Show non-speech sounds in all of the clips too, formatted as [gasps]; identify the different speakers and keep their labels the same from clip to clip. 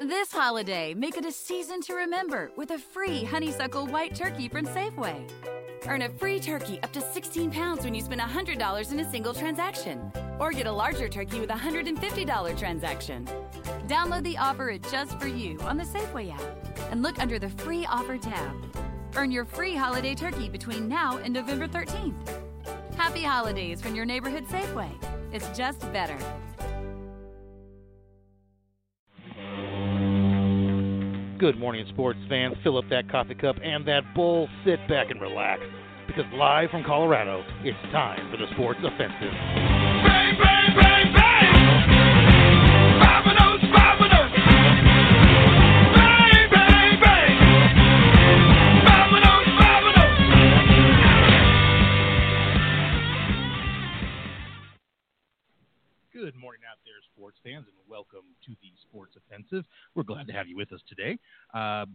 Speaker 1: This holiday, make it a season to remember with a free honeysuckle white turkey from Safeway. Earn a free turkey up to 16 pounds when you spend $100 in a single transaction, or get a larger turkey with a $150 transaction. Download the offer at Just For You on the Safeway app and look under the Free Offer tab. Earn your free holiday turkey between now and November 13th. Happy holidays from your neighborhood Safeway. It's just better.
Speaker 2: Good morning, sports fans. Fill up that coffee cup and that bowl. Sit back and relax because live from Colorado, it's time for the Sports Offensive.
Speaker 3: Bang, bang, bang, bang! Five and O's, five and O's! Bang, bang, bang! Five and O's, five and O's!
Speaker 2: Good morning out there, sports fans, and welcome to the Sports Offensive. We're glad to have you with us today. Uh,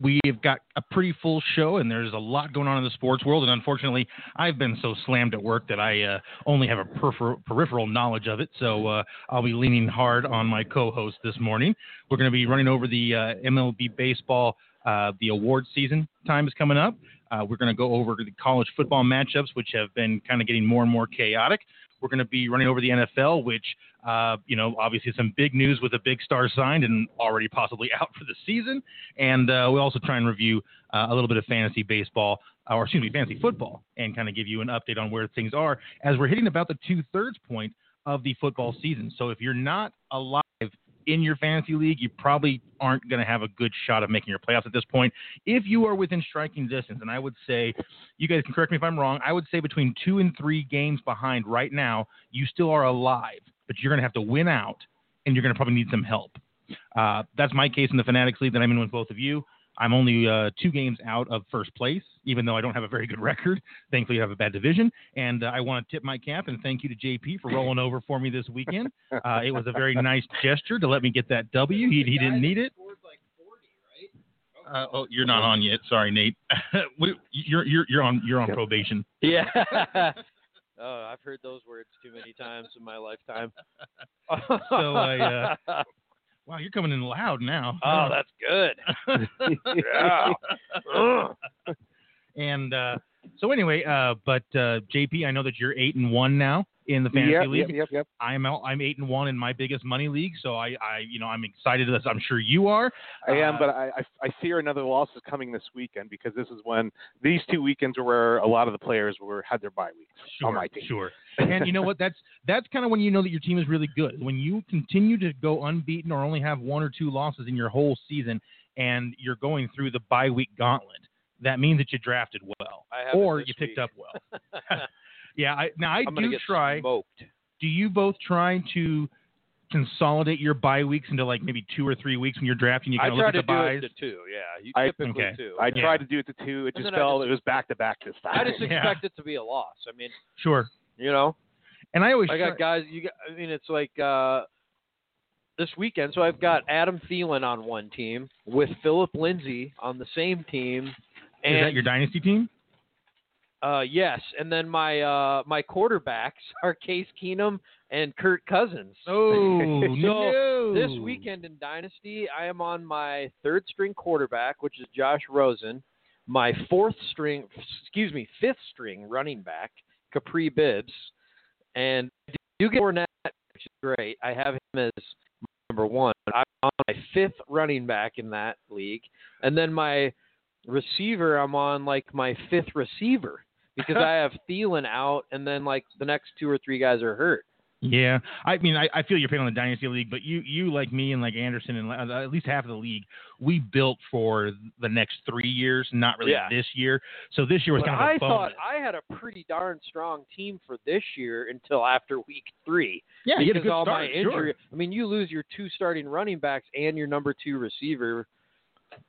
Speaker 2: we've got a pretty full show, and there's a lot going on in the sports world. And unfortunately, I've been so slammed at work that I uh, only have a perfor- peripheral knowledge of it. So uh, I'll be leaning hard on my co-host this morning. We're going to be running over the uh, MLB baseball. Uh, the award season time is coming up. Uh, we're going to go over the college football matchups, which have been kind of getting more and more chaotic. We're going to be running over the NFL, which, uh, you know, obviously some big news with a big star signed and already possibly [laughs] out for the season. And uh, we also try and review uh, a little bit of fantasy baseball, or excuse me, fantasy football, and kind of give you an update on where things are as we're hitting about the two thirds point of the football season. So if you're not alive in your fantasy league, you probably aren't going to have a good shot of making your playoffs at this point. If you are within striking distance, and I would say, you guys can correct me if I'm wrong, I would say between two and three games behind right now, you still are alive, but you're going to have to win out, and you're going to probably need some help. Uh, that's my case in the Fanatics League that I'm in with both of you. I'm only uh, two games out of first place, even though I don't have a very good [laughs] record. Thankfully, I have a bad division. And uh, I want to tip my cap and thank you to JP for rolling over for me this weekend. Uh, it was a very nice gesture to let me get that W. He, he didn't need it. Uh, oh, you're not on yet. Sorry, Nate. [laughs] What- you're you're you're on you're on probation.
Speaker 4: Yeah. oh, I've heard those words too many times in my lifetime.
Speaker 2: So I, uh,
Speaker 5: [laughs]
Speaker 2: Wow, you're coming in loud now. Uh,
Speaker 4: oh, that's good. Yeah. Ugh.
Speaker 2: and uh, so anyway, uh, but uh, JP, I know that you're eight and one now in the fantasy
Speaker 5: yep,
Speaker 2: league.
Speaker 5: yep, yep, yep.
Speaker 2: I'm out, I'm eight and one in my biggest money league, so I, I you know I'm excited as I'm sure you are.
Speaker 5: I am,
Speaker 2: Uh,
Speaker 5: but I, I I fear another loss is coming this weekend because this is when these two weekends were where a lot of the players were had their bye weeks.
Speaker 2: Sure,
Speaker 5: on my team.
Speaker 2: sure.
Speaker 5: [laughs]
Speaker 2: And you know what? That's that's kind of when you know that your team is really good. When you continue to go unbeaten or only have one or two losses in your whole season, and you're going through the bye week gauntlet, that means that you drafted well,
Speaker 4: I have it
Speaker 2: or
Speaker 4: this
Speaker 2: you picked
Speaker 4: week.
Speaker 2: up well.
Speaker 4: [laughs]
Speaker 2: [laughs] yeah, I, now I
Speaker 4: I'm gonna
Speaker 2: do
Speaker 4: get
Speaker 2: try.
Speaker 4: smoked.
Speaker 2: do you both try to consolidate your bye weeks into like maybe two or three weeks when you're drafting? You
Speaker 4: I
Speaker 2: kind of look
Speaker 4: try
Speaker 2: at
Speaker 4: to
Speaker 2: the
Speaker 4: do
Speaker 2: buys.
Speaker 4: it to two. Yeah, you
Speaker 5: I-
Speaker 4: typically
Speaker 2: okay.
Speaker 4: two.
Speaker 5: I
Speaker 2: [laughs] Yeah.
Speaker 5: tried to do it to two. It
Speaker 4: And
Speaker 5: just
Speaker 4: then I
Speaker 5: fell.
Speaker 4: just-
Speaker 5: it was back to back this time.
Speaker 4: I just
Speaker 2: Yeah.
Speaker 4: expect it to be a loss. I mean,
Speaker 2: sure.
Speaker 4: you know,
Speaker 2: And I always
Speaker 4: I
Speaker 2: try-
Speaker 4: got guys. You got. I mean, it's like uh, this weekend. So I've got Adam Thielen on one team with Philip Lindsay on the same team. And
Speaker 2: is that your dynasty
Speaker 4: [laughs]
Speaker 2: team?
Speaker 4: Uh, yes, and then my uh, my quarterbacks are Case Keenum and Kirk Cousins.
Speaker 2: Oh [laughs] no!
Speaker 4: This weekend in Dynasty, I am on my third string quarterback, which is Josh Rosen. My fourth string, excuse me, fifth string running back, Capri Bibbs, and I do get Fournette, which is great. I have him as number one. I'm on my fifth running back in that league, and then my receiver, I'm on like my fifth receiver because I have Thielen out, and then like the next two or three guys are hurt.
Speaker 2: Yeah, I mean, I, I feel your pain on the dynasty league, but you, you like me and like Anderson and uh, at least half of the league, we built for the next three years, not really
Speaker 4: Yeah.
Speaker 2: this year. So this year was
Speaker 4: But
Speaker 2: kind of
Speaker 4: I
Speaker 2: a
Speaker 4: thought
Speaker 2: bonus.
Speaker 4: I had a pretty darn strong team for this year until after week three
Speaker 2: yeah, you
Speaker 4: because
Speaker 2: get a good
Speaker 4: all
Speaker 2: start,
Speaker 4: my
Speaker 2: sure.
Speaker 4: injury. I mean, you lose your two starting running backs and your number two receiver,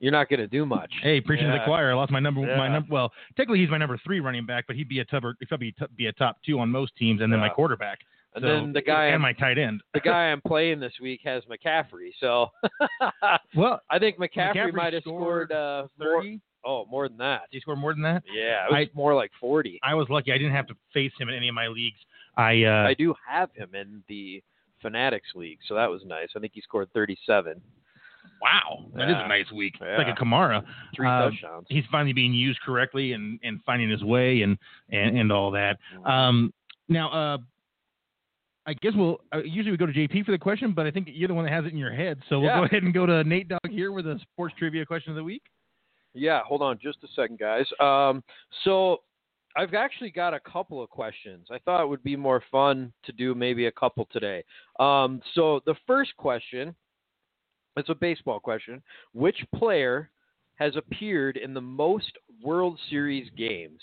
Speaker 4: you're not going to do much.
Speaker 2: Hey, preaching to the
Speaker 4: Yeah.
Speaker 2: choir. I lost my number. My
Speaker 4: Yeah.
Speaker 2: num- well, technically he's my number three running back, but he'd be a top, he'd probably t- be a top two on most teams, and then my
Speaker 4: Yeah.
Speaker 2: quarterback.
Speaker 4: and
Speaker 2: So-
Speaker 4: then the guy
Speaker 2: and
Speaker 4: I'm,
Speaker 2: my tight end.
Speaker 4: the guy I'm playing this week has McCaffrey, so
Speaker 2: [laughs]
Speaker 4: [laughs]
Speaker 2: Well,
Speaker 4: I think McCaffrey,
Speaker 2: McCaffrey
Speaker 4: might have
Speaker 2: scored
Speaker 4: scored, uh, more,
Speaker 2: thirty.
Speaker 4: oh more than that.
Speaker 2: Did he score more than that?
Speaker 4: Yeah, it was
Speaker 2: I-
Speaker 4: more like 40.
Speaker 2: I was lucky. I didn't have to face him in any of my leagues. I uh,
Speaker 4: I do have him in the Fanatics League, so that was nice. I think he scored 37.
Speaker 2: Wow, that is
Speaker 5: Yeah.
Speaker 2: a nice week. It's
Speaker 5: Yeah.
Speaker 2: Like a Kamara.
Speaker 4: Three
Speaker 2: Um,
Speaker 4: touchdowns.
Speaker 2: He's finally being used correctly and, and finding his way and, and, and all that.
Speaker 4: Mm-hmm.
Speaker 2: Um, now, uh, I guess we'll uh, usually we go to JP for the question, but I think you're the one that has it in your head, so we'll
Speaker 4: Yeah.
Speaker 2: go ahead and go to Nate Dog here with a sports trivia question of the week.
Speaker 4: Yeah, hold on just a second, guys. Um, so I've actually got a couple of questions. I thought it would be more fun to do maybe a couple today. Um, so the first question it's a baseball question. Which player has appeared in the most World Series games?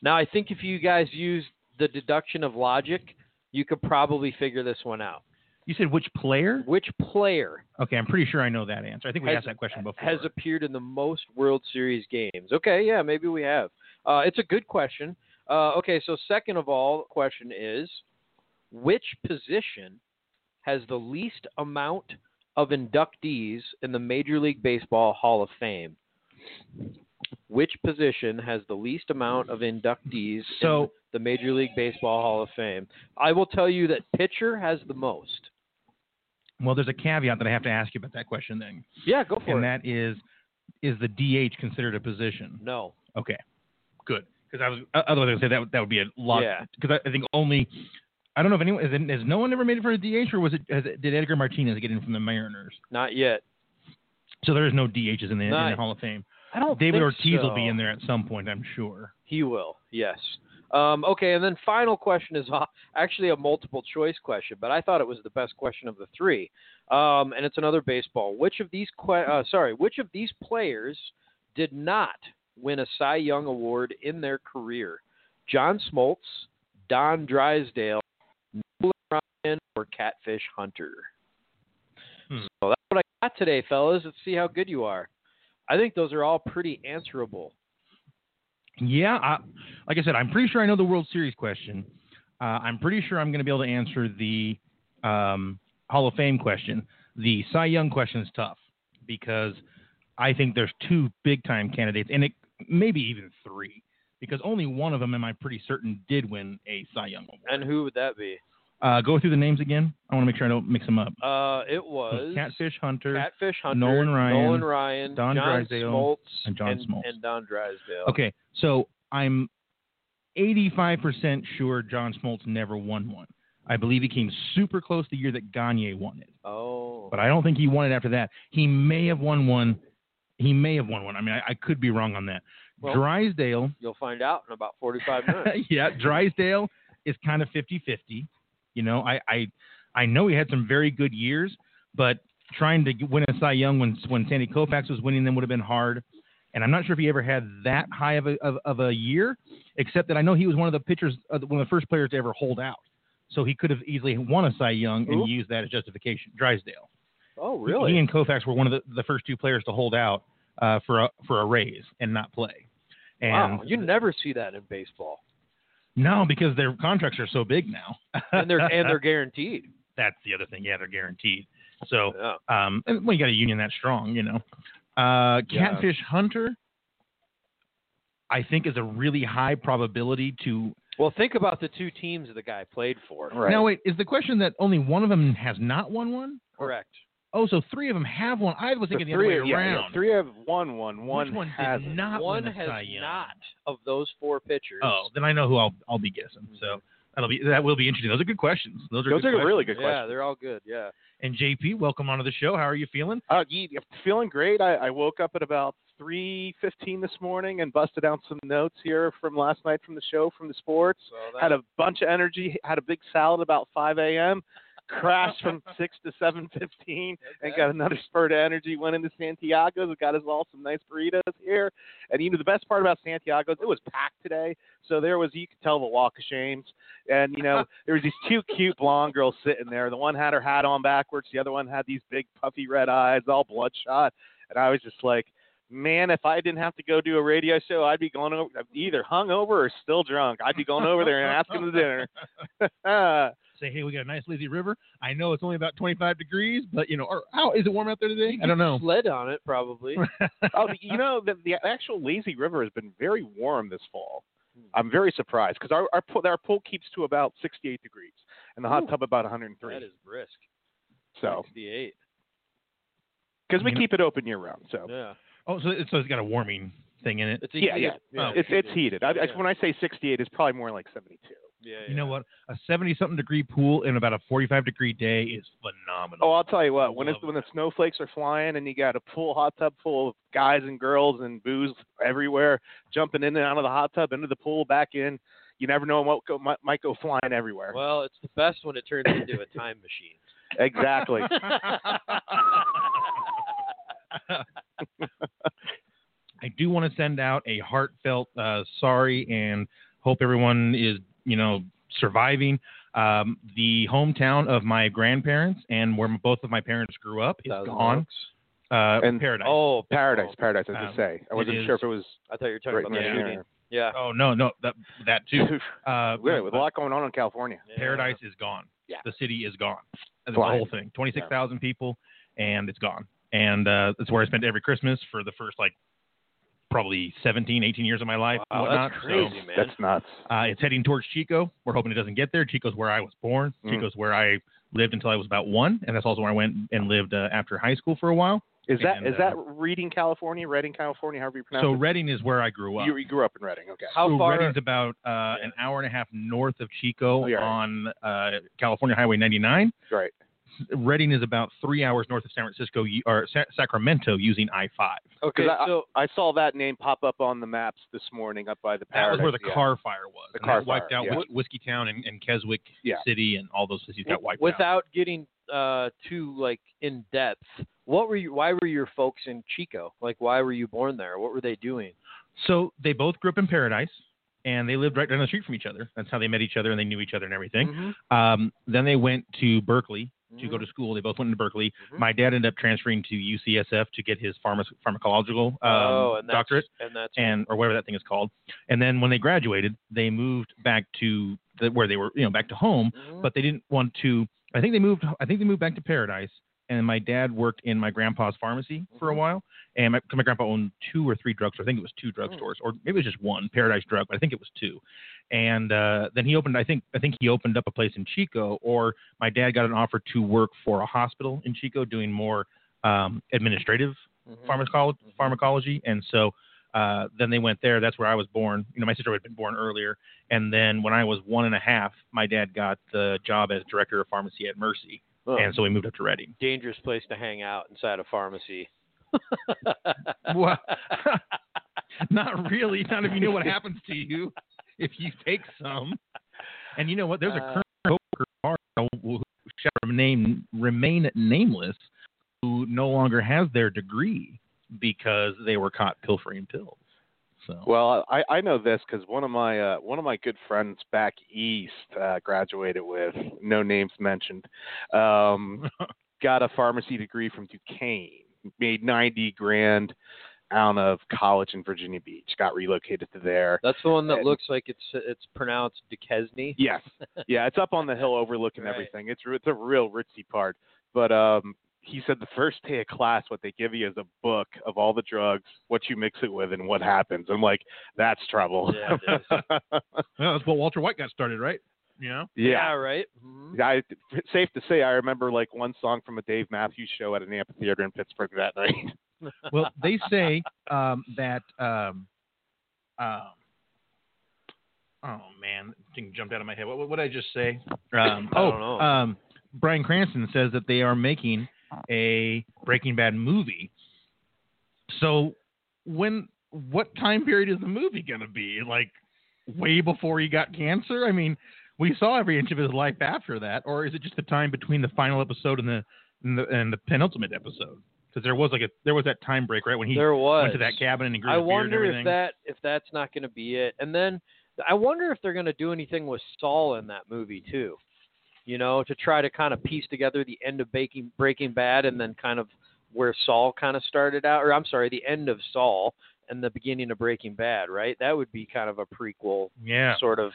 Speaker 4: Now, I think if you guys use the deduction of logic, you could probably figure this one out.
Speaker 2: You said which player?
Speaker 4: Which player
Speaker 2: Okay, I'm pretty sure I know that answer. I think we
Speaker 4: Has-
Speaker 2: asked that question before.
Speaker 4: has appeared in the most World Series games. Okay, yeah, maybe we have. Uh, it's a good question. Uh, okay, so second of all, question is, which position has the least amount of inductees in the Major League Baseball Hall of Fame? Which position has the least amount of inductees in
Speaker 2: So-
Speaker 4: the Major League Baseball Hall of Fame? I will tell you that pitcher has the most.
Speaker 2: well, there's a caveat that I have to ask you about that question then,
Speaker 4: Yeah, go for
Speaker 2: and
Speaker 4: it.
Speaker 2: that is, is the DH considered a position?
Speaker 4: no.
Speaker 2: Okay, good. Because I was o- otherwise I would say that would- that would be a lot.
Speaker 4: Yeah.
Speaker 2: Because I, I think only I don't know if anyone has, has no one ever made it for a DH or was it has, it- did Edgar Martinez get in from the Mariners?
Speaker 4: Not yet.
Speaker 2: So there is no DHs in the, in
Speaker 4: Nice.
Speaker 2: the Hall of Fame.
Speaker 4: I don't
Speaker 2: David
Speaker 4: think
Speaker 2: Ortiz will
Speaker 4: so.
Speaker 2: be in there at some point, I'm sure.
Speaker 4: He will, yes. Um, okay, and then final question is [laughs] uh, actually a multiple choice question, but I thought it was the best question of the three. Um, and it's another baseball. Which of these que- uh, sorry, which of these players did not win a Cy Young award in their career? John Smoltz, Don Drysdale, Nolan Ryan, or Catfish Hunter?
Speaker 2: Hmm.
Speaker 4: So that's what I got today, fellas. Let's see how good you are. I think those are all pretty answerable.
Speaker 2: Yeah, I, like I said, I'm pretty sure I know the World Series question. Uh, I'm pretty sure I'm going to be able to answer the um, Hall of Fame question. The Cy Young question is tough because I think there's two big time candidates, and it maybe even three, because only one of them am I pretty certain did win a Cy Young. Award.
Speaker 4: And who would that be?
Speaker 2: Uh, go through the names again. I want to make sure I don't mix them up.
Speaker 4: Uh, it was
Speaker 2: Catfish Hunter.
Speaker 4: Catfish Hunter,
Speaker 2: Nolan Ryan,
Speaker 4: Nolan Ryan,
Speaker 2: Don
Speaker 4: John
Speaker 2: Drysdale,
Speaker 4: Smoltz,
Speaker 2: and John Smoltz.
Speaker 4: and Don Drysdale.
Speaker 2: Okay, so I'm 85% sure John Smoltz never won one. I believe he came super close the year that Gagne won it,
Speaker 4: Oh,
Speaker 2: but I don't think he won it after that. He may have won one. He may have won one. I mean, I, I could be wrong on that.
Speaker 4: Well-
Speaker 2: Drysdale,
Speaker 4: you'll find out in about
Speaker 2: [laughs]
Speaker 4: forty-five minutes.
Speaker 2: yeah, Drysdale is kind of 50-50. You know, I, I I know he had some very good years, but trying to win a Cy Young when when Sandy Koufax was winning them would have been hard. And I'm not sure if he ever had that high of a of, of a year, except that I know he was one of the pitchers, uh, one of the first players to ever hold out. So he could have easily won a Cy Young and
Speaker 4: Who?
Speaker 2: used that as justification. Drysdale.
Speaker 4: oh,
Speaker 2: He-
Speaker 4: really?
Speaker 2: He and Koufax were one of the, the first two players to hold out uh, for a for a raise and not play. And
Speaker 4: wow, you never see that in baseball,
Speaker 2: no, because their contracts are so big now.
Speaker 4: and they're and
Speaker 2: [laughs]
Speaker 4: they're guaranteed.
Speaker 2: that's the other thing. Yeah, they're guaranteed. So
Speaker 4: Yeah.
Speaker 2: um, and when you got a union that strong, you know, uh,
Speaker 4: Yeah.
Speaker 2: Catfish Hunter, I think is a really high probability to.
Speaker 4: Well, think about the two teams the guy played for.
Speaker 2: Now wait, is the question that only one of them has not won one?
Speaker 4: Correct.
Speaker 2: Oh, so three of them have one. I was
Speaker 5: So
Speaker 2: thinking the
Speaker 5: three,
Speaker 2: other way
Speaker 5: yeah, yeah,
Speaker 2: around.
Speaker 5: three have one, one, one
Speaker 2: Which one
Speaker 5: has
Speaker 2: did not
Speaker 4: One
Speaker 2: win a
Speaker 4: has
Speaker 2: Cy Young?
Speaker 4: not of those four pitchers.
Speaker 2: Oh, then I know who I'll I'll be guessing. So that'll be that will be interesting. Those are good questions. Those are
Speaker 5: Those
Speaker 2: good
Speaker 5: are
Speaker 2: questions.
Speaker 5: really good
Speaker 4: yeah,
Speaker 5: questions.
Speaker 4: they're all good. Yeah.
Speaker 2: And JP, welcome onto the show. How are you feeling?
Speaker 5: Uh, ye- feeling great. I, I woke up at about three fifteen this morning and busted out some notes here from last night from the show from the sports.
Speaker 4: So that,
Speaker 5: Had a bunch of energy. Had a big salad about five a.m. Crashed from six to seven fifteen and got another spurt of energy. Went into Santiago's, got us all some nice burritos here. And you know the best part about Santiago's, it was packed today, so there was you could tell the walk of shames. And you know there was these two cute blonde girls sitting there. The one had her hat on backwards, the other one had these big puffy red eyes, all bloodshot. And I was just like, man, if I didn't have to go do a radio show, I'd be going over either hungover or still drunk. I'd be going over there and asking to dinner. [laughs]
Speaker 2: say, hey, we got a nice lazy river. I know it's only about 25 degrees, but you know, or how is it warm out there today? I don't know.
Speaker 4: sled on it
Speaker 2: [laughs]
Speaker 4: probably.
Speaker 5: oh, but you know the, the actual lazy river has been very warm this fall. I'm very surprised because our our pool, our pool keeps to about 68 degrees and the hot tub about 103.
Speaker 2: Oh.
Speaker 4: that is brisk.
Speaker 5: so
Speaker 4: Sixty-eight.
Speaker 5: because we
Speaker 2: You know-
Speaker 5: keep it open year round. So
Speaker 4: Yeah.
Speaker 2: Oh, so it's, so it's got a warming thing in it.
Speaker 4: It's
Speaker 5: Yeah,
Speaker 4: heated.
Speaker 5: yeah.
Speaker 2: Oh.
Speaker 5: it's it's
Speaker 4: heated.
Speaker 5: heated. I, I-
Speaker 4: Yeah.
Speaker 5: when I say 68, it's probably more like 72.
Speaker 4: Yeah,
Speaker 2: You know what? A 70 something degree pool in about a 45 degree day is phenomenal.
Speaker 5: Oh, I'll tell you what. When it's
Speaker 2: Love
Speaker 5: when the snowflakes are flying and you got a pool hot tub full of guys and girls and booze everywhere, jumping in and out of the hot tub, into the pool, back in. You never know what go, might, might go flying everywhere.
Speaker 4: Well, it's the best when it turns into a time
Speaker 2: [laughs]
Speaker 4: machine.
Speaker 5: Exactly.
Speaker 2: I do want to send out a heartfelt uh, sorry and hope everyone is, you know, surviving. Um, the hometown of my grandparents and where both of my parents grew up is
Speaker 4: Thousand
Speaker 2: gone.
Speaker 4: Oaks.
Speaker 2: Uh,
Speaker 5: And-
Speaker 2: paradise.
Speaker 4: Oh,
Speaker 5: paradise, paradise. I was
Speaker 2: Um,
Speaker 5: just say. I
Speaker 2: it
Speaker 5: wasn't
Speaker 2: is-
Speaker 5: sure if it was
Speaker 4: I thought you were talking
Speaker 5: right
Speaker 4: about
Speaker 5: in
Speaker 4: the
Speaker 5: the
Speaker 4: shooting.
Speaker 5: area.
Speaker 4: Yeah.
Speaker 2: Oh, no, no, that that [laughs] too. Uh,
Speaker 5: Really, with a
Speaker 2: but
Speaker 5: lot going on in California.
Speaker 4: Yeah.
Speaker 2: Paradise is gone.
Speaker 5: Yeah.
Speaker 2: The city is gone. The
Speaker 5: Blind.
Speaker 2: whole thing. Twenty six thousand people, and it's gone. And uh, that's where I spent every Christmas for the first like probably 17, 18 years of my life. and
Speaker 4: Wow,
Speaker 2: whatnot.
Speaker 4: that's
Speaker 2: So,
Speaker 4: crazy, man.
Speaker 5: That's nuts.
Speaker 2: Uh, it's heading towards Chico. We're hoping it doesn't get there. Chico's where I was born.
Speaker 5: Mm.
Speaker 2: Chico's where I lived until I was about one, and that's also where I went and lived uh, after high school for a while.
Speaker 5: Is that
Speaker 2: And,
Speaker 5: is
Speaker 2: uh,
Speaker 5: that Reading, California? Reading, California, however you pronounce
Speaker 2: So
Speaker 5: it.
Speaker 2: Redding is where I grew up.
Speaker 5: you, you grew up in Reading, okay?
Speaker 4: How
Speaker 2: so
Speaker 4: far?
Speaker 2: Redding's about uh, an hour and a half north of Chico
Speaker 5: Oh, yeah.
Speaker 2: on uh, California Highway 99.
Speaker 5: Right.
Speaker 2: Redding is about three hours north of San Francisco u- or Sa- Sacramento using I five.
Speaker 4: okay,
Speaker 5: 'Cause I-
Speaker 4: so
Speaker 5: I saw that name pop up on the maps this morning up by the
Speaker 2: That was
Speaker 5: Paradise,
Speaker 2: where the
Speaker 5: yeah.
Speaker 2: car fire was.
Speaker 5: The
Speaker 2: and
Speaker 5: car
Speaker 2: that wiped
Speaker 5: fire,
Speaker 2: out
Speaker 5: yeah.
Speaker 2: Whis- Whiskey Town and, and Keswick
Speaker 5: Yeah.
Speaker 2: City and all those cities got wiped out.
Speaker 4: without getting uh, too like in depth, what were you? Why were your folks in Chico? Like, why were you born there? What were they doing?
Speaker 2: So they both grew up in Paradise, and they lived right down the street from each other. That's how they met each other, and they knew each other and everything.
Speaker 5: Mm-hmm.
Speaker 2: Um, then they went to Berkeley to
Speaker 4: Mm-hmm.
Speaker 2: go to school. They both went to Berkeley.
Speaker 4: Mhm.
Speaker 2: My dad ended up transferring to UCSF to get his pharma- pharmacological um,
Speaker 4: oh, and that's,
Speaker 2: doctorate
Speaker 4: and that's
Speaker 2: and or whatever that thing is called. And then when they graduated, they moved back to the, where they were, you know, back to home.
Speaker 4: Mhm.
Speaker 2: But they didn't want to. I think they moved. I think they moved back to Paradise. And my dad worked in my grandpa's pharmacy for a
Speaker 4: Mhm.
Speaker 2: while. And my, 'cause my grandpa owned two or three drugstores. I think it was two drugstores, or maybe it was just one Paradise Drug, but I think it was two. And uh, then he opened. I think I think he opened up a place in Chico, or my dad got an offer to work for a hospital in Chico, doing more um, administrative
Speaker 4: Mhm.
Speaker 2: pharmacology,
Speaker 4: Mhm.
Speaker 2: pharmacology. and so uh, then they went there. That's where I was born. You know, my sister had been born earlier, and then when I was one and a half, my dad got the job as director of pharmacy at Mercy,
Speaker 4: Oh,
Speaker 2: and so we moved up to [laughs] Reading.
Speaker 4: dangerous place to hang out inside a pharmacy.
Speaker 2: Well, [laughs] not really. Not if you know what happens to you if you take some. And you know what? There's
Speaker 4: Uh,
Speaker 2: a current coworker of ours who shall remain remain nameless, who no longer has their degree because they were caught pilfering pills. So.
Speaker 5: Well, I, I know this because one of my uh, one of my good friends back east uh, graduated with no names mentioned.
Speaker 4: [laughs]
Speaker 5: Um, got a pharmacy degree from Duquesne, made ninety grand out of college in Virginia Beach. Got relocated to there.
Speaker 4: That's the one that
Speaker 5: And-
Speaker 4: looks like it's it's pronounced Duquesne.
Speaker 5: Yes, yeah, it's up on the hill overlooking
Speaker 4: Right.
Speaker 5: everything. It's it's a real ritzy part. But um, he said the first day of class, what they give you is a book of all the drugs, what you mix it with, and what happens. I'm like, that's trouble.
Speaker 4: Yeah, it is.
Speaker 2: Well, that's what Walter White got started, right? You know?
Speaker 5: [laughs] yeah.
Speaker 4: right. Mhm.
Speaker 5: I safe to say I remember like one song from a Dave Matthews show at an amphitheater in Pittsburgh that night. [laughs]
Speaker 2: Well, they say um, that. Um, um, oh man, thing jumped out of my head. What, what did I just say? Um,
Speaker 4: I
Speaker 2: oh,
Speaker 4: don't know.
Speaker 2: Um, Brian Cranston says that they are making a Breaking Bad movie. So, when what time period is the movie going to be? Like, way before he got cancer? I mean, we saw every inch of his life after that, or is it just the time between the final episode and the and the, and the penultimate episode? Because there was like a there was that time break right when he
Speaker 4: There was.
Speaker 2: went to that cabin and he grew
Speaker 4: I
Speaker 2: his beard and
Speaker 4: wonder
Speaker 2: everything.
Speaker 4: if that if that's not going to be it. And then I wonder if they're going to do anything with Saul in that movie too. You know, to try to kind of piece together the end of Baking Breaking Bad and then kind of where Saul kind of started out, or I'm sorry, the end of Saul and the beginning of Breaking Bad. Right? That would be kind of a prequel
Speaker 2: yeah,
Speaker 4: sort of.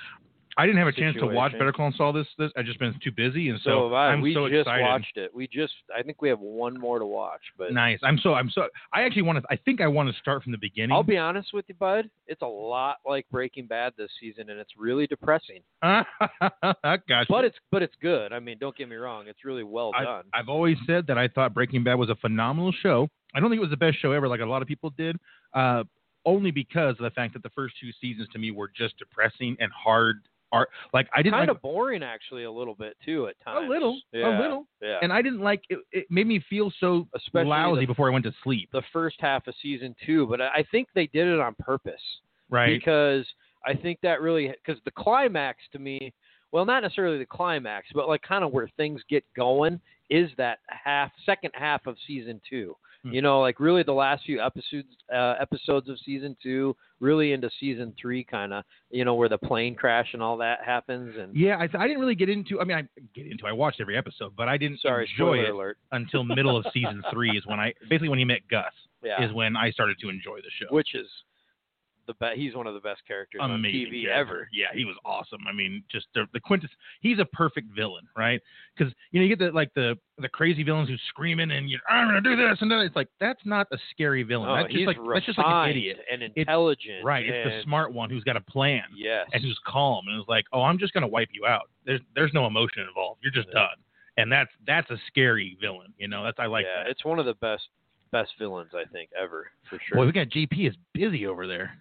Speaker 2: I didn't have a chance to watch
Speaker 4: situation.
Speaker 2: Better Call Saul this. This I just been too busy, and
Speaker 4: So,
Speaker 2: so,
Speaker 4: have I.
Speaker 2: I'm
Speaker 4: we
Speaker 2: so
Speaker 4: just
Speaker 2: excited.
Speaker 4: watched it. We just I think we have one more to watch, but
Speaker 2: Nice. I'm so I'm so. I actually want to. I think I want to start from the beginning.
Speaker 4: I'll be honest with you, bud. It's a lot like Breaking Bad this season, and it's really depressing.
Speaker 2: [laughs] Gosh,
Speaker 4: [laughs] But it's but it's good. I mean, don't get me wrong. It's really well done.
Speaker 2: I've always said that I thought Breaking Bad was a phenomenal show. I don't think it was the best show ever, like a lot of people did, uh, only because of the fact that the first two seasons to me were just depressing and hard. Art like I didn't
Speaker 4: kind
Speaker 2: like,
Speaker 4: of boring actually a little bit too at times.
Speaker 2: a little, a
Speaker 4: Yeah,
Speaker 2: little,
Speaker 4: Yeah.
Speaker 2: and I didn't like it. It made me feel so
Speaker 4: Especially
Speaker 2: lousy
Speaker 4: the-
Speaker 2: before I went to sleep.
Speaker 4: the first half of season two, but I I think they did it on purpose
Speaker 2: Right?
Speaker 4: because I think that really because the climax to me, well, not necessarily the climax, but like kind of where things get going is that half second half of season two.
Speaker 2: Hmm.
Speaker 4: You know, like really the last few episodes uh, episodes of season two, really into season three, kind of you know where the plane crash and all that happens. And
Speaker 2: yeah, I, th- I didn't really get into. I mean, I get into. I watched every episode, but I didn't
Speaker 4: sorry,
Speaker 2: enjoy
Speaker 4: spoiler
Speaker 2: it
Speaker 4: alert.
Speaker 2: until middle of season three is when I basically when he met Gus
Speaker 4: Yeah,
Speaker 2: is when I started to enjoy the show.
Speaker 4: which is the best. He's one of the best characters
Speaker 2: amazing
Speaker 4: on TV
Speaker 2: character.
Speaker 4: uh, ever.
Speaker 2: Yeah, he was awesome. I mean, just the, the quintess. He's a perfect villain, right? Because you know you get the like the the crazy villains who's screaming and you're I'm gonna do this and that. It's like that's not a scary villain.
Speaker 4: Oh,
Speaker 2: that's just
Speaker 4: he's
Speaker 2: like that's just like an
Speaker 4: refined
Speaker 2: idiot,
Speaker 4: and intelligent.
Speaker 2: right? It's the
Speaker 4: and-
Speaker 2: smart one who's got a plan
Speaker 4: Yes.
Speaker 2: and who's calm and is like, oh, I'm just gonna wipe you out. There's there's no emotion involved. You're just
Speaker 4: Yeah.
Speaker 2: done. And that's that's a scary villain. You know, that's I like
Speaker 4: yeah,
Speaker 2: that.
Speaker 4: it's one of the best best villains I think ever for sure.
Speaker 2: Boy, [laughs] we got GP is busy over there.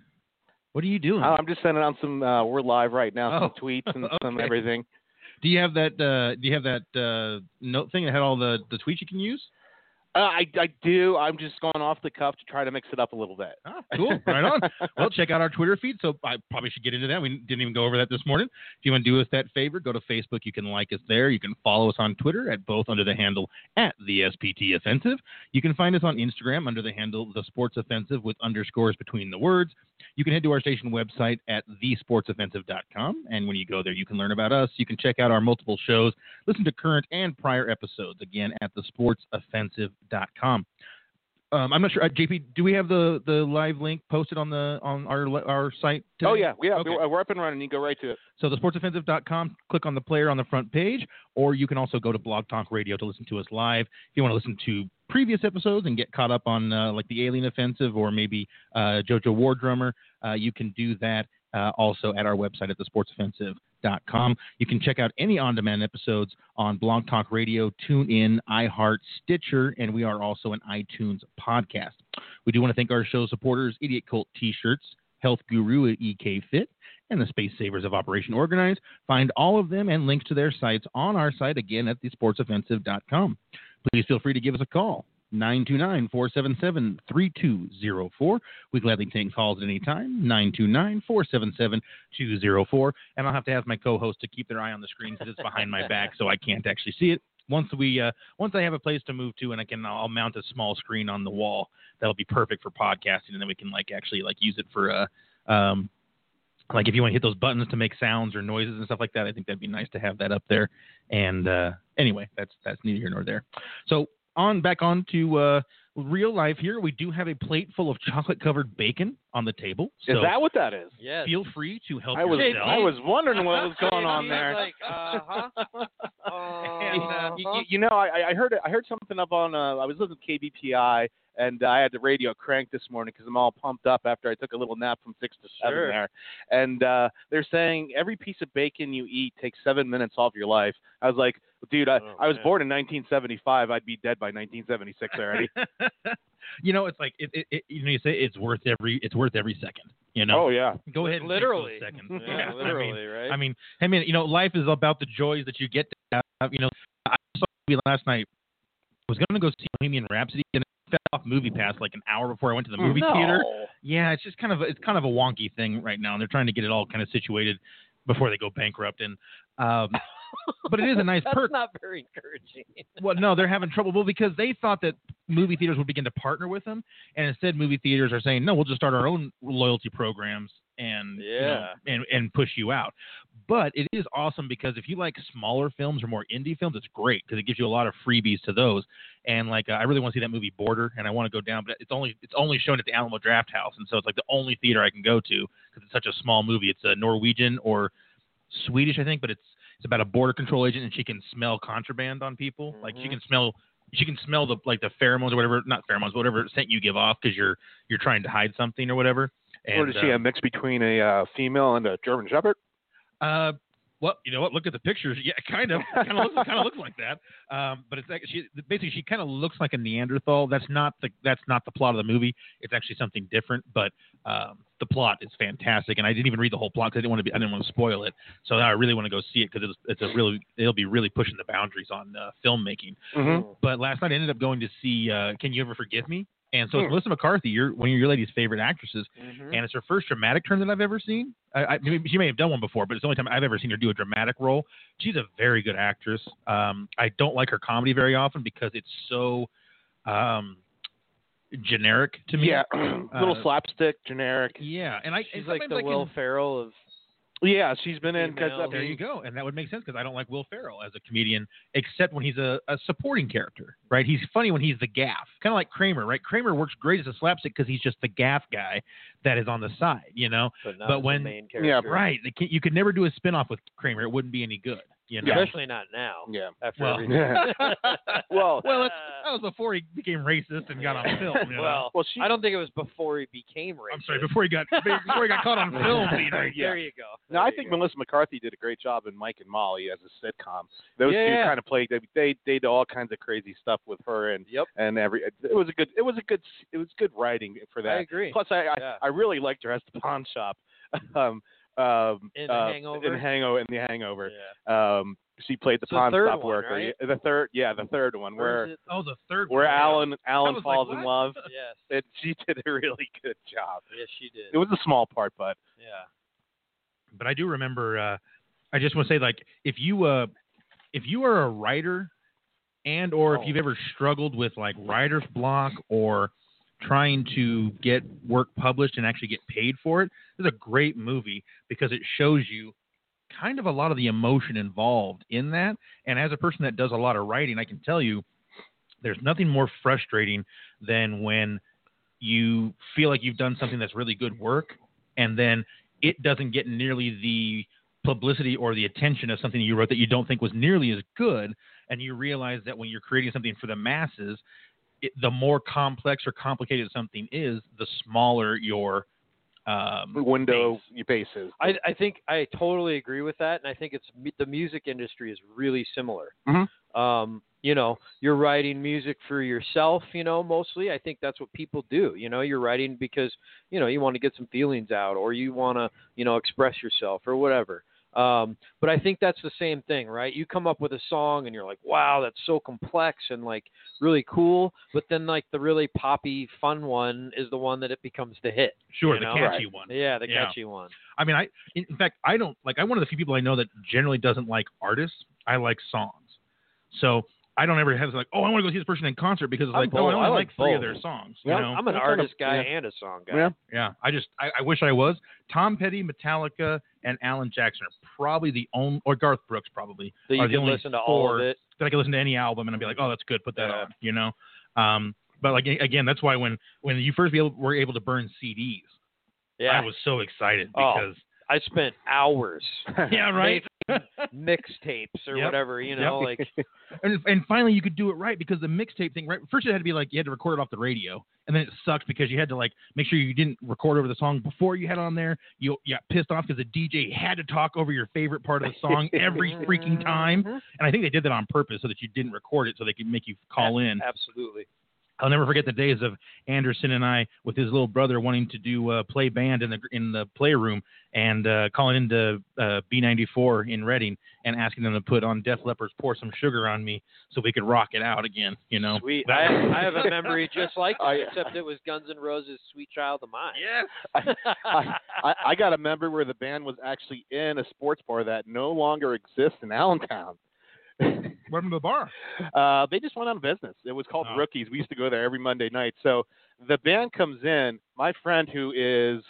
Speaker 2: What are you doing?
Speaker 5: Oh, I'm just sending out some. Uh, we're live right now. Some
Speaker 2: Hmm. Oh,
Speaker 5: tweets and
Speaker 2: [laughs]
Speaker 5: some
Speaker 2: okay.
Speaker 5: everything.
Speaker 2: Do you have that? Uh, do you have that uh, note thing that had all the, the tweets you can use?
Speaker 5: Uh, I I do. I'm just going off the cuff to try to mix it up a little bit.
Speaker 2: Ah, cool, right on. Well, check out our Twitter feed. So I probably should get into that. We didn't even go over that this morning. If you want to do us that favor, go to Facebook. You can like us there. You can follow us on Twitter at both under the handle at the SPT Offensive. You can find us on Instagram under the handle the Sports Offensive with underscores between the words. You can head to our station website at thesportsoffensive.com. And when you go there, you can learn about us. You can check out our multiple shows. Listen to current and prior episodes again at thesportsoffensive.com. Um, I'm not sure, uh, JP. Do we have the, the live link posted on the on our our site? Today?
Speaker 5: Oh yeah, yeah.
Speaker 2: Okay.
Speaker 5: We're, we're up and running. You can go right to it.
Speaker 2: So thesportsoffensive.com, click on the player on the front page, or you can also go to Blog Talk Radio to listen to us live. If you want to listen to previous episodes and get caught up on uh, like the Alien Offensive or maybe uh, JoJo War Drummer, uh, you can do that uh, also at our website at thesportsoffensive.com. You can check out any on-demand episodes on Blog Talk Radio, TuneIn, iHeart, Stitcher, and we are also an iTunes podcast. We do want to thank our show supporters, Idiot Cult T-shirts, Health Guru at EK Fit, and the Space Savers of Operation Organize. Find all of them and links to their sites on our site again at thesportsoffensive.com. Please feel free to give us a call. 929 477 3204. We gladly take calls at any time. 929 477 204. And I'll have to ask my co host to keep their eye on the screen because it's behind my back, so I can't actually see it. Once we, uh, once I have a place to move to, and I can, I'll mount a small screen on the wall that'll be perfect for podcasting, and then we can like actually like use it for uh, um, like if you want to hit those buttons to make sounds or noises and stuff like that, I think that'd be nice to have that up there. And uh, anyway, that's that's neither here nor there. So on back on to uh, real life here, we do have a plate full of chocolate covered bacon on the table. So
Speaker 5: Is that what that is?
Speaker 4: Yes.
Speaker 2: feel free to help
Speaker 5: I was
Speaker 2: yourself.
Speaker 5: I was wondering what was
Speaker 4: Yeah,
Speaker 5: going on
Speaker 4: he's
Speaker 5: there.
Speaker 4: Like, uh-huh.
Speaker 5: You-
Speaker 4: uh-huh.
Speaker 2: uh,
Speaker 5: you, uh, you know, I, I- I heard I heard something up on. Uh, I was listening to KBPI, and I had the radio cranked this morning because I'm all pumped up after I took a little nap from six to seven
Speaker 4: Sure.
Speaker 5: there. And uh, they're saying every piece of bacon you eat takes seven minutes off your life. I was like, dude, I,
Speaker 4: Oh,
Speaker 5: I was
Speaker 4: man.
Speaker 5: born in 1975. I'd be dead by 1976
Speaker 2: [laughs]
Speaker 5: already.
Speaker 2: you know, it's like it, it, it, you know you say it's worth every it's worth every second. You know,
Speaker 5: Oh yeah,
Speaker 2: go ahead and take those
Speaker 4: Literally.
Speaker 2: seconds.
Speaker 5: Yeah,
Speaker 2: I
Speaker 4: yeah,
Speaker 2: mean,
Speaker 4: literally, right?
Speaker 2: I mean, I mean, you know, life is about the joys that you get to have. You know, I saw a movie last night. I was going to go see Bohemian Rhapsody, and it fell off Movie Pass like an hour before I went to
Speaker 4: Oh,
Speaker 2: the movie
Speaker 5: No.
Speaker 2: theater. Yeah, it's just kind of a, it's kind of a wonky thing right now, and they're trying to get it all kind of situated before they go bankrupt. And um, but it is a nice
Speaker 4: [laughs] That's
Speaker 2: perk.
Speaker 4: not very encouraging.
Speaker 2: Well, no, they're having trouble well, because they thought that movie theaters would begin to partner with them, and instead, movie theaters are saying, "No, we'll just start our own loyalty programs and you know, and and push you out." But it is awesome because if you like smaller films or more indie films, it's great because it gives you a lot of freebies to those. And like, uh, I really want to see that movie Border, and I want to go down, but it's only it's only shown at the Alamo Draft House, and so it's like the only theater I can go to because it's such a small movie. It's a Norwegian or Swedish, I think, but it's it's about a border control agent and she can smell contraband on people. Like she
Speaker 4: Mhm.
Speaker 2: can smell she can smell the like the pheromones or whatever, not pheromones, but whatever scent you give off because you're you're trying to hide something or whatever. And,
Speaker 5: what is she,
Speaker 2: uh,
Speaker 5: a mix between a uh, female and a German Shepherd?
Speaker 2: Uh, well, you know what? Look at the pictures. Yeah, kind of, kind of, looks, kind of looks like that. Um, but it's like she basically she kind of looks like a Neanderthal. That's not the that's not the plot of the movie. It's actually something different. But um, the plot is fantastic, and I didn't even read the whole plot 'cause I didn't want to be I didn't want to spoil it. So now I really want to go see it because it's it's a really it'll be really pushing the boundaries on uh, filmmaking
Speaker 5: Mm-hmm.
Speaker 2: but last night I ended up going to see uh, Can You Ever Forgive Me? And so it's
Speaker 5: Hmm.
Speaker 2: Melissa McCarthy, your, one of your lady's favorite actresses,
Speaker 4: Mm-hmm.
Speaker 2: and it's her first dramatic turn that I've ever seen. I, I, maybe- she may have done one before, but it's the only time I've ever seen her do a dramatic role. She's a very good actress. Um, I don't like her comedy very often because it's so um, generic to me.
Speaker 5: Yeah, [clears throat] little
Speaker 2: uh,
Speaker 5: slapstick, generic.
Speaker 2: Yeah, and I and
Speaker 4: She's like
Speaker 2: sometimes
Speaker 4: the
Speaker 2: I can-
Speaker 4: Will Ferrell of
Speaker 5: Yeah, she's been in because
Speaker 4: Female.
Speaker 2: uh, there you go, and that would make sense because I don't like Will Ferrell as a comedian, except when he's a, a supporting character, right? He's funny when he's the gaff, kind of like Kramer, right? Kramer works great as a slapstick because he's just the gaff guy that is on the side, you know?
Speaker 4: but not
Speaker 2: But
Speaker 4: as
Speaker 2: when-
Speaker 4: the main
Speaker 5: yeah,
Speaker 4: character.
Speaker 2: Right? They can't- You could never do a spinoff with Kramer; it wouldn't be any good, you know?
Speaker 4: Especially not now.
Speaker 5: Yeah.
Speaker 4: After
Speaker 2: Well.
Speaker 4: everything.
Speaker 5: Yeah. [laughs]
Speaker 4: [laughs]
Speaker 5: well,
Speaker 2: Well, that's, that was before he became racist and got on film. You know?
Speaker 4: well,
Speaker 5: well, she.
Speaker 4: I don't think it was before he became racist.
Speaker 2: I'm sorry, before he got before he got caught
Speaker 4: [laughs]
Speaker 2: on film, Peter.
Speaker 5: Yeah.
Speaker 4: There you go.
Speaker 5: No, I
Speaker 4: There you
Speaker 5: think
Speaker 4: go.
Speaker 5: Melissa McCarthy did a great job in Mike and Molly as a sitcom. Those
Speaker 4: Yeah.
Speaker 5: two kind of played. They, they they did all kinds of crazy stuff with her and
Speaker 4: Yep.
Speaker 5: and every. It was a good. It was a good. It was good writing for
Speaker 4: I
Speaker 5: that.
Speaker 4: agree.
Speaker 5: Plus, I I,
Speaker 4: Yeah.
Speaker 5: I really liked her as the pawn shop. [laughs] Um, um,
Speaker 4: In The
Speaker 5: uh,
Speaker 4: Hangover?
Speaker 5: In the Hangover. In the Hangover. Um, she played the
Speaker 4: It's the
Speaker 5: pawn
Speaker 4: third
Speaker 5: shop
Speaker 4: one,
Speaker 5: worker.
Speaker 4: right?
Speaker 5: The third. Yeah, the third one where
Speaker 2: Oh, the third.
Speaker 5: where
Speaker 2: one.
Speaker 5: Alan Alan
Speaker 2: was like,
Speaker 5: falls in
Speaker 2: what?
Speaker 5: love.
Speaker 4: Yes.
Speaker 5: And she [laughs] did a really good job.
Speaker 4: yes, she did.
Speaker 5: It was a small part, but
Speaker 4: yeah.
Speaker 2: but I do remember. Uh, I just want to say, like, if you uh, if you are a writer, and or if
Speaker 4: Oh.
Speaker 2: you've ever struggled with like writer's block or trying to get work published and actually get paid for it, this is a great movie because it shows you kind of a lot of the emotion involved in that. And as a person that does a lot of writing, I can tell you there's nothing more frustrating than when you feel like you've done something that's really good work and then it doesn't get nearly the publicity or the attention of something you wrote that you don't think was nearly as good and you realize that when you're creating something for the masses it, the more complex or complicated something is the smaller your um,
Speaker 5: window
Speaker 2: base.
Speaker 5: your bases.
Speaker 4: I, I think I totally agree with that, and I think it's mu- the music industry is really similar.
Speaker 5: Mhm.
Speaker 4: Um, you know, you're writing music for yourself. You know, mostly I think that's what people do. You know, you're writing because you know you want to get some feelings out, or you want to you know express yourself, or whatever. Um, but I think that's the same thing, right? You come up with a song and you're like, wow, that's so complex and like really cool. But then like the really poppy, fun one is the one that it becomes the hit.
Speaker 2: sure
Speaker 4: you
Speaker 2: the
Speaker 4: know?
Speaker 2: catchy one
Speaker 4: Yeah, the
Speaker 2: Yeah.
Speaker 4: catchy one.
Speaker 2: I mean, I in in fact I don't like. I'm one of the few people I know that generally doesn't like artists. I like songs, so I don't ever have like, oh, I want to go see this person in concert because it's
Speaker 4: I'm
Speaker 2: like, oh, I
Speaker 4: both.
Speaker 2: only
Speaker 4: I like
Speaker 2: like, three of
Speaker 4: both.
Speaker 2: their songs.
Speaker 5: Yeah,
Speaker 2: you know?
Speaker 4: I'm an
Speaker 5: What kind of-
Speaker 4: artist guy
Speaker 5: yeah.
Speaker 4: and a song guy.
Speaker 5: Yeah.
Speaker 2: yeah. I just I, I wish I was. Tom Petty, Metallica, and Alan Jackson are probably the only, or Garth Brooks probably
Speaker 4: That you
Speaker 2: are the
Speaker 4: can
Speaker 2: only
Speaker 4: listen to all
Speaker 2: four
Speaker 4: of it.
Speaker 2: that I could listen to any album and I'd be like, oh, that's good, put that
Speaker 4: Yeah.
Speaker 2: on, you know. Um, but like a- again, that's why when when you first be able, were able to burn CDs,
Speaker 4: Yeah.
Speaker 2: I was so excited
Speaker 4: Oh.
Speaker 2: because
Speaker 4: I spent [laughs] hours
Speaker 2: yeah, right.
Speaker 4: mixtapes or
Speaker 2: Yep.
Speaker 4: whatever, you know, [laughs] like
Speaker 2: and, and finally you could do it right because the mixtape thing right first it had to be like you had to record it off the radio and then it sucked because you had to like make sure you didn't record over the song before you had it on there you you got pissed off because the dj had to talk over your favorite part of the song every freaking time
Speaker 4: Mhm.
Speaker 2: and i think they did that on purpose so that you didn't record it so they could make you call in
Speaker 4: [laughs] Absolutely.
Speaker 2: I'll never forget the days of Anderson and I with his little brother wanting to do uh, play band in the in the playroom and uh, calling into uh, B94 in Reading and asking them to put on Def Leppard's "Pour Some Sugar on Me" so we could rock it out again. You know,
Speaker 4: Sweet.
Speaker 2: That-
Speaker 4: [laughs] I, I have a memory just like
Speaker 5: I-
Speaker 4: that, except it was Guns N' Roses' Sweet Child of Mine.
Speaker 2: yes,
Speaker 5: I, I, I got a member where the band was actually in a sports bar that no longer exists in Allentown.
Speaker 2: welcome to the
Speaker 5: [laughs]
Speaker 2: bar.
Speaker 5: Uh, they just went out of business. It was called
Speaker 2: Oh.
Speaker 5: Rookies. We used to go there every Monday night. So the band comes in. My friend who is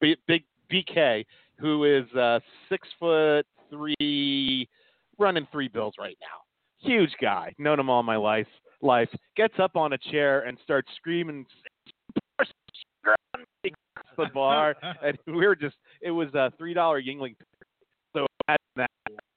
Speaker 5: B- big BK, who is uh, six foot three, running three bills right now. Huge guy. Known him all my life. Life gets up on a chair and starts screaming "Pour some sugar on [laughs] me," across the bar, and we were just. It was a three dollar Yingling. So as
Speaker 2: [laughs]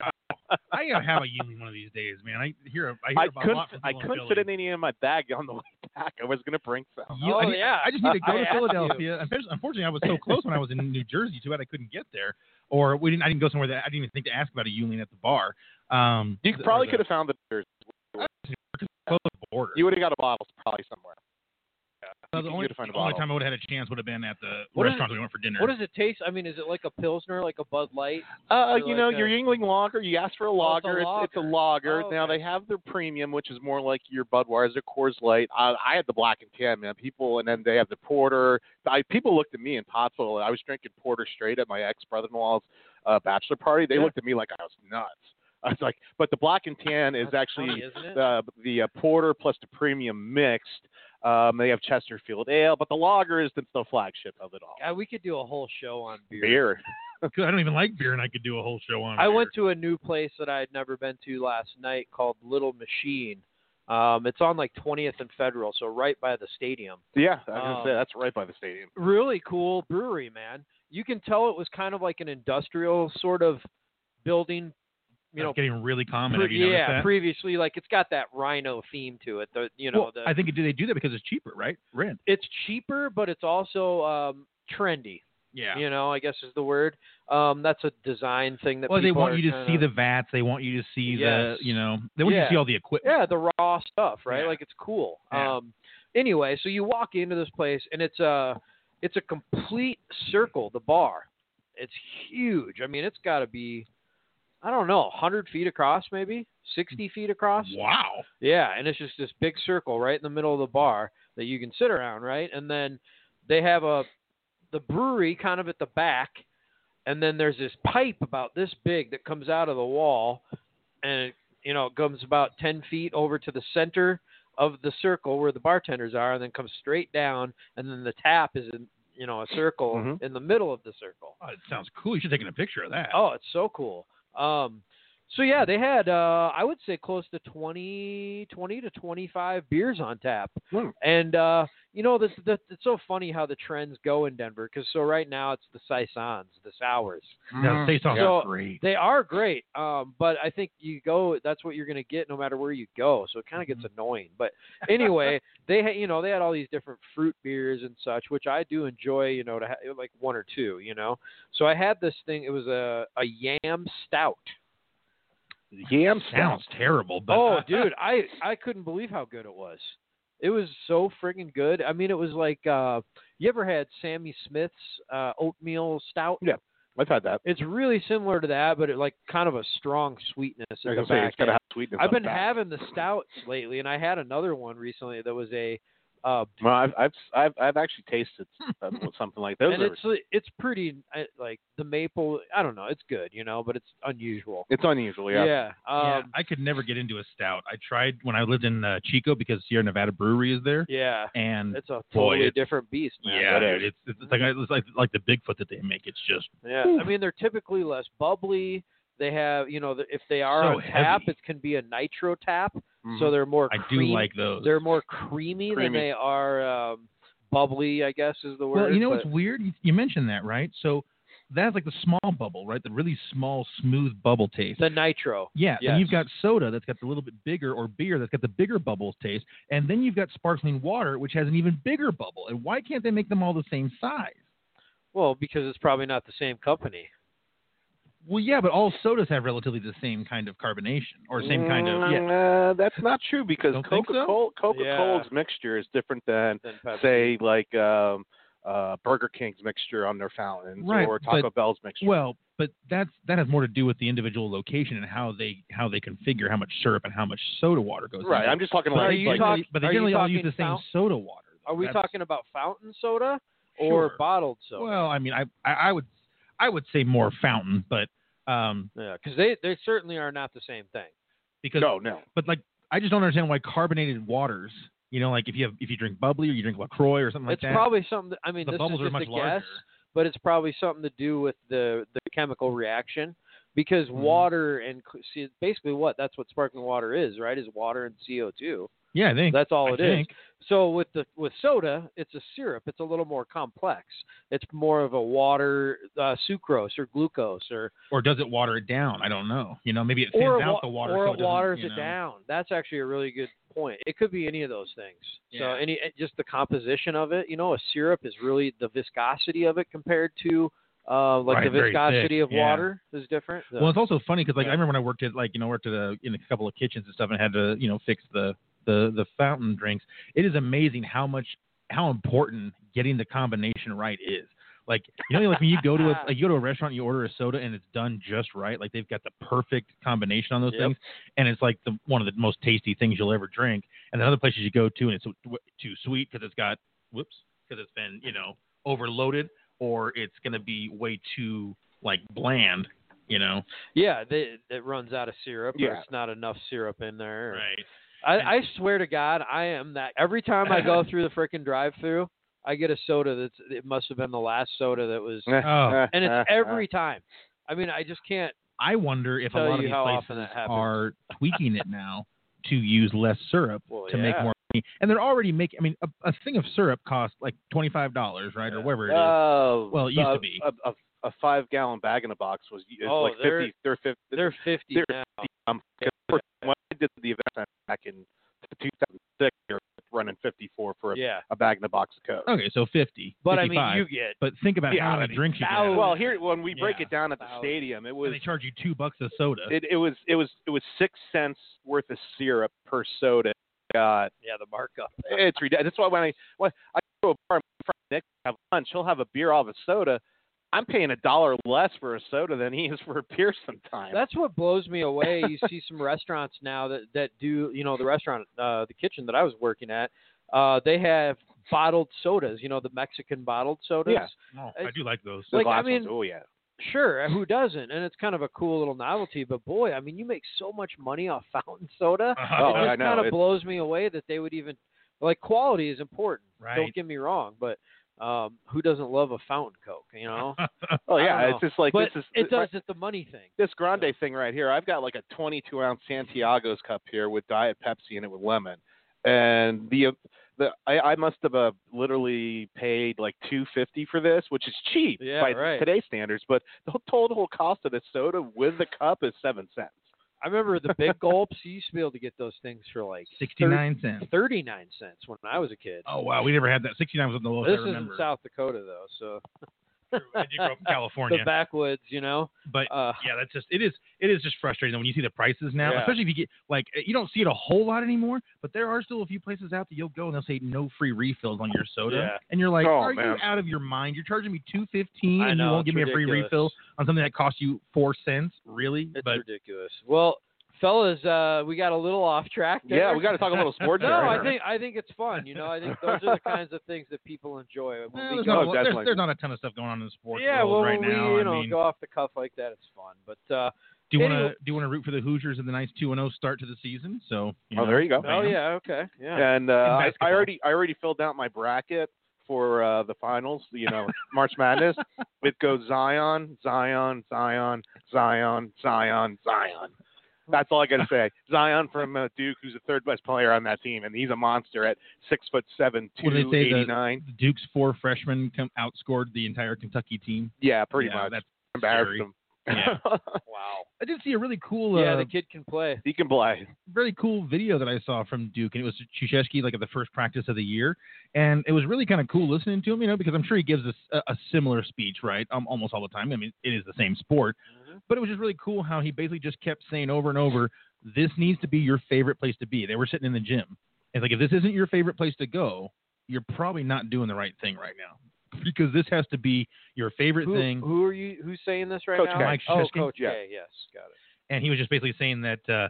Speaker 2: I gotta have a Yingling one of these days, man. I hear I hear about
Speaker 5: I
Speaker 2: a
Speaker 5: couldn't
Speaker 2: lot from
Speaker 5: I
Speaker 2: people in
Speaker 5: couldn't
Speaker 2: Philly.
Speaker 5: fit any in my bag on the [laughs] way back. I was gonna bring some.
Speaker 2: You-
Speaker 4: Oh,
Speaker 2: I, need-
Speaker 4: yeah.
Speaker 2: I just
Speaker 5: [laughs]
Speaker 2: need to go
Speaker 4: I
Speaker 2: to
Speaker 4: asked
Speaker 2: Philadelphia. Unfortunately- Unfortunately, I was so close when I was in New Jersey. Too bad I couldn't get there, or we didn't. I didn't go somewhere that I didn't even think to ask about a Yuling at the bar. Um,
Speaker 5: You
Speaker 2: th-
Speaker 5: probably
Speaker 2: or
Speaker 5: could
Speaker 2: the-
Speaker 5: have found the beers.
Speaker 2: close to the border.
Speaker 5: You would have got a bottle probably somewhere.
Speaker 2: So
Speaker 5: you
Speaker 2: the only,
Speaker 5: could find a
Speaker 2: the only
Speaker 5: bottle.
Speaker 2: time I would have had a chance would have been at the
Speaker 4: What is-
Speaker 2: restaurant we went for dinner.
Speaker 4: What does it taste? I mean, is it like a pilsner, like a Bud Light?
Speaker 5: Uh,
Speaker 4: Or
Speaker 5: you know,
Speaker 4: like
Speaker 5: your
Speaker 4: a-
Speaker 5: Yingling lager. You asked for a
Speaker 4: Oh, it's a
Speaker 5: lager. It's, it's a
Speaker 4: lager.
Speaker 5: lager.
Speaker 4: Oh,
Speaker 5: Now
Speaker 4: okay.
Speaker 5: they have their premium, which is more like your Budweiser, Coors Light. I, I had the black and tan, man. People, and then they have the porter. I, people looked at me in Pottsville. I was drinking porter straight at my ex brother-in-law's uh, bachelor party. They
Speaker 4: Yeah.
Speaker 5: looked at me like I was nuts. I was like, but the black and tan is
Speaker 4: That's
Speaker 5: actually
Speaker 4: funny, isn't it?
Speaker 5: the the uh, porter plus the premium mixed. Um, they have Chesterfield ale, but the lager is the, the flagship of it all.
Speaker 4: God, we could do a whole show on beer.
Speaker 5: Beer.
Speaker 2: I don't even like beer, and I could do a whole show on.
Speaker 4: I
Speaker 2: beer.
Speaker 4: went to a new place that I had never been to last night called Little Machine. Um, it's on like 20th and Federal, so right by the stadium.
Speaker 5: Yeah, I was gonna
Speaker 4: Um,
Speaker 5: say that's right by the stadium.
Speaker 4: Really cool brewery, man. You can tell it was kind of like an industrial sort of building. You know,
Speaker 2: That's getting really common.
Speaker 4: pre-
Speaker 2: Have you noticed
Speaker 4: yeah,
Speaker 2: that?
Speaker 4: previously, like it's got that rhino theme to it. The you know,
Speaker 2: Well,
Speaker 4: the,
Speaker 2: I think it, they do that because it's cheaper, right? Rent.
Speaker 4: it's cheaper, but it's also um, trendy.
Speaker 2: Yeah.
Speaker 4: You know, I guess is the word. Um, that's a design thing that
Speaker 2: Well, they
Speaker 4: people
Speaker 2: want
Speaker 4: are
Speaker 2: you to
Speaker 4: kinda-
Speaker 2: see the vats. They want you to see
Speaker 4: Yes.
Speaker 2: the, you know, they want you
Speaker 4: Yeah.
Speaker 2: to see all the equipment.
Speaker 4: yeah the raw stuff right
Speaker 2: Yeah.
Speaker 4: like it's cool
Speaker 2: Yeah.
Speaker 4: um anyway so you walk into this place and it's a it's a complete circle the bar it's huge i mean it's got to be i don't know 100 feet across maybe 60 feet across
Speaker 2: Wow.
Speaker 4: yeah and it's just this big circle right in the middle of the bar that you can sit around right and then they have a the brewery kind of at the back and then there's this pipe about this big that comes out of the wall and it, you know it comes about 10 feet over to the center of the circle where the bartenders are and then comes straight down and then the tap is in you know a circle
Speaker 5: Mhm.
Speaker 4: in the middle of the circle
Speaker 2: Oh, it sounds cool. You should have taken a picture of that.
Speaker 4: oh it's so cool um so yeah they had uh i would say close to 20 20 to 25 beers on tap
Speaker 5: Hmm.
Speaker 4: and uh you know this, this it's so funny how the trends go in denver because so right now it's the saisons the sours
Speaker 2: That tastes sounds
Speaker 4: So-
Speaker 2: Oh, great.
Speaker 4: they are great, um, but I think you go. That's what you're going to get no matter where you go. So it kind of gets annoying. But anyway, [laughs] they had you know they had all these different fruit beers and such, which I do enjoy. You know, to ha- like one or two. You know, so I had this thing. It was a a yam stout.
Speaker 5: Yam
Speaker 2: Sounds terrible, but
Speaker 4: oh, dude, I I couldn't believe how good it was. It was so friggin' good. I mean, it was like uh, you ever had Sammy Smith's uh, oatmeal stout?
Speaker 5: Yeah. I've had that.
Speaker 4: It's really similar to that, but it like kind of a strong sweetness. in
Speaker 5: Like I
Speaker 4: the
Speaker 5: was saying, it's
Speaker 4: back
Speaker 5: got to
Speaker 4: end.
Speaker 5: have sweetness.
Speaker 4: I've
Speaker 5: on
Speaker 4: been
Speaker 5: the back.
Speaker 4: having the stouts lately, and I had another one recently that was a, uh,
Speaker 5: Well, I've, I've I've I've actually tasted
Speaker 4: [laughs]
Speaker 5: um, something like those.
Speaker 4: and
Speaker 5: are-
Speaker 4: it's it's pretty I- like the maple. I don't know, it's good, you know, but it's unusual.
Speaker 5: it's unusual, Oh, yeah.
Speaker 2: Yeah,
Speaker 4: um,
Speaker 2: I could never get into a stout. I tried when I lived in uh, Chico because Sierra Nevada Brewery is there,
Speaker 4: yeah,
Speaker 2: and
Speaker 4: It's a
Speaker 2: Boy,
Speaker 4: totally
Speaker 2: it-
Speaker 4: different beast, man.
Speaker 2: yeah,
Speaker 5: it
Speaker 2: dude,
Speaker 5: is.
Speaker 2: it's, it's like it's like like the Bigfoot that they make. It's just
Speaker 4: Yeah, I mean they're typically less bubbly. They have, you know, the- if they are
Speaker 2: So
Speaker 4: on tap,
Speaker 2: heavy.
Speaker 4: it can be a nitro tap,
Speaker 5: Mhm.
Speaker 4: so they're more.
Speaker 2: I do
Speaker 4: cream-
Speaker 2: like those.
Speaker 4: They're more creamy, than
Speaker 5: Creamy.
Speaker 4: they are um, bubbly. I guess is the word.
Speaker 2: well, you know
Speaker 4: but-
Speaker 2: what's weird? You, you mentioned that, right? So that's like the small bubble, right? The really small, smooth bubble taste.
Speaker 4: the nitro.
Speaker 2: Yeah,
Speaker 4: yes.
Speaker 2: then you've got soda that's got the little bit bigger, or beer that's got the bigger bubble taste, and then you've got sparkling water which has an even bigger bubble. And why can't they make them all the same size?
Speaker 4: Well, because it's probably not the same company.
Speaker 2: Well, yeah, but all sodas have relatively the same kind of carbonation or same kind of yeah.
Speaker 5: Mm, uh, that's not true because
Speaker 2: Don't think so?
Speaker 5: Coca-Cola Coca-Cola's
Speaker 4: Yeah.
Speaker 5: mixture is different than
Speaker 4: than Pepsi.
Speaker 5: say like um uh Burger King's mixture on their fountains
Speaker 2: Right,
Speaker 5: or Taco
Speaker 2: but-
Speaker 5: Bell's mixture.
Speaker 2: Well, but that's that has more to do with the individual location and how they how they configure how much syrup and how much soda water goes.
Speaker 5: right,
Speaker 2: in.
Speaker 5: I'm just talking
Speaker 2: But
Speaker 5: like,
Speaker 4: Are
Speaker 2: they
Speaker 4: you
Speaker 2: generally-
Speaker 5: like
Speaker 4: talk-
Speaker 2: but they
Speaker 4: are you
Speaker 2: generally all use
Speaker 4: talking
Speaker 2: the same
Speaker 4: fount-
Speaker 2: soda water.
Speaker 4: Are we
Speaker 2: That's-
Speaker 4: talking about fountain soda or
Speaker 2: Sure.
Speaker 4: bottled soda?
Speaker 2: Well, I mean, I, I I would I would say more fountain, but um
Speaker 4: yeah, because they they certainly are not the same thing.
Speaker 2: because
Speaker 5: no, no.
Speaker 2: but like I just don't understand why carbonated waters. You know, like if you have if you drink bubbly or you drink Lacroix or something like
Speaker 4: it's
Speaker 2: that,
Speaker 4: probably something. That, I mean,
Speaker 2: the
Speaker 4: this
Speaker 2: bubbles
Speaker 4: is
Speaker 2: are
Speaker 4: just
Speaker 2: much
Speaker 4: a
Speaker 2: larger.
Speaker 4: guess, but it's probably something to do with the the chemical reaction
Speaker 2: Mm-hmm.
Speaker 4: because water and c- see, basically what that's what sparkling water is, right? Is water and CO two.
Speaker 2: Yeah, I think
Speaker 4: That's all
Speaker 2: I
Speaker 4: it is.
Speaker 2: think.
Speaker 4: So with the with soda, it's a syrup. It's a little more complex. It's more of a water, uh, sucrose or glucose or
Speaker 2: Or does it water it down? I don't know. You know, maybe it thins
Speaker 4: or it
Speaker 2: out
Speaker 4: wa-
Speaker 2: the water.
Speaker 4: or
Speaker 2: so
Speaker 4: it
Speaker 2: doesn't,
Speaker 4: waters
Speaker 2: you
Speaker 4: it
Speaker 2: know.
Speaker 4: down. That's actually a really good point. It could be any of those things.
Speaker 2: Yeah.
Speaker 4: So any it- just the composition of it. You know, a syrup is really the viscosity of it compared to uh, like
Speaker 2: Right,
Speaker 4: the
Speaker 2: very thick,
Speaker 4: viscosity of
Speaker 2: yeah.
Speaker 4: water is different. So-
Speaker 2: Well, it's also funny because like
Speaker 4: Yeah.
Speaker 2: I remember when I worked at like you know worked at a in a couple of kitchens and stuff and had to you know fix the the the fountain drinks. It is amazing how much how important getting the combination right is. Like you know, like when you go
Speaker 4: [laughs]
Speaker 2: to a like, you go to a restaurant, you order a soda, and it's done just right. Like they've got the perfect combination on those
Speaker 4: Yep.
Speaker 2: things, and it's like the one of the most tasty things you'll ever drink. And then other places you go to, and it's w- too sweet because it's got whoops because it's been you know overloaded, or it's gonna be way too like bland, you know.
Speaker 4: yeah, they, it runs out of syrup. Or
Speaker 5: Yeah.
Speaker 4: it's not enough syrup in there. or-
Speaker 2: Right. And-
Speaker 4: I, I swear to God, I am that. Every time I go through the frickin' drive-through, I get a soda that's. It must have been the last soda that was,
Speaker 5: [laughs] uh,
Speaker 2: Oh.
Speaker 4: and it's every time. I mean, I just can't.
Speaker 2: I wonder if a
Speaker 4: Tell
Speaker 2: lot of
Speaker 4: you
Speaker 2: these
Speaker 4: how often
Speaker 2: places
Speaker 4: that happens.
Speaker 2: are tweaking it now to use less syrup
Speaker 4: Well,
Speaker 2: to make
Speaker 4: yeah.
Speaker 2: more money. And they're already making, I mean, a, a thing of syrup costs like $25, right? Or whatever it is.
Speaker 4: Uh,
Speaker 5: Oh,
Speaker 2: Well, it used to
Speaker 5: a-
Speaker 2: be.
Speaker 5: a, a, a five gallon bag in a box was it's
Speaker 4: Oh,
Speaker 5: like
Speaker 4: they're-
Speaker 5: fifty. They're fifty.
Speaker 4: They're fifty
Speaker 5: They're
Speaker 4: now.
Speaker 5: um, 'cause first, when I did the event back in 2006, they were running 54 for a,
Speaker 4: Yeah,
Speaker 5: a bag and a box of Coke.
Speaker 2: okay, so 50.
Speaker 4: but I
Speaker 2: 55.
Speaker 4: mean, you get
Speaker 2: But think about how many
Speaker 5: Yeah,
Speaker 2: drinks you get.
Speaker 4: thousands.
Speaker 5: well, here when we break
Speaker 2: Yeah.
Speaker 5: it down at the
Speaker 4: Thousand.
Speaker 5: stadium, it was
Speaker 2: And they charge you two bucks a soda.
Speaker 5: it, it was it was it was six cents worth of syrup per soda. Uh, God,
Speaker 4: yeah the
Speaker 2: [laughs]
Speaker 4: markup.
Speaker 5: it's ridiculous. That's why when I when I go to a bar, my friend Nick have lunch, he'll have a beer off a soda. I'm paying a dollar less for a soda than he is for a beer sometimes.
Speaker 4: That's what blows me away. You see some restaurants now that that do you know the restaurant uh, the kitchen that I was working at, uh, they have bottled sodas. You know the Mexican bottled sodas.
Speaker 5: Yeah.
Speaker 2: Oh, I
Speaker 4: it's-
Speaker 2: do like those.
Speaker 5: The
Speaker 4: like, I
Speaker 5: glass ones,
Speaker 4: mean,
Speaker 5: oh yeah.
Speaker 4: Sure, who doesn't? And it's kind of a cool little novelty. But boy, I mean, you make so much money off [laughs] fountain soda.
Speaker 5: Oh,
Speaker 2: [laughs]
Speaker 4: it
Speaker 5: yeah, I
Speaker 4: just
Speaker 5: know.
Speaker 4: kind of
Speaker 5: It's-
Speaker 4: blows me away that they would even like quality is important.
Speaker 2: Right.
Speaker 4: Don't get me wrong, but um, who doesn't love a fountain coke? You know,
Speaker 5: Oh
Speaker 4: I don't
Speaker 5: yeah,
Speaker 4: know.
Speaker 5: it's just [laughs] like
Speaker 4: but
Speaker 5: this is
Speaker 4: it
Speaker 5: my-
Speaker 4: does it the money thing.
Speaker 5: this grande thing right here. I've got like a 22 ounce Santiago's cup here with Diet Pepsi in it with lemon, and the the I, I must have uh, literally paid like 250 for this, which is cheap
Speaker 4: Yeah,
Speaker 5: by
Speaker 4: right.
Speaker 5: today's standards. But the total cost of the soda with the cup is seven cents.
Speaker 4: I remember the big gulps. You used to be able to get those things for like
Speaker 2: 69
Speaker 4: [laughs]
Speaker 2: cents.
Speaker 4: thirty nine cents when I was a kid.
Speaker 2: Oh, wow. We never had that. 69 was on the lowest
Speaker 4: this
Speaker 2: I
Speaker 4: is in
Speaker 2: remember.
Speaker 4: South Dakota though, so
Speaker 2: I did grow up in California.
Speaker 4: [laughs] the backwoods, you know.
Speaker 2: but
Speaker 4: Uh,
Speaker 2: yeah, that's just it is it is just frustrating when you see the prices now,
Speaker 4: Yeah.
Speaker 2: especially if you get like eh, you don't see it a whole lot anymore. But there are still a few places out that you'll go and they'll say no free refills on your soda,
Speaker 4: Yeah.
Speaker 2: and you're like,
Speaker 5: Oh,
Speaker 2: are
Speaker 5: man.
Speaker 2: you out of your mind? You're charging me two fifteen,
Speaker 4: I
Speaker 2: and
Speaker 4: know,
Speaker 2: you won't
Speaker 4: it's
Speaker 2: give me a free
Speaker 4: ridiculous.
Speaker 2: refill on something that costs you four cents, really?
Speaker 4: It's
Speaker 2: but eh,
Speaker 4: ridiculous. Well, fellas, uh, we got a little off track. There.
Speaker 5: Yeah, we got to talk a little
Speaker 2: [laughs]
Speaker 5: sports.
Speaker 4: [laughs] No,
Speaker 5: [laughs] here.
Speaker 4: I think I think it's fun. You know, I think those
Speaker 5: [laughs]
Speaker 4: are the kinds of things that people enjoy. When
Speaker 2: eh,
Speaker 4: we
Speaker 2: there's,
Speaker 4: go,
Speaker 2: not, a
Speaker 5: Oh,
Speaker 2: lot- there's-
Speaker 5: definitely.
Speaker 2: there's not a ton of stuff going on in the sports
Speaker 4: yeah, well,
Speaker 2: world right
Speaker 4: when
Speaker 2: now.
Speaker 4: we
Speaker 2: I
Speaker 4: you know
Speaker 2: mean,
Speaker 4: go off the cuff like that, it's fun. But uh,
Speaker 2: do you want to
Speaker 4: anyway-
Speaker 2: do you want to root for the Hoosiers in the nice two and zero start to the season? So you
Speaker 5: Oh,
Speaker 2: know,
Speaker 5: there you go.
Speaker 4: oh
Speaker 2: man.
Speaker 4: yeah, okay, yeah.
Speaker 5: And uh, I, I
Speaker 2: basketball.
Speaker 5: already I already filled out my bracket for uh, the finals. You know, March Madness. It goes Zion, Zion, Zion, Zion, Zion, Zion. That's all I got to
Speaker 2: [laughs]
Speaker 5: say. Zion from uh, Duke, who's the third best player on that team, and he's a monster at six foot seven,
Speaker 2: What do
Speaker 5: two
Speaker 2: they say, the-
Speaker 5: eighty nine.
Speaker 2: Duke's four freshmen come, outscored the entire Kentucky team.
Speaker 5: Yeah, pretty
Speaker 2: Yeah,
Speaker 5: much.
Speaker 2: That's
Speaker 5: Embarrassed him.
Speaker 2: Yeah.
Speaker 4: wow.
Speaker 2: I did see a really cool,
Speaker 4: yeah,
Speaker 2: uh,
Speaker 4: the kid can play.
Speaker 5: [laughs] he can play.
Speaker 2: really cool video that I saw from Duke, and it was Krzyzewski, like at the first practice of the year, and it was really kind of cool listening to him, you know, because I'm sure he gives us a, a similar speech, right, um, almost all the time. I mean, it is the same sport, but it was just really cool how he basically just kept saying over and over, "This needs to be your favorite place to be." They were sitting in the gym, and it's like if this isn't your favorite place to go, you're probably not doing the right thing right now, because this has to be your favorite
Speaker 4: Who,
Speaker 2: thing.
Speaker 4: who are you? Who's saying this right
Speaker 5: Coach
Speaker 4: now?
Speaker 5: K.
Speaker 2: Mike
Speaker 4: oh,
Speaker 2: Krzyzewski?
Speaker 4: Coach
Speaker 5: Yeah.
Speaker 4: K. Yes,
Speaker 2: [laughs]
Speaker 4: got it.
Speaker 2: and he was just basically saying that uh,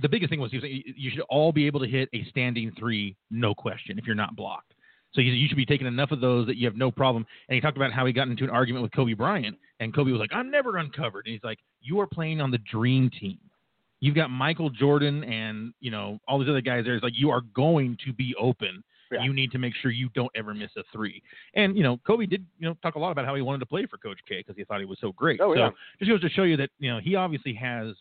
Speaker 2: the biggest thing was he was like, you- you should all be able to hit a standing three, no question, if you're not blocked. So he said, you should be taking enough of those that you have no problem. And he talked about how he got into an argument with Kobe Bryant, and Kobe was like, "I'm never uncovered," and he's like, "You are playing on the dream team. You've got Michael Jordan and you know all these other guys there. It's like you are going to be open."
Speaker 5: Yeah.
Speaker 2: You need to make sure you don't ever miss a three. And you know, Kobe did you know talk a lot about how he wanted to play for Coach K because he thought he was so great.
Speaker 5: Oh,
Speaker 2: so
Speaker 5: yeah.
Speaker 2: just goes to show you that you know he obviously has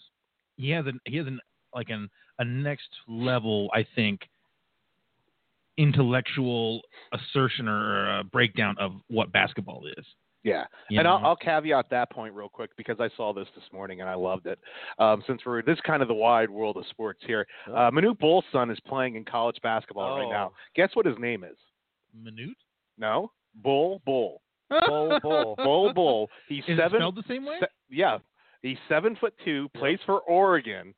Speaker 2: he has an he has an like an a next level I think intellectual assertion or uh, breakdown of what basketball is.
Speaker 5: Yeah.
Speaker 2: you
Speaker 5: and I'll,
Speaker 2: know?
Speaker 5: I'll caveat that point real quick because I saw this this morning and I loved it. Um, since we're this is kind of the wide world of sports here, uh, Manute Bull's son is playing in college basketball right now.
Speaker 4: Oh.
Speaker 5: Guess what his name is?
Speaker 2: Minute?
Speaker 5: No, Bull
Speaker 2: [laughs]
Speaker 5: Bull
Speaker 4: Bull, bull.
Speaker 5: Bull Bull. He's
Speaker 2: Is it
Speaker 5: seven.
Speaker 2: spelled the same way?
Speaker 5: se- yeah, he's seven foot two. Plays for Oregon.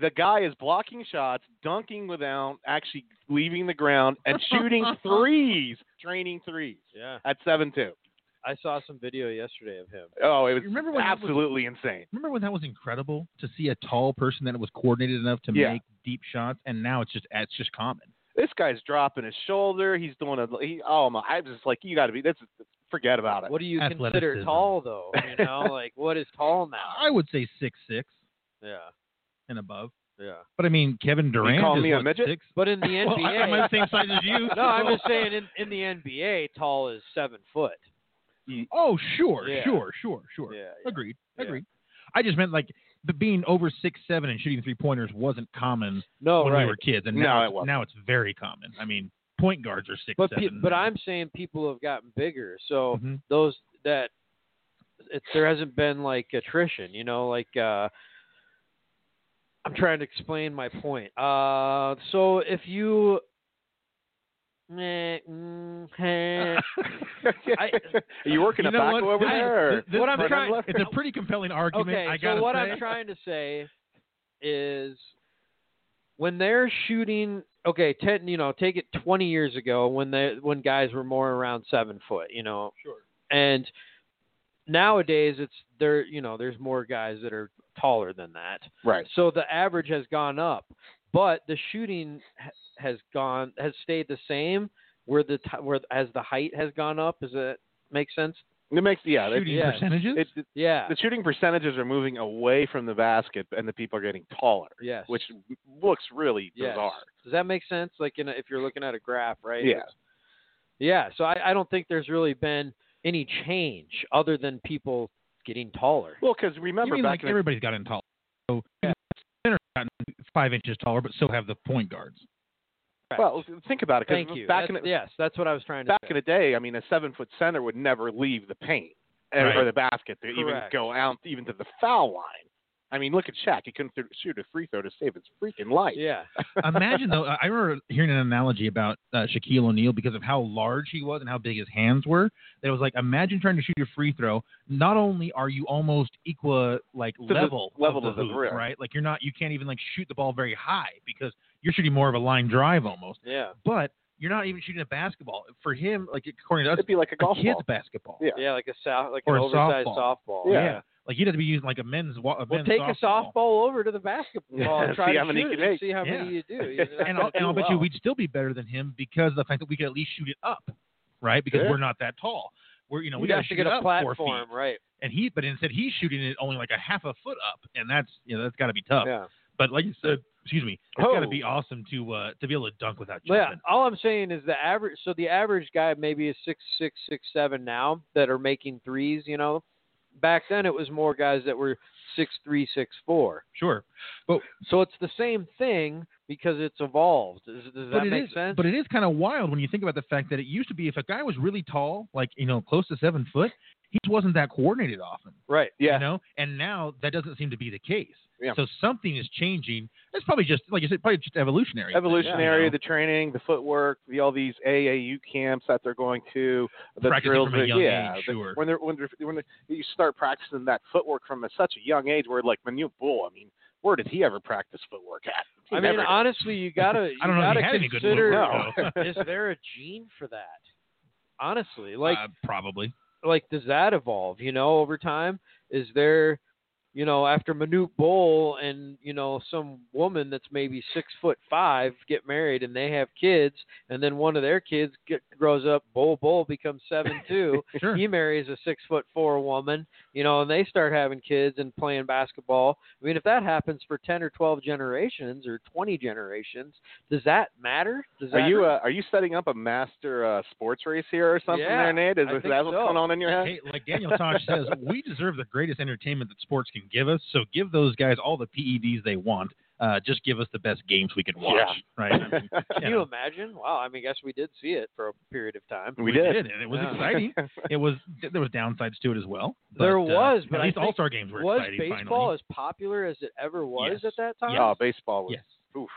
Speaker 5: The guy is blocking shots, dunking without actually leaving the ground, and
Speaker 2: [laughs]
Speaker 5: shooting threes, training threes
Speaker 4: Yeah.
Speaker 5: at seven two.
Speaker 4: I saw some video yesterday of him.
Speaker 5: Oh, it was
Speaker 2: Remember when that was-
Speaker 5: absolutely insane.
Speaker 2: Remember when that was incredible to see a tall person that was coordinated enough to
Speaker 5: Yeah.
Speaker 2: make deep shots, and now it's just it's just common.
Speaker 5: this guy's dropping his shoulder. He's doing a. He, oh my! I was just like, you got to be. That's forget about it. [laughs]
Speaker 4: What do you consider
Speaker 2: Athleticism.
Speaker 4: tall, though? You know, like what is
Speaker 2: [laughs]
Speaker 4: tall now?
Speaker 2: I would say six six
Speaker 4: Yeah,
Speaker 2: and above,
Speaker 4: yeah.
Speaker 2: but I mean Kevin Durant
Speaker 5: call
Speaker 2: is
Speaker 5: me a
Speaker 2: what,
Speaker 5: midget?
Speaker 2: six.
Speaker 4: But in the NBA,
Speaker 2: Well, I, am the same size as
Speaker 5: [laughs]
Speaker 2: you. Oh,
Speaker 4: no, I'm
Speaker 2: so-
Speaker 4: just saying in, in the NBA, tall is seven foot.
Speaker 2: Oh, sure,
Speaker 4: Yeah.
Speaker 2: sure, sure, sure.
Speaker 4: Yeah,
Speaker 2: Agreed.
Speaker 4: Yeah.
Speaker 2: Agreed. I just meant like the being over six seven and shooting three pointers wasn't common
Speaker 4: No,
Speaker 2: when
Speaker 4: Oh, right.
Speaker 2: we were kids, and
Speaker 5: No,
Speaker 2: now
Speaker 5: it
Speaker 2: it's-
Speaker 5: wasn't.
Speaker 2: now it's very common. I mean, point guards are six
Speaker 4: but pe-
Speaker 2: seven.
Speaker 4: but I'm saying people have gotten bigger, so
Speaker 2: Mhm.
Speaker 4: those that it, there hasn't been like attrition. You know, like uh, I'm trying to explain my point. Uh, so if you Meh, mm, heh. I-
Speaker 5: Are you working
Speaker 2: You
Speaker 5: a
Speaker 2: know
Speaker 5: back
Speaker 2: what?
Speaker 5: over
Speaker 2: This-
Speaker 5: there? or-
Speaker 2: this-
Speaker 4: What I'm
Speaker 5: Right,
Speaker 4: trying-
Speaker 5: left?
Speaker 2: it's
Speaker 4: [laughs]
Speaker 2: a pretty compelling argument.
Speaker 4: Okay,
Speaker 2: I
Speaker 4: so
Speaker 2: gotta
Speaker 4: what
Speaker 2: say.
Speaker 4: I'm trying to say is when they're shooting okay, ten you know, take it twenty years ago when they when guys were more around seven foot, you know.
Speaker 2: Sure.
Speaker 4: And nowadays it's there you know, there's more guys that are taller than that.
Speaker 5: right.
Speaker 4: So the average has gone up, but the shooting ha- has gone has stayed the same where the t- where as the height has gone up. Does that make sense?
Speaker 5: It makes yeah. that-
Speaker 2: shooting
Speaker 4: yeah.
Speaker 2: percentages.
Speaker 5: It, it-
Speaker 4: Yeah.
Speaker 5: the shooting percentages are moving away from the basket, and the people are getting taller,
Speaker 4: Yes.
Speaker 5: which looks really
Speaker 4: Yes.
Speaker 5: bizarre.
Speaker 4: Does that make sense? Like in a, if you're looking at a graph, right?
Speaker 5: Yeah.
Speaker 4: Yeah. So I, I don't think there's really been any change other than people getting taller.
Speaker 5: Well, because remember
Speaker 2: you mean
Speaker 5: back
Speaker 2: like
Speaker 5: in the-
Speaker 2: everybody's gotten taller? So center's gotten five inches taller, but so have the point guards.
Speaker 5: well, think about it. 'cause
Speaker 4: Thank you.
Speaker 5: Back in
Speaker 4: That's-
Speaker 5: the,
Speaker 4: yes, that's what I was trying to
Speaker 5: back
Speaker 4: say.
Speaker 5: in the day, I mean, a seven foot center would never leave the paint and-
Speaker 2: Right.
Speaker 5: or the basket to even
Speaker 4: Correct.
Speaker 5: go out even to the foul line. I mean, look at Shaq. He couldn't th- shoot a free throw to save his freaking life.
Speaker 4: yeah.
Speaker 2: Imagine though, I I remember hearing an analogy about uh, Shaquille O'Neal because of how large he was and how big his hands were. That it was like, imagine trying to shoot your free throw. Not only are you almost equal, like
Speaker 5: the-
Speaker 2: level,
Speaker 5: level
Speaker 2: of the,
Speaker 5: of the
Speaker 2: hoop,
Speaker 5: rim.
Speaker 2: right? Like you're not, you can't even like shoot the ball very high because you're shooting more of a line drive almost.
Speaker 4: Yeah.
Speaker 2: But you're not even shooting a basketball. For him, like according to us,
Speaker 5: It'd be like a golf
Speaker 2: a kid's
Speaker 5: ball.
Speaker 2: basketball.
Speaker 5: Yeah.
Speaker 4: Yeah, like a sou- like
Speaker 2: Or
Speaker 4: an
Speaker 2: a
Speaker 4: oversized
Speaker 2: softball.
Speaker 4: softball.
Speaker 5: Yeah.
Speaker 2: Like you'd have to be using like a men's. wa- A
Speaker 4: Well,
Speaker 2: men's
Speaker 4: take a
Speaker 2: softball.
Speaker 4: softball over to the
Speaker 5: [laughs]
Speaker 4: basketball and
Speaker 5: See
Speaker 4: try to
Speaker 5: how many
Speaker 4: shoot
Speaker 5: you
Speaker 4: it
Speaker 5: can
Speaker 4: and
Speaker 5: make.
Speaker 4: see how
Speaker 2: Yeah.
Speaker 4: many you do. You're not
Speaker 2: [laughs] and I'll,
Speaker 4: gonna [laughs]
Speaker 2: and I'll
Speaker 4: do
Speaker 2: bet you
Speaker 4: well.
Speaker 2: we'd still be better than him because of the fact that we could at least shoot it up, right? Because
Speaker 5: Yeah.
Speaker 2: we're not that tall. We're you know we
Speaker 4: You'd
Speaker 2: got
Speaker 4: have to get
Speaker 2: it
Speaker 4: a
Speaker 2: up four
Speaker 4: platform,
Speaker 2: feet.
Speaker 4: right?
Speaker 2: And he, but instead he's shooting it only like a half a foot up, and that's you know that's got to be tough.
Speaker 4: Yeah.
Speaker 2: But like you said, excuse me, it's got to
Speaker 5: Oh.
Speaker 2: be awesome to uh, to be able to dunk without
Speaker 4: Yeah,
Speaker 2: jumping.
Speaker 4: all I'm saying is the average. So the average guy maybe is six six six seven now that are making threes. You know, back then it was more guys that were six three six four.
Speaker 2: Sure,
Speaker 4: So it's the same thing because it's evolved. Does, does
Speaker 2: but
Speaker 4: that
Speaker 2: it
Speaker 4: make
Speaker 2: is-
Speaker 4: sense?
Speaker 2: but it is kind of wild when you think about the fact that it used to be if a guy was really tall, like you know close to seven foot, he just wasn't that coordinated often.
Speaker 4: right.
Speaker 5: Yeah.
Speaker 2: you know and now that doesn't seem to be the case
Speaker 5: Yeah.
Speaker 2: so something is changing it's probably just like you said probably just evolutionary
Speaker 5: Evolutionary,
Speaker 2: You know?
Speaker 5: the training, the footwork, the, all these AAU camps that they're going to, the
Speaker 2: Practicing
Speaker 5: drills.
Speaker 2: from a
Speaker 5: that-
Speaker 2: young
Speaker 5: yeah,
Speaker 2: age,
Speaker 5: the-
Speaker 2: sure.
Speaker 5: when they're when they're, when they you start practicing that footwork from a, such a young age, where like Manu Bull, I mean, where did he ever practice footwork at? He
Speaker 4: I mean,
Speaker 5: never did.
Speaker 4: honestly, you gotta. You
Speaker 2: [laughs] i don't know
Speaker 4: gotta
Speaker 2: if he had any good
Speaker 4: consider.
Speaker 2: [laughs]
Speaker 5: footwork,
Speaker 2: moves, though.
Speaker 4: is there a gene
Speaker 2: [laughs]
Speaker 4: for that? Honestly, [laughs] like
Speaker 2: Uh,
Speaker 4: [laughs]
Speaker 2: probably
Speaker 4: like does that evolve? You know, over time, is there, you know, after Manute Bull and you know some woman that's maybe six foot five get married and they have kids, and then one of their kids get, grows up, Bull Bull becomes
Speaker 5: [laughs]
Speaker 4: seven two.
Speaker 2: sure
Speaker 4: He marries a six foot four woman, you know, and they start having kids and playing basketball. I mean, if that happens for ten or twelve generations or twenty generations, does that matter? Does that
Speaker 5: Are you uh, are you setting up a master uh, sports race here or something
Speaker 4: Yeah,
Speaker 5: there, Nate? Is,
Speaker 4: I
Speaker 5: is
Speaker 4: think
Speaker 5: that what's
Speaker 4: so.
Speaker 5: going on in your head?
Speaker 2: Hey, like Daniel Tosh says, [laughs] we deserve the greatest entertainment that sports can give us. So give those guys all the PEDs E they want. Uh, just give us the best games we could watch, right? I
Speaker 4: [laughs]
Speaker 2: mean,
Speaker 5: uh,
Speaker 4: Can you imagine? Wow, I mean, I guess we did see it for a period of time.
Speaker 5: We
Speaker 2: we
Speaker 5: did.
Speaker 2: and it was
Speaker 4: Yeah. [laughs]
Speaker 2: exciting. It was there was downsides to it as well. but,
Speaker 4: There
Speaker 2: uh,
Speaker 4: was, but
Speaker 2: at
Speaker 4: I
Speaker 2: least
Speaker 4: think-
Speaker 2: All Star games were
Speaker 4: was
Speaker 2: exciting.
Speaker 4: baseball
Speaker 2: finally.
Speaker 4: as popular as it ever was
Speaker 2: Yes.
Speaker 4: at that time?
Speaker 5: Oh, baseball was.
Speaker 2: Yes.
Speaker 5: Oof.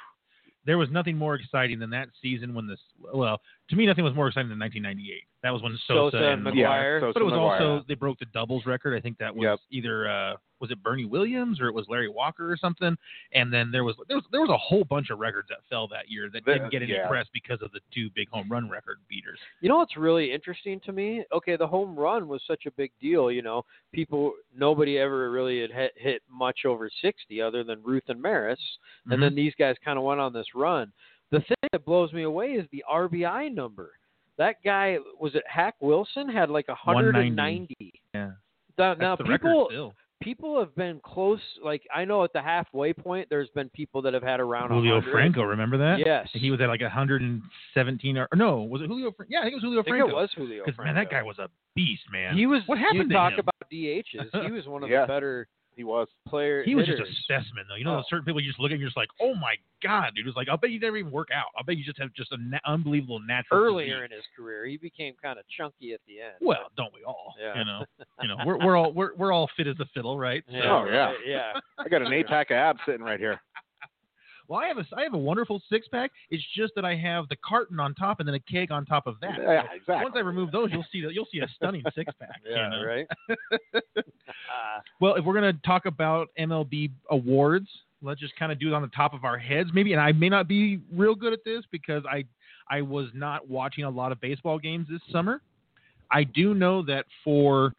Speaker 2: There was nothing more exciting than that season when this. Well, to me, nothing was more exciting than 1998. That was when Sosa,
Speaker 4: Sosa and
Speaker 2: McGuire.
Speaker 4: McGuire.
Speaker 5: Yeah, Sosa
Speaker 2: But it was
Speaker 5: Maguire.
Speaker 2: also they broke the doubles record. I think that was
Speaker 5: Yep.
Speaker 2: either uh, was it Bernie Williams or it was Larry Walker or something. And then there was there was there was a whole bunch of records that fell that year that
Speaker 5: The-
Speaker 2: didn't get any
Speaker 5: yeah.
Speaker 2: press because of the two big home run record beaters.
Speaker 4: You know what's really interesting to me? Okay, the home run was such a big deal. You know, people nobody ever really had hit, hit much over sixty other than Ruth and Maris,
Speaker 2: Mm-hmm.
Speaker 4: and then these guys kind of went on this run. The thing that blows me away is the RBI number. That guy was it Hack Wilson had like a hundred and
Speaker 2: 190.
Speaker 4: ninety.
Speaker 2: Yeah.
Speaker 4: Now,
Speaker 2: That's
Speaker 4: now
Speaker 2: the record
Speaker 4: people
Speaker 2: still.
Speaker 4: people have been close. Like I know at the halfway point, there's been people that have had around
Speaker 2: Julio
Speaker 4: 100.
Speaker 2: Franco, remember that?
Speaker 4: Yes,
Speaker 2: He was at like 117 or no, was it Julio? Fran- Yeah, I think it was Julio
Speaker 4: I think
Speaker 2: Franco.
Speaker 4: it was Julio.
Speaker 2: Because man,
Speaker 4: Franco.
Speaker 2: that guy was a beast, man.
Speaker 4: He was.
Speaker 2: What happened
Speaker 4: You
Speaker 2: to
Speaker 4: talk
Speaker 2: him?
Speaker 4: about DHs. He was one of
Speaker 5: [laughs] Yeah.
Speaker 4: the better
Speaker 5: He was.
Speaker 4: player.
Speaker 2: He was
Speaker 4: hitters.
Speaker 2: just a specimen, though. You know,
Speaker 4: Oh.
Speaker 2: certain people you just look at and you're just like, oh my god, dude. It's like, I'll bet you never even work out. I'll bet you just have just an unbelievable natural.
Speaker 4: earlier
Speaker 2: physique.
Speaker 4: in his career. He became kind of chunky at the end.
Speaker 2: Well, don't we all?
Speaker 4: Yeah.
Speaker 2: You know, you know, we're we're all we're we're all fit as a fiddle, right?
Speaker 4: yeah,
Speaker 5: Oh, yeah.
Speaker 4: right, yeah.
Speaker 5: I got an eight pack of abs sitting right here.
Speaker 2: Well, I have a I have a wonderful six pack. It's just that I have the carton on top and then a keg on top of that.
Speaker 5: Yeah,
Speaker 2: So
Speaker 5: exactly.
Speaker 2: Once I remove those, you'll see that you'll see a
Speaker 4: [laughs]
Speaker 2: stunning six pack.
Speaker 4: Yeah,
Speaker 2: [laughs] you know? [laughs]
Speaker 4: right. Uh,
Speaker 2: Well, if we're going to talk about MLB awards, let's just kind of do it on the top of our heads, maybe. And I may not be real good at this because I I was not watching a lot of baseball games this summer. I do know that for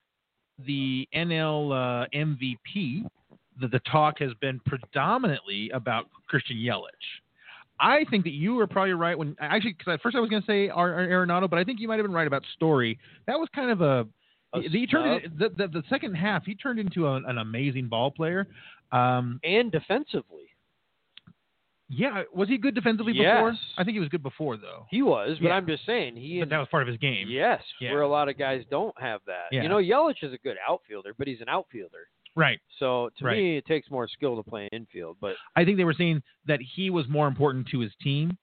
Speaker 2: the NL uh, MVP, that the talk has been predominantly about Christian Yelich. I think that you were probably right when actually because at first I was going to say Ar- Ar- Arenado, but I think you might have been right about Story. That was kind of a,
Speaker 4: A
Speaker 2: he turned it- the, the the second half. He turned into a, an amazing ball player. Um,
Speaker 4: and defensively,
Speaker 2: yeah, was he good defensively before?
Speaker 4: Yes.
Speaker 2: I think he was good before though.
Speaker 4: he was. But
Speaker 2: Yeah.
Speaker 4: I'm just saying, he
Speaker 2: But
Speaker 4: and
Speaker 2: that was part of his game.
Speaker 4: yes,
Speaker 2: Yeah.
Speaker 4: where a lot of guys don't have that.
Speaker 2: Yeah.
Speaker 4: You know, Yelich is a good outfielder, but he's an outfielder.
Speaker 2: Right.
Speaker 4: So to
Speaker 2: Right.
Speaker 4: me, it takes more skill to play infield. But
Speaker 2: I think they were saying that he was more important to his team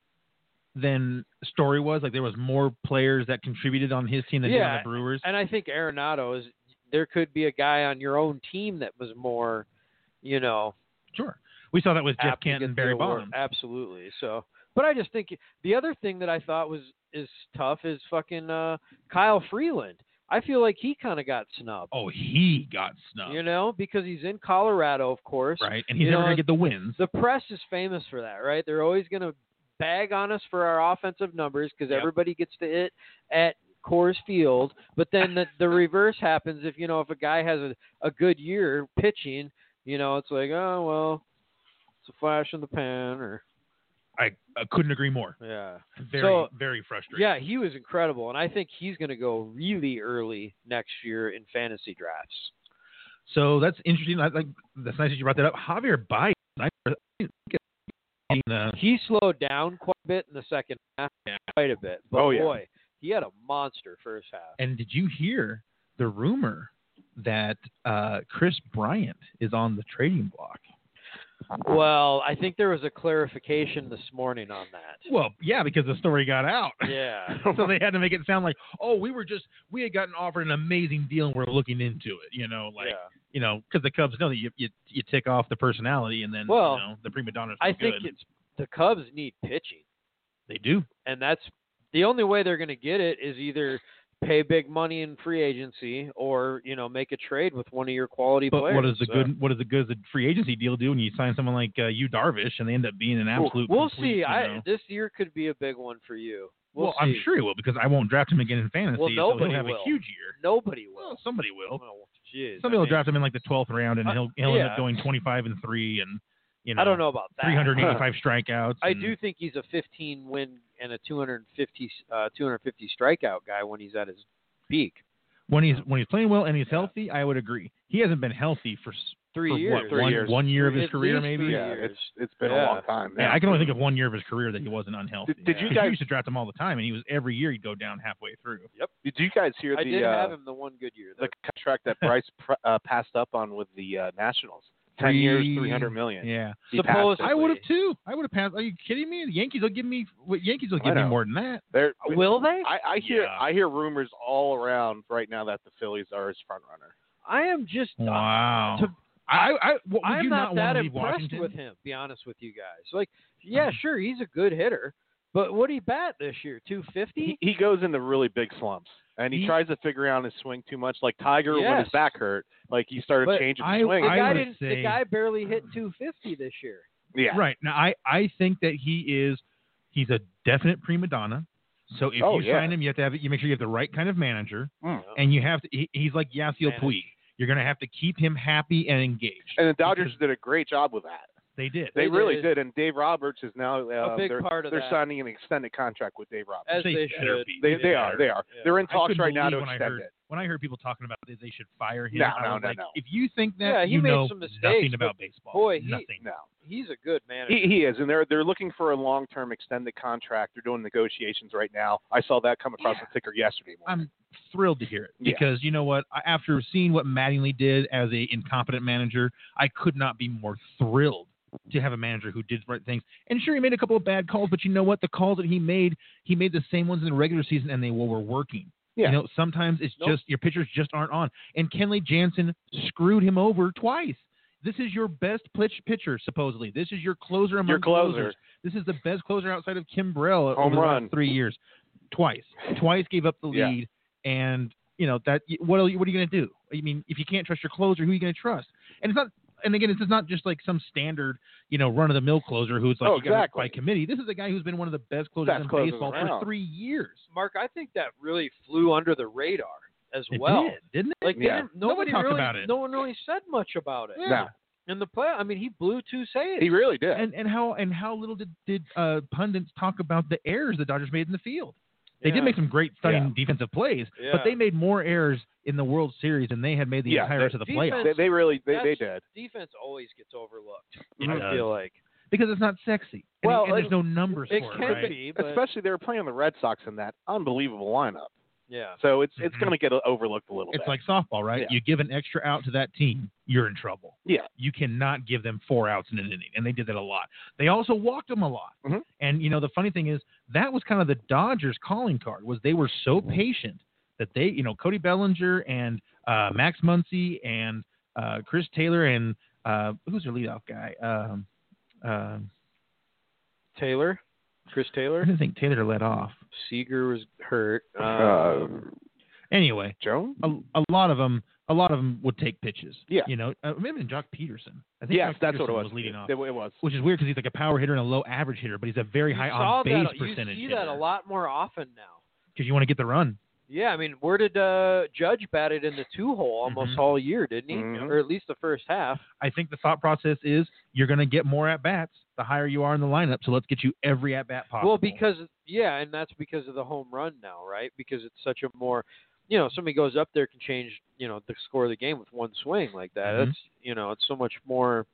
Speaker 2: than Story was. Like there was more players that contributed on his team than did on
Speaker 4: Yeah,
Speaker 2: the Brewers.
Speaker 4: and I think Arenado is. There could be a guy on your own team that was more, you know,
Speaker 2: Sure. We saw that with Jeff
Speaker 4: apt to
Speaker 2: Kent
Speaker 4: get
Speaker 2: and Barry
Speaker 4: the award.
Speaker 2: Bonds.
Speaker 4: Absolutely. So, but I just think the other thing that I thought was is tough is fucking uh, Kyle Freeland. I feel like he kind of got snubbed,
Speaker 2: Oh, he got snubbed.
Speaker 4: you know, because he's in Colorado, of course.
Speaker 2: Oh, right. And he's
Speaker 4: you
Speaker 2: never
Speaker 4: know,
Speaker 2: going to get the wins.
Speaker 4: The press is famous for that, right? They're always going to bag on us for our offensive numbers because
Speaker 2: Yep.
Speaker 4: everybody gets to it at Coors Field. But then the,
Speaker 5: [laughs]
Speaker 4: the reverse happens if you know if a guy has a, a good year pitching, you know, it's like oh well, it's a flash in the pan or
Speaker 2: I, I couldn't agree more.
Speaker 4: yeah.
Speaker 2: Very,
Speaker 4: So-
Speaker 2: very frustrating.
Speaker 4: Yeah, he was incredible, and I think he's going to go really early next year in fantasy drafts.
Speaker 2: So that's interesting. I, like that's nice that you brought that up. Javier Baez. I didn't think of- in, uh,
Speaker 4: He slowed down quite a bit in the second half, quite a bit. But
Speaker 5: Oh, yeah.
Speaker 4: boy, he had a monster first half.
Speaker 2: and did you hear the rumor that uh, Chris Bryant is on the trading block?
Speaker 4: Well, I think there was a clarification this morning on that.
Speaker 2: Well, yeah, because the story got out.
Speaker 4: Yeah.
Speaker 2: [laughs] so they had to make it sound like, oh, we were just we had gotten offered an amazing deal and we're looking into it. You know, like
Speaker 4: yeah.
Speaker 2: you know, because the Cubs know that you, you you tick off the personality and then you
Speaker 4: Well,
Speaker 2: know, the prima donna's
Speaker 4: I
Speaker 2: no good.
Speaker 4: think it's the Cubs need pitching,
Speaker 2: they do.
Speaker 4: and that's the only way they're going to get it is either pay big money in free agency or you know make a trade with one of your quality
Speaker 2: But
Speaker 4: players.
Speaker 2: what does the
Speaker 4: So-
Speaker 2: good what does the good of the free agency deal do when you sign someone like uh, you Darvish and they end up being an absolute?
Speaker 4: We'll
Speaker 2: complete,
Speaker 4: see.
Speaker 2: you
Speaker 4: I
Speaker 2: know-
Speaker 4: this year could be a big one for you. We'll,
Speaker 2: well, I'm
Speaker 4: see.
Speaker 2: sure he will because I won't draft him again in fantasy.
Speaker 4: Well,
Speaker 2: so he'll
Speaker 4: nobody
Speaker 2: have
Speaker 4: will.
Speaker 2: a huge year.
Speaker 4: nobody will.
Speaker 2: Well, somebody will.
Speaker 4: Well, jeez,
Speaker 2: Somebody
Speaker 4: I
Speaker 2: will
Speaker 4: mean,
Speaker 2: draft him in like the twelfth round and
Speaker 4: Uh,
Speaker 2: he'll he'll end
Speaker 4: yeah.
Speaker 2: up going 25 and three and you know
Speaker 4: I don't know about that.
Speaker 2: 385 strikeouts.
Speaker 4: I
Speaker 2: and-
Speaker 4: do think he's a 15 win and a 250 uh, 250 strikeout guy when he's at his peak.
Speaker 2: when he's when he's playing well and he's healthy. I would agree. He hasn't been healthy for, s-
Speaker 4: Three
Speaker 2: for what,
Speaker 4: years.
Speaker 5: Three
Speaker 2: one,
Speaker 5: years.
Speaker 2: one year of his
Speaker 4: At
Speaker 2: career
Speaker 4: least
Speaker 2: maybe.
Speaker 4: three
Speaker 5: Yeah,
Speaker 4: years.
Speaker 5: it's it's been
Speaker 4: Yeah.
Speaker 5: a long time.
Speaker 2: Yeah, I can only think of one year of his career that he wasn't unhealthy.
Speaker 5: Did- did you
Speaker 2: 'Cause
Speaker 5: guys-
Speaker 2: used to draft him all the time, and he was every year he'd go down halfway through.
Speaker 5: Did you guys hear
Speaker 4: I
Speaker 5: the
Speaker 4: did
Speaker 5: uh,
Speaker 4: have him the one good year.
Speaker 5: the
Speaker 4: Though.
Speaker 5: contract that Bryce pr- uh, passed up on with the uh, Nationals? ten years,
Speaker 2: Three-
Speaker 5: three hundred million.
Speaker 2: Yeah.
Speaker 5: He
Speaker 4: Suppose-
Speaker 5: passed it.
Speaker 2: I would have too. I would have passed. Are you kidding me? The Yankees will give me. What Yankees will
Speaker 5: I
Speaker 2: give me
Speaker 5: know.
Speaker 2: more than that.
Speaker 5: They're-
Speaker 4: Will they?
Speaker 5: I, I hear
Speaker 2: Yeah.
Speaker 5: I hear rumors all around right now that the Phillies are his front runner.
Speaker 4: I am just.
Speaker 2: Wow.
Speaker 4: Uh, to-
Speaker 2: I, I, what, would
Speaker 4: I'm
Speaker 2: you not, want
Speaker 4: not, that
Speaker 2: to leave
Speaker 4: impressed
Speaker 2: Washington? Mm-hmm.
Speaker 4: with him. to Be honest with you guys. Like, yeah, sure, he's a good hitter, but what he bat this year? Two fifty.
Speaker 5: He, he goes into really big slumps and he,
Speaker 2: He-
Speaker 5: tries to figure out his swing too much. Like Tiger when
Speaker 4: Yes.
Speaker 5: his back hurt, like he started
Speaker 4: But
Speaker 5: changing
Speaker 2: I-
Speaker 5: his swing.
Speaker 4: The
Speaker 2: I
Speaker 4: guy
Speaker 2: would
Speaker 4: didn't.
Speaker 2: say-
Speaker 4: The guy barely hit two fifty this year.
Speaker 5: yeah.
Speaker 2: Right now, I, I think that he is. He's a definite prima donna. So if
Speaker 5: Oh,
Speaker 2: you
Speaker 5: yeah.
Speaker 2: sign him, you have to have you make sure you have the right kind of manager,
Speaker 5: Mm.
Speaker 2: and you have to. He, he's like Yasiel
Speaker 4: Manage.
Speaker 2: Puig. You're going to have to keep him happy and engaged.
Speaker 5: And the Dodgers
Speaker 2: Because
Speaker 5: did a great job with that.
Speaker 2: they did.
Speaker 5: They,
Speaker 4: They
Speaker 5: really
Speaker 4: did.
Speaker 5: did. And Dave Roberts is now uh,
Speaker 4: a big
Speaker 5: they're,
Speaker 4: part of
Speaker 5: they're
Speaker 4: that.
Speaker 5: signing an extended contract with Dave Roberts.
Speaker 4: as
Speaker 2: They
Speaker 4: they
Speaker 2: better
Speaker 4: should.
Speaker 2: be.
Speaker 5: They,
Speaker 2: they
Speaker 5: they are.
Speaker 2: are.
Speaker 5: They are.
Speaker 4: Yeah.
Speaker 5: They're in
Speaker 2: I
Speaker 5: talks
Speaker 2: couldn't
Speaker 5: right now to
Speaker 2: believe when I
Speaker 5: extend
Speaker 2: heard,
Speaker 5: it.
Speaker 2: When I heard people talking about that they should fire him,
Speaker 5: No,
Speaker 2: I
Speaker 5: no,
Speaker 2: was
Speaker 5: no,
Speaker 2: like,
Speaker 5: no.
Speaker 2: if you think that,
Speaker 4: Yeah, he
Speaker 2: you
Speaker 4: made
Speaker 2: know
Speaker 4: some mistakes,
Speaker 2: nothing
Speaker 4: but
Speaker 2: about baseball.
Speaker 4: boy, he-
Speaker 2: nothing.
Speaker 5: No.
Speaker 4: He's a good manager.
Speaker 5: He, he is, and they're they're looking for a long term extended contract. They're doing negotiations right now. I saw that come across
Speaker 2: Yeah.
Speaker 5: the ticker yesterday morning.
Speaker 2: I'm thrilled to hear it
Speaker 5: Yeah.
Speaker 2: because you know what? I- After seeing what Mattingly did as a incompetent manager, I could not be more thrilled to have a manager who did the right things. And sure, he made a couple of bad calls, but you know what? The calls that he made, he made the same ones in the regular season, and they were, were working.
Speaker 5: Yeah.
Speaker 2: You know, sometimes it's
Speaker 4: Nope.
Speaker 2: just your pitchers just aren't on. And Kenley Jansen screwed him over twice. This is your best pitch pitcher, supposedly. This is your closer among
Speaker 5: Your closer.
Speaker 2: closers. This is the best closer outside of Kimbrell
Speaker 5: Home
Speaker 2: over the
Speaker 5: run.
Speaker 2: last three years. Twice, twice gave up the
Speaker 5: Yeah.
Speaker 2: lead, and you know that. What are you, what are you going to do? I mean, if you can't trust your closer, who are you going to trust? And it's not. And again, this is not just like some standard, you know, run of the mill closer who's like
Speaker 5: Oh,
Speaker 2: you gotta work by
Speaker 5: exactly.
Speaker 2: committee. This is a guy who's been one of the best closers
Speaker 5: Best
Speaker 2: in
Speaker 5: closers
Speaker 2: baseball
Speaker 5: around.
Speaker 2: for three years.
Speaker 4: Mark, I think that really flew under the radar as
Speaker 2: It
Speaker 4: well.
Speaker 2: did, didn't it?
Speaker 4: Like they
Speaker 5: Yeah.
Speaker 4: didn't-
Speaker 2: No one
Speaker 4: nobody
Speaker 2: talked
Speaker 4: really,
Speaker 2: about it.
Speaker 4: No one really said much about it.
Speaker 2: Yeah.
Speaker 5: No.
Speaker 4: In the play, I mean, he blew two saves.
Speaker 5: He really did.
Speaker 2: And and how and how little did did uh, pundits talk about the errors the Dodgers made in the field? They
Speaker 4: Yeah.
Speaker 2: did make some great stunning defensive plays,
Speaker 4: Yeah.
Speaker 2: but they made more errors in the World Series than they had made the
Speaker 5: Yeah,
Speaker 2: entire
Speaker 5: the
Speaker 2: rest of the
Speaker 4: defense-
Speaker 2: playoffs.
Speaker 5: they, they really they, they did.
Speaker 4: That's- Defense always gets overlooked.
Speaker 2: It
Speaker 4: I
Speaker 2: does.
Speaker 4: feel like
Speaker 2: because it's not sexy. And,
Speaker 5: Well,
Speaker 2: and
Speaker 5: it-
Speaker 2: there's no numbers
Speaker 4: it
Speaker 2: for
Speaker 4: can
Speaker 2: it. Right?
Speaker 4: be, but
Speaker 5: Especially they were playing the Red Sox in that unbelievable lineup.
Speaker 4: yeah.
Speaker 5: So it's it's
Speaker 2: Mhm.
Speaker 5: going to get overlooked a little
Speaker 2: It's
Speaker 5: bit.
Speaker 2: like softball, right?
Speaker 5: Yeah.
Speaker 2: You give an extra out to that team, you're in trouble.
Speaker 5: Yeah.
Speaker 2: You cannot give them four outs in an inning, and they did that a lot. They also walked them a lot.
Speaker 5: Mhm.
Speaker 2: And you know the funny thing is that was kind of the Dodgers' calling card was they were so
Speaker 5: Mm-hmm.
Speaker 2: patient that they, you know, Cody Bellinger and uh, Max Muncy and uh, Chris Taylor and uh, who's their leadoff guy? Um, um,
Speaker 4: Taylor, Chris
Speaker 2: I
Speaker 4: Taylor,
Speaker 2: didn't think Taylor let off.
Speaker 4: Seager was hurt.
Speaker 5: Uh,
Speaker 4: Um,
Speaker 2: Anyway,
Speaker 5: Joan?
Speaker 2: a, a lot of them a lot of them would take pitches.
Speaker 5: Yeah.
Speaker 2: You know, uh, maybe Jock Peterson. I think
Speaker 5: Yes,
Speaker 2: Jock
Speaker 5: that's what it
Speaker 2: Peterson
Speaker 5: was.
Speaker 2: leading off,
Speaker 5: It, it was.
Speaker 2: which is weird because he's like a power hitter and a low average hitter, but he's a very
Speaker 4: you
Speaker 2: high
Speaker 4: saw
Speaker 2: on base
Speaker 4: that,
Speaker 2: percentage
Speaker 4: You see that a lot more often now.
Speaker 2: because you want to get the run.
Speaker 4: Yeah, I mean, where did uh, Judge bat it in the two hole almost
Speaker 2: Mhm.
Speaker 4: all year, didn't he?
Speaker 5: Mhm.
Speaker 4: Or at least the first half.
Speaker 2: I think the thought process is you're going to get more at bats the higher you are in the lineup, so let's get you every at bat possible.
Speaker 4: Well, because yeah, and that's because of the home run now, right? Because it's such a more, you know, somebody goes up there can change, you know, the score of the game with one swing like that.
Speaker 2: Mhm.
Speaker 4: That's you know, it's so much more.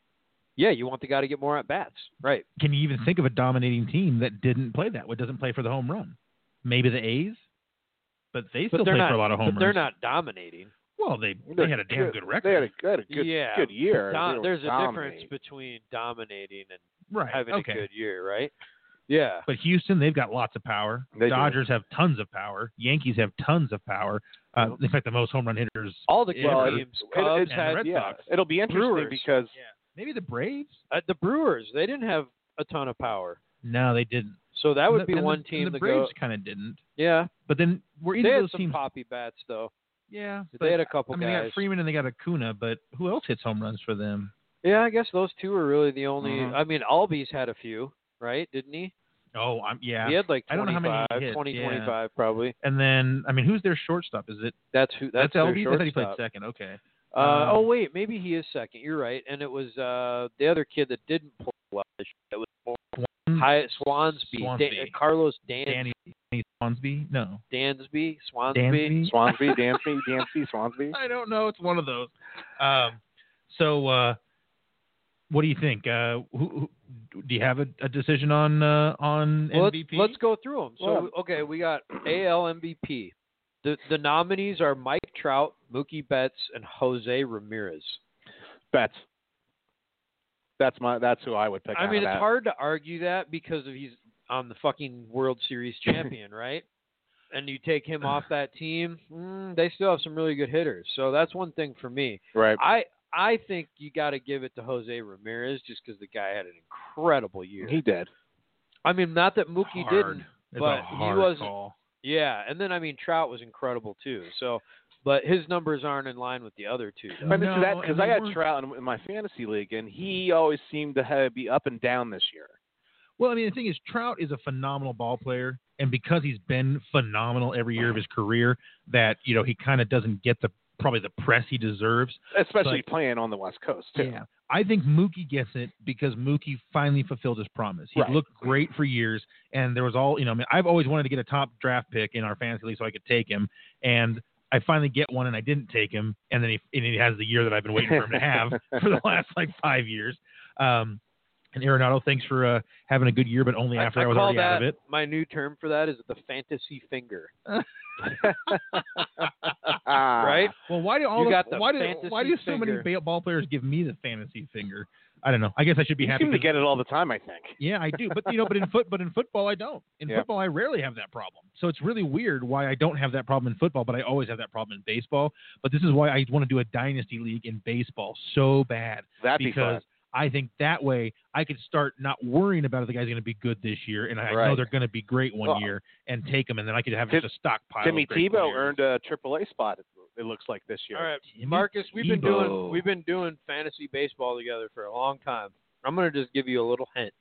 Speaker 4: Yeah, you want the guy to get more at bats, right?
Speaker 2: can you even think of a dominating team that didn't play that? What doesn't play for the home run? Maybe the A's, but they still
Speaker 4: but they're
Speaker 2: play
Speaker 4: not
Speaker 2: for a lot of home
Speaker 4: But
Speaker 2: runs.
Speaker 4: they're not dominating.
Speaker 2: Well, they they had a damn good record,
Speaker 5: They had a, they had a good,
Speaker 4: Yeah,
Speaker 5: good year.
Speaker 4: Don-
Speaker 5: They were
Speaker 4: there's a difference
Speaker 5: dominating.
Speaker 4: between dominating and
Speaker 2: right?
Speaker 4: having
Speaker 2: okay.
Speaker 4: a good year, right? Yeah.
Speaker 2: But Houston, they've got lots of power.
Speaker 5: They do.
Speaker 2: Dodgers have tons of power. Yankees have tons of power. Uh, in fact, the most home run hitters.
Speaker 4: All the
Speaker 2: Yeah.
Speaker 4: teams,
Speaker 5: It-
Speaker 4: Cubs
Speaker 2: and
Speaker 5: it's-
Speaker 2: the
Speaker 4: had
Speaker 2: Red
Speaker 5: yeah.
Speaker 2: Sox.
Speaker 5: It'll be interesting
Speaker 4: Brewers.
Speaker 5: because
Speaker 2: Maybe the Braves?
Speaker 4: uh, the Brewers. They didn't have a ton of power,
Speaker 2: No, they didn't.
Speaker 4: so that
Speaker 2: And
Speaker 4: would
Speaker 2: the-
Speaker 4: be
Speaker 2: and the-
Speaker 4: one
Speaker 2: and
Speaker 4: team
Speaker 2: The
Speaker 4: to go.
Speaker 2: Braves kind of didn't.
Speaker 4: Yeah,
Speaker 2: But then were
Speaker 4: they
Speaker 2: either
Speaker 4: had
Speaker 2: of those
Speaker 4: some
Speaker 2: teams?
Speaker 4: poppy bats though.
Speaker 2: Yeah,
Speaker 4: they
Speaker 2: but-
Speaker 4: had a couple
Speaker 2: I mean, they
Speaker 4: guys.
Speaker 2: got Freeman and they got Acuna, but who else hits home runs for them?
Speaker 4: yeah, I guess those two were really the only.
Speaker 2: Mm-hmm.
Speaker 5: Mhm.
Speaker 4: I mean, Albies had a few, right? Didn't he?
Speaker 2: Oh, I'm, yeah.
Speaker 4: He had like 25,
Speaker 2: I don't know how many he hit,
Speaker 4: 20,
Speaker 2: yeah.
Speaker 4: 25 probably.
Speaker 2: And then, I mean, who's their shortstop? Is it
Speaker 4: That's who. That's, their
Speaker 2: Elvie? I thought he played
Speaker 4: shortstop.
Speaker 2: second. Okay.
Speaker 4: Uh,
Speaker 2: Um,
Speaker 4: oh wait, maybe he is second. You're right. And it was uh, the other kid that didn't play well. This year. That was more high, Swansby, Da-
Speaker 2: Swansby.
Speaker 4: Carlos Dan-
Speaker 2: Danny Swansby? No.
Speaker 4: Dansby, Swansby.
Speaker 2: Dansby? [laughs]
Speaker 5: Swansby, Dansby, Dansby, Swansby.
Speaker 2: I don't know. It's one of those. Um, so, uh, what do you think? Uh, who, who, do you have a, a decision on uh, on
Speaker 4: Well, let's,
Speaker 2: MVP?
Speaker 4: let's go through them. So
Speaker 5: Well-
Speaker 4: okay, we got AL MVP. The the nominees are Mike Trout, Mookie Betts, and Jose Ramirez.
Speaker 5: Bets. That's my. That's who I would pick.
Speaker 4: I
Speaker 5: out
Speaker 4: mean,
Speaker 5: of
Speaker 4: it's
Speaker 5: that.
Speaker 4: hard to argue that because of he's on the fucking World [laughs] Series champion, right? And you take him [sighs] off that team, mm, they still have some really good hitters. So that's one thing for me.
Speaker 5: right?
Speaker 4: I I think you got to give it to Jose Ramirez just because the guy had an incredible year.
Speaker 5: He did.
Speaker 4: I mean, not that Mookie
Speaker 2: Hard.
Speaker 4: didn't.
Speaker 2: It's
Speaker 4: but
Speaker 2: a
Speaker 4: he
Speaker 2: hard
Speaker 4: wasn't-
Speaker 2: call.
Speaker 4: Yeah, and then I mean Trout was incredible too. So, but his numbers aren't in line with the other two.
Speaker 2: [laughs]
Speaker 4: Though.
Speaker 5: But into
Speaker 2: No,
Speaker 5: that
Speaker 2: and
Speaker 5: because
Speaker 2: they
Speaker 5: I got
Speaker 2: weren't-
Speaker 5: Trout in, in my fantasy league, and he always seemed to have, be up and down this year.
Speaker 2: Well, I mean, the thing is, Trout is a phenomenal ball player, and because he's been phenomenal every year of his career, that you know he kind of doesn't get the probably the press he deserves.
Speaker 5: especially playing on the West Coast too.
Speaker 2: Yeah. I think Mookie gets it because Mookie finally fulfilled his promise. He
Speaker 5: Right.
Speaker 2: looked great for years, and there was all you know. I mean, I've always wanted to get a top draft pick in our fantasy league so I could take him, and I finally get one, and I didn't take him, and then he and he has the year that I've been waiting for him to
Speaker 4: [laughs]
Speaker 2: have for the last like five years. Um, and Arenado, thanks for uh, having a good year, but only
Speaker 4: I,
Speaker 2: after
Speaker 4: I
Speaker 2: I, was
Speaker 4: call
Speaker 2: already
Speaker 4: that
Speaker 2: out of it.
Speaker 4: my new term for that is the fantasy finger,
Speaker 5: Ah.
Speaker 4: right?
Speaker 2: Well, why do all
Speaker 4: You
Speaker 2: the-
Speaker 4: got the
Speaker 2: why do
Speaker 4: fantasy
Speaker 2: why do so many
Speaker 4: finger.
Speaker 2: ba- ball players give me the fantasy finger? I don't know. I guess I should be
Speaker 5: You
Speaker 2: happy.
Speaker 5: seem to
Speaker 2: 'cause-
Speaker 5: get it all the time, I think.
Speaker 2: Yeah, I do. But you know, but in foot, but in football, I don't. In
Speaker 5: Yeah.
Speaker 2: football, I rarely have that problem. So it's really weird why I don't have that problem in football, but I always have that problem in baseball. But this is why I want to do a dynasty league in baseball so bad
Speaker 5: That'd be
Speaker 2: because
Speaker 5: fun.
Speaker 2: I think that way I could start not worrying about if the guy's going to be good this year, and I know
Speaker 5: Right.
Speaker 2: they're going to be great one
Speaker 5: Well,
Speaker 2: year, and take them, and then I could have
Speaker 5: Tim-
Speaker 2: just a stockpile.
Speaker 5: Timmy
Speaker 2: of great
Speaker 5: Tebow
Speaker 2: players.
Speaker 5: earned a AAA spot. It, it looks like this year.
Speaker 4: All right,
Speaker 2: Timmy
Speaker 4: Marcus, we've been
Speaker 2: Tebow.
Speaker 4: doing we've been doing fantasy baseball together for a long time. I'm gonna just give you a little hint.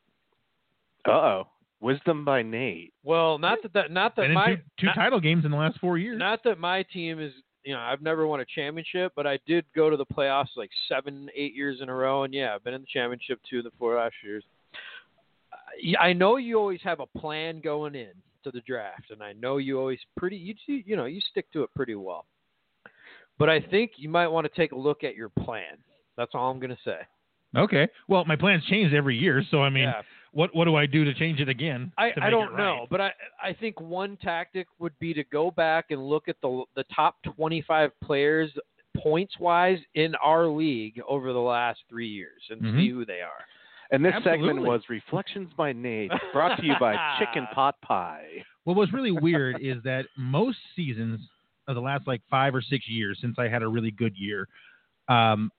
Speaker 5: Uh oh. Wisdom by Nate.
Speaker 4: Well, not that, that not that
Speaker 2: and in
Speaker 4: my
Speaker 2: two, two
Speaker 4: not,
Speaker 2: title games in the last four years.
Speaker 4: not that my team is you know I've never won a championship, but I did go to the playoffs like seven eight years in a row, and yeah, I've been in the championship two of the four last years. I- I know you always have a plan going in to the draft, and I know you always pretty you do- you know you stick to it pretty well. But I think you might want to take a look at your plan. That's all I'm gonna say.
Speaker 2: okay. Well, my plans change every year, so I mean,
Speaker 4: yeah.
Speaker 2: what what do I do to change it again?
Speaker 4: I,
Speaker 2: to
Speaker 4: I
Speaker 2: make
Speaker 4: don't
Speaker 2: it right?
Speaker 4: know, but I I think one tactic would be to go back and look at the the top 25 players points wise in our league over the last three years and
Speaker 2: Mhm.
Speaker 4: see who they are.
Speaker 5: And this segment
Speaker 2: Absolutely.
Speaker 5: was Reflections by Nate, brought to you by
Speaker 2: [laughs]
Speaker 5: Chicken Pot Pie.
Speaker 2: Well, what's really weird is that most seasons of the last like five or six years since I had a really good year, um,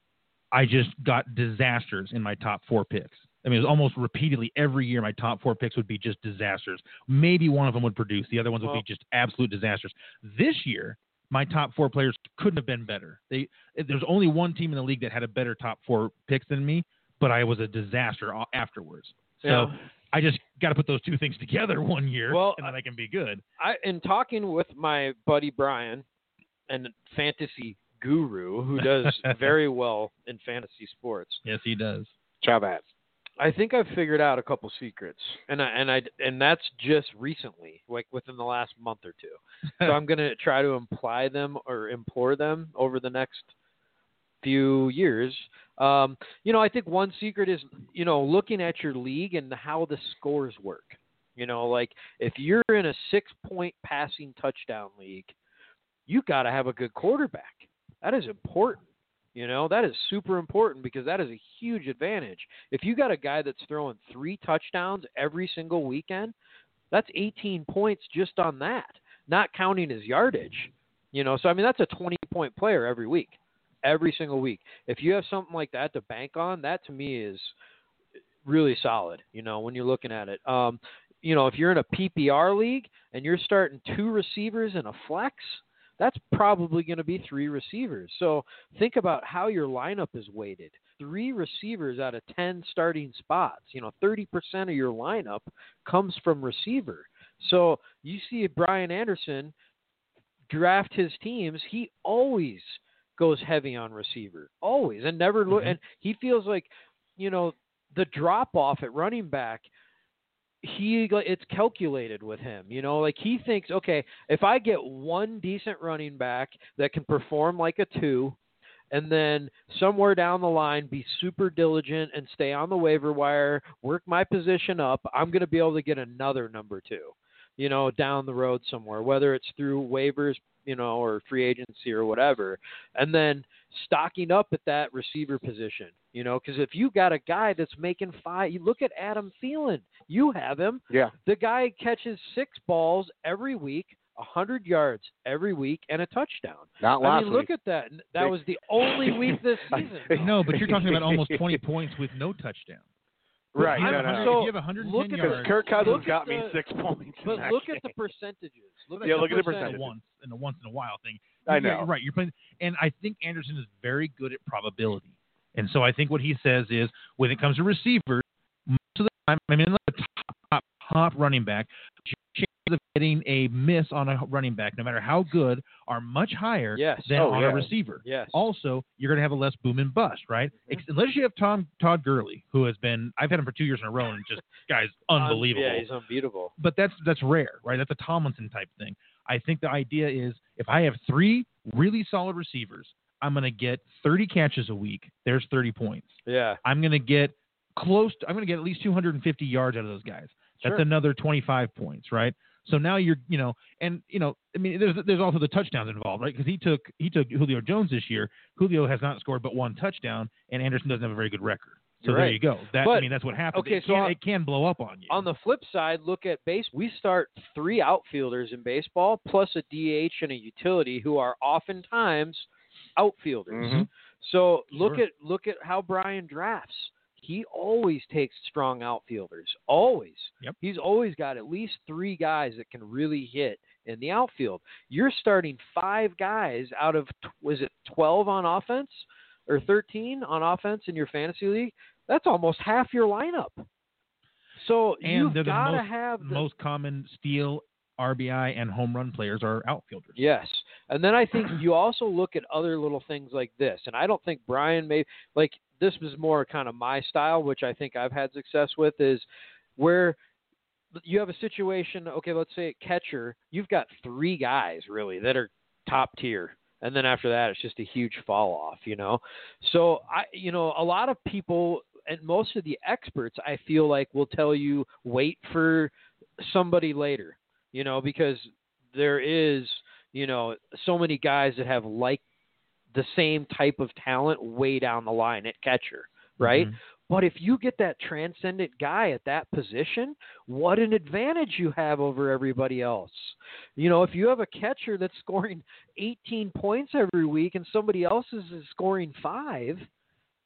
Speaker 2: I just got disasters in my top four picks. I mean, it was almost repeatedly every year my top four picks would be just disasters. Maybe one of them would produce, the other ones would
Speaker 4: Well-
Speaker 2: be just absolute disasters. This year, my top four players couldn't have been better. They there's only one team in the league that had a better top four picks than me, but I was a disaster a- afterwards. So
Speaker 4: Yeah.
Speaker 2: I just got to put those two things together [laughs] one year,
Speaker 4: Well,
Speaker 2: and then I can be good.
Speaker 4: I in talking with my buddy Brian, and fantasy guru who
Speaker 2: [laughs]
Speaker 4: does very well in fantasy sports.
Speaker 2: Yes, he does.
Speaker 5: Try that.
Speaker 4: I think I've figured out a couple secrets, and I and I and that's just recently, like within the last month or two. So I'm gonna try to imply them or implore them over the next few years. Um, you know, I think one secret is you know looking at your league and how the scores work. You know, like if you're in a six point passing touchdown league, you got to have a good quarterback. That is important. You know, that is super important because that is a huge advantage. If you got a guy that's throwing three touchdowns every single weekend, that's 18 points just on that, not counting his yardage. You know, so I mean, that's a 20 point player every week, every single week. If you have something like that to bank on, that to me is really solid, you know, when you're looking at it. Um, you know, if you're in a PPR league and you're starting two receivers and a flex, that's probably going to be three receivers. So think about how your lineup is weighted. Three receivers out of 10 starting spots, you know, 30% of your lineup comes from receiver. So you see Brian Anderson draft his teams, he always goes heavy on receiver, always, and never look.
Speaker 2: Mhm.
Speaker 4: And he feels like, you know, the drop off at running back. He it's calculated with him, you know. Like he thinks, okay, if I get one decent running back that can perform like a two, and then somewhere down the line be super diligent and stay on the waiver wire, work my position up, I'm going to be able to get another number two. you know, down the road somewhere, whether it's through waivers, you know, or free agency or whatever, and then stocking up at that receiver position, you know, because if you got a guy that's making five, you look at Adam Thielen, you have him,
Speaker 5: Yeah.
Speaker 4: the guy catches six balls every week, a hundred yards every week, and a touchdown.
Speaker 5: Not
Speaker 4: I
Speaker 5: last
Speaker 4: mean,
Speaker 5: week.
Speaker 4: look at that. That was the only week
Speaker 5: [laughs]
Speaker 4: this season.
Speaker 2: No, but you're talking about almost 20 points with no touchdown.
Speaker 5: right.
Speaker 2: If you have
Speaker 5: No, no,
Speaker 2: 100
Speaker 5: no.
Speaker 4: So,
Speaker 2: if you have 110
Speaker 4: look at
Speaker 5: Because
Speaker 2: yards,
Speaker 5: Kirk Cousins
Speaker 4: Look at
Speaker 5: got me
Speaker 4: the-
Speaker 5: six points. in
Speaker 4: But
Speaker 5: that
Speaker 4: look at the
Speaker 5: game.
Speaker 4: percentages. Look at
Speaker 5: Yeah,
Speaker 4: the
Speaker 5: look at the
Speaker 2: in a
Speaker 5: percentages.
Speaker 2: once in a once in a while thing.
Speaker 5: I
Speaker 2: Yeah,
Speaker 5: know.
Speaker 2: you're right. You're playing, and I think Anderson is very good at probability. And so I think what he says is, when it comes to receivers, most of the time, I mean, the top, top, top running back, chances of getting a miss on a running back, no matter how good, are much higher
Speaker 4: Yes.
Speaker 2: than
Speaker 5: Oh,
Speaker 2: on
Speaker 5: yeah.
Speaker 2: a receiver.
Speaker 4: Yes.
Speaker 2: Also, you're going to have a less boom and bust, right? Ex- Unless you have Tom Todd Gurley, who has been I've had him for two years in a row, and just [laughs] guys unbelievable
Speaker 4: Uh, Um, yeah, he's unbeatable.
Speaker 2: but that's that's rare, right? That's a Tomlinson type thing. I think the idea is if I have three really solid receivers, I'm going to get 30 catches a week. There's 30 points.
Speaker 4: Yeah.
Speaker 2: I'm going to get close. To, I'm going to get at least 250 yards out of those guys. That's
Speaker 4: Sure.
Speaker 2: another 25 points, right? So now you're, you know, and you know, I mean, there's there's also the touchdowns involved, right? Because he took he took Julio Jones this year. Julio has not scored but one touchdown, and Anderson doesn't have a very good record. So
Speaker 4: You're
Speaker 2: there
Speaker 4: right.
Speaker 2: you go. That I
Speaker 4: But-
Speaker 2: mean, that's what happens.
Speaker 4: okay,
Speaker 2: it
Speaker 4: so
Speaker 2: can,
Speaker 4: on-
Speaker 2: it can blow up on you.
Speaker 4: On the flip side, look at base. We start three outfielders in baseball, plus a DH and a utility, who are oftentimes outfielders.
Speaker 5: Mhm.
Speaker 4: So look
Speaker 2: Mm-hmm. Sure.
Speaker 4: at look at how Brian drafts. He always takes strong outfielders. Always.
Speaker 2: Yep.
Speaker 4: He's always got at least three guys that can really hit in the outfield. You're starting five guys out of tw- was it 12 on offense or 13 on offense in your fantasy league? That's almost half your lineup. So
Speaker 2: And they're
Speaker 4: you've
Speaker 2: the
Speaker 4: got to
Speaker 2: most-
Speaker 4: have the,
Speaker 2: most common steal, RBI, and home run players are outfielders.
Speaker 4: Yes. And then I think you also look at other little things like this. And I don't think Brian may like this is more kind of my style, which I think I've had success with is where you have a situation, okay, let's say at catcher, you've got three guys really that are top tier. And then after that it's just a huge fall off, you know. So I you know, a lot of people and most of the experts I feel like will tell you wait for somebody later, you know, because there is you know, so many guys that have like the same type of talent way down the line at catcher, right?
Speaker 2: Mhm.
Speaker 4: But if you get that transcendent guy at that position, what an advantage you have over everybody else. You know, if you have a catcher that's [laughs] scoring 18 points every week and somebody else's is scoring 5,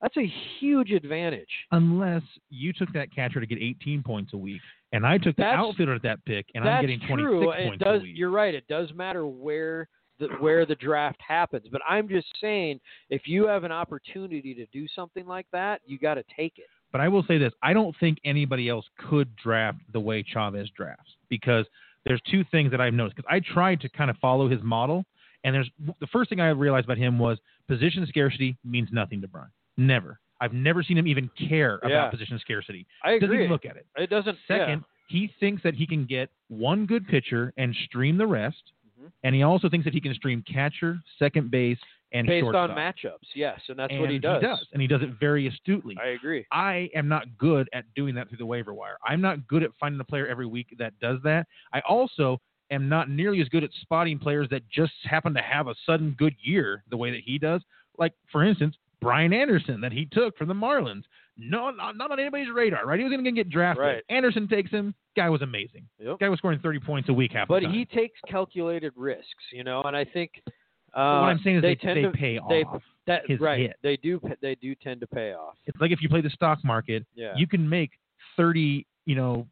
Speaker 4: that's a huge advantage.
Speaker 2: Unless you took that catcher to get 18 points a week, and I took the
Speaker 4: That's-
Speaker 2: outfielder at that pick, and
Speaker 4: That's
Speaker 2: I'm getting 26
Speaker 4: true. It
Speaker 2: points
Speaker 4: does,
Speaker 2: a week.
Speaker 4: You're right. It does matter where the, where the draft happens. But I'm just saying, if you have an opportunity to do something like that, you got to take it.
Speaker 2: But I will say this: I don't think anybody else could draft the way Chavez drafts because there's two things that I've noticed. Because I tried to kind of follow his model, and there's the first thing I realized about him was position scarcity means nothing to Brian. Never. I've never seen him even care about
Speaker 4: Yeah.
Speaker 2: position scarcity.
Speaker 4: I
Speaker 2: Doesn't
Speaker 4: agree.
Speaker 2: even look at it.
Speaker 4: it doesn't.
Speaker 2: Second, he thinks that he can get one good pitcher and stream the rest,
Speaker 4: Mhm.
Speaker 2: and he also thinks that he can stream catcher, second base,
Speaker 4: yeah,
Speaker 2: and
Speaker 4: based
Speaker 2: shortstop.
Speaker 4: on matchups, yes, and that's
Speaker 2: and
Speaker 4: what he does.
Speaker 2: and he does it very astutely.
Speaker 4: I agree.
Speaker 2: I am not good at doing that through the waiver wire. I'm not good at finding a player every week that does that. I also am not nearly as good at spotting players that just happen to have a sudden good year the way that he does. Like, for instance, Brian Anderson that he took from the Marlins. No, not, not on anybody's radar, right? He was going to get drafted.
Speaker 4: Right.
Speaker 2: Anderson takes him. Guy was amazing.
Speaker 4: Yep.
Speaker 2: Guy was scoring 30 points a week half
Speaker 4: But
Speaker 2: the time.
Speaker 4: he takes calculated risks, you know, and I think uh,
Speaker 2: But what I'm saying is they,
Speaker 4: they tend to-
Speaker 2: pay
Speaker 4: they-
Speaker 2: off.
Speaker 4: that
Speaker 2: his
Speaker 4: right.
Speaker 2: hit.
Speaker 4: They do. They do tend to pay off.
Speaker 2: It's like if you play the stock market
Speaker 4: Yeah.
Speaker 2: you can make 30 you know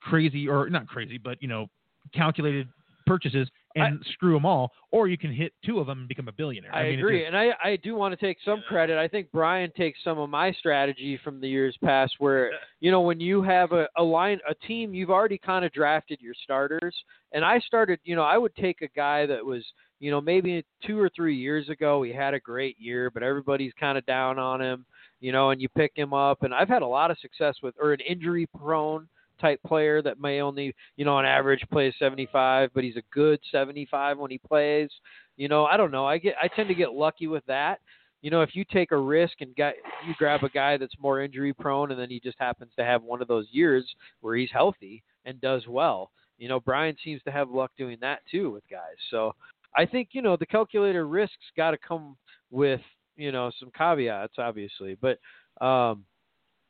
Speaker 2: crazy or not crazy but you know calculated purchases and screw them all or you can hit two of them and become a billionaire
Speaker 4: I,
Speaker 2: mean, it's
Speaker 4: agree,
Speaker 2: just-
Speaker 4: and I, I do want to take some credit. I think Brian takes some of my strategy from the years past,
Speaker 2: [laughs]
Speaker 4: where you know when you have a, a line, a team, you've already kind of drafted your starters, and I started, you know, I would take a guy that was, you know, maybe two or three years ago, he had a great year, but everybody's kind of down on him, you know, and you pick him up, and I've had a lot of success with, or an injury prone type player that may only, you know, on average plays 75, but he's a good 75 when he plays. You know, I don't know. I get I tend to get lucky with that. You know, if you take a risk and got, you grab a guy that's more injury prone and then he just happens to have one of those years where he's healthy and does well, You know, Brian seems to have luck doing that too with guys. So I think you know the calculator risks got to come with you know some caveats, obviously, but um,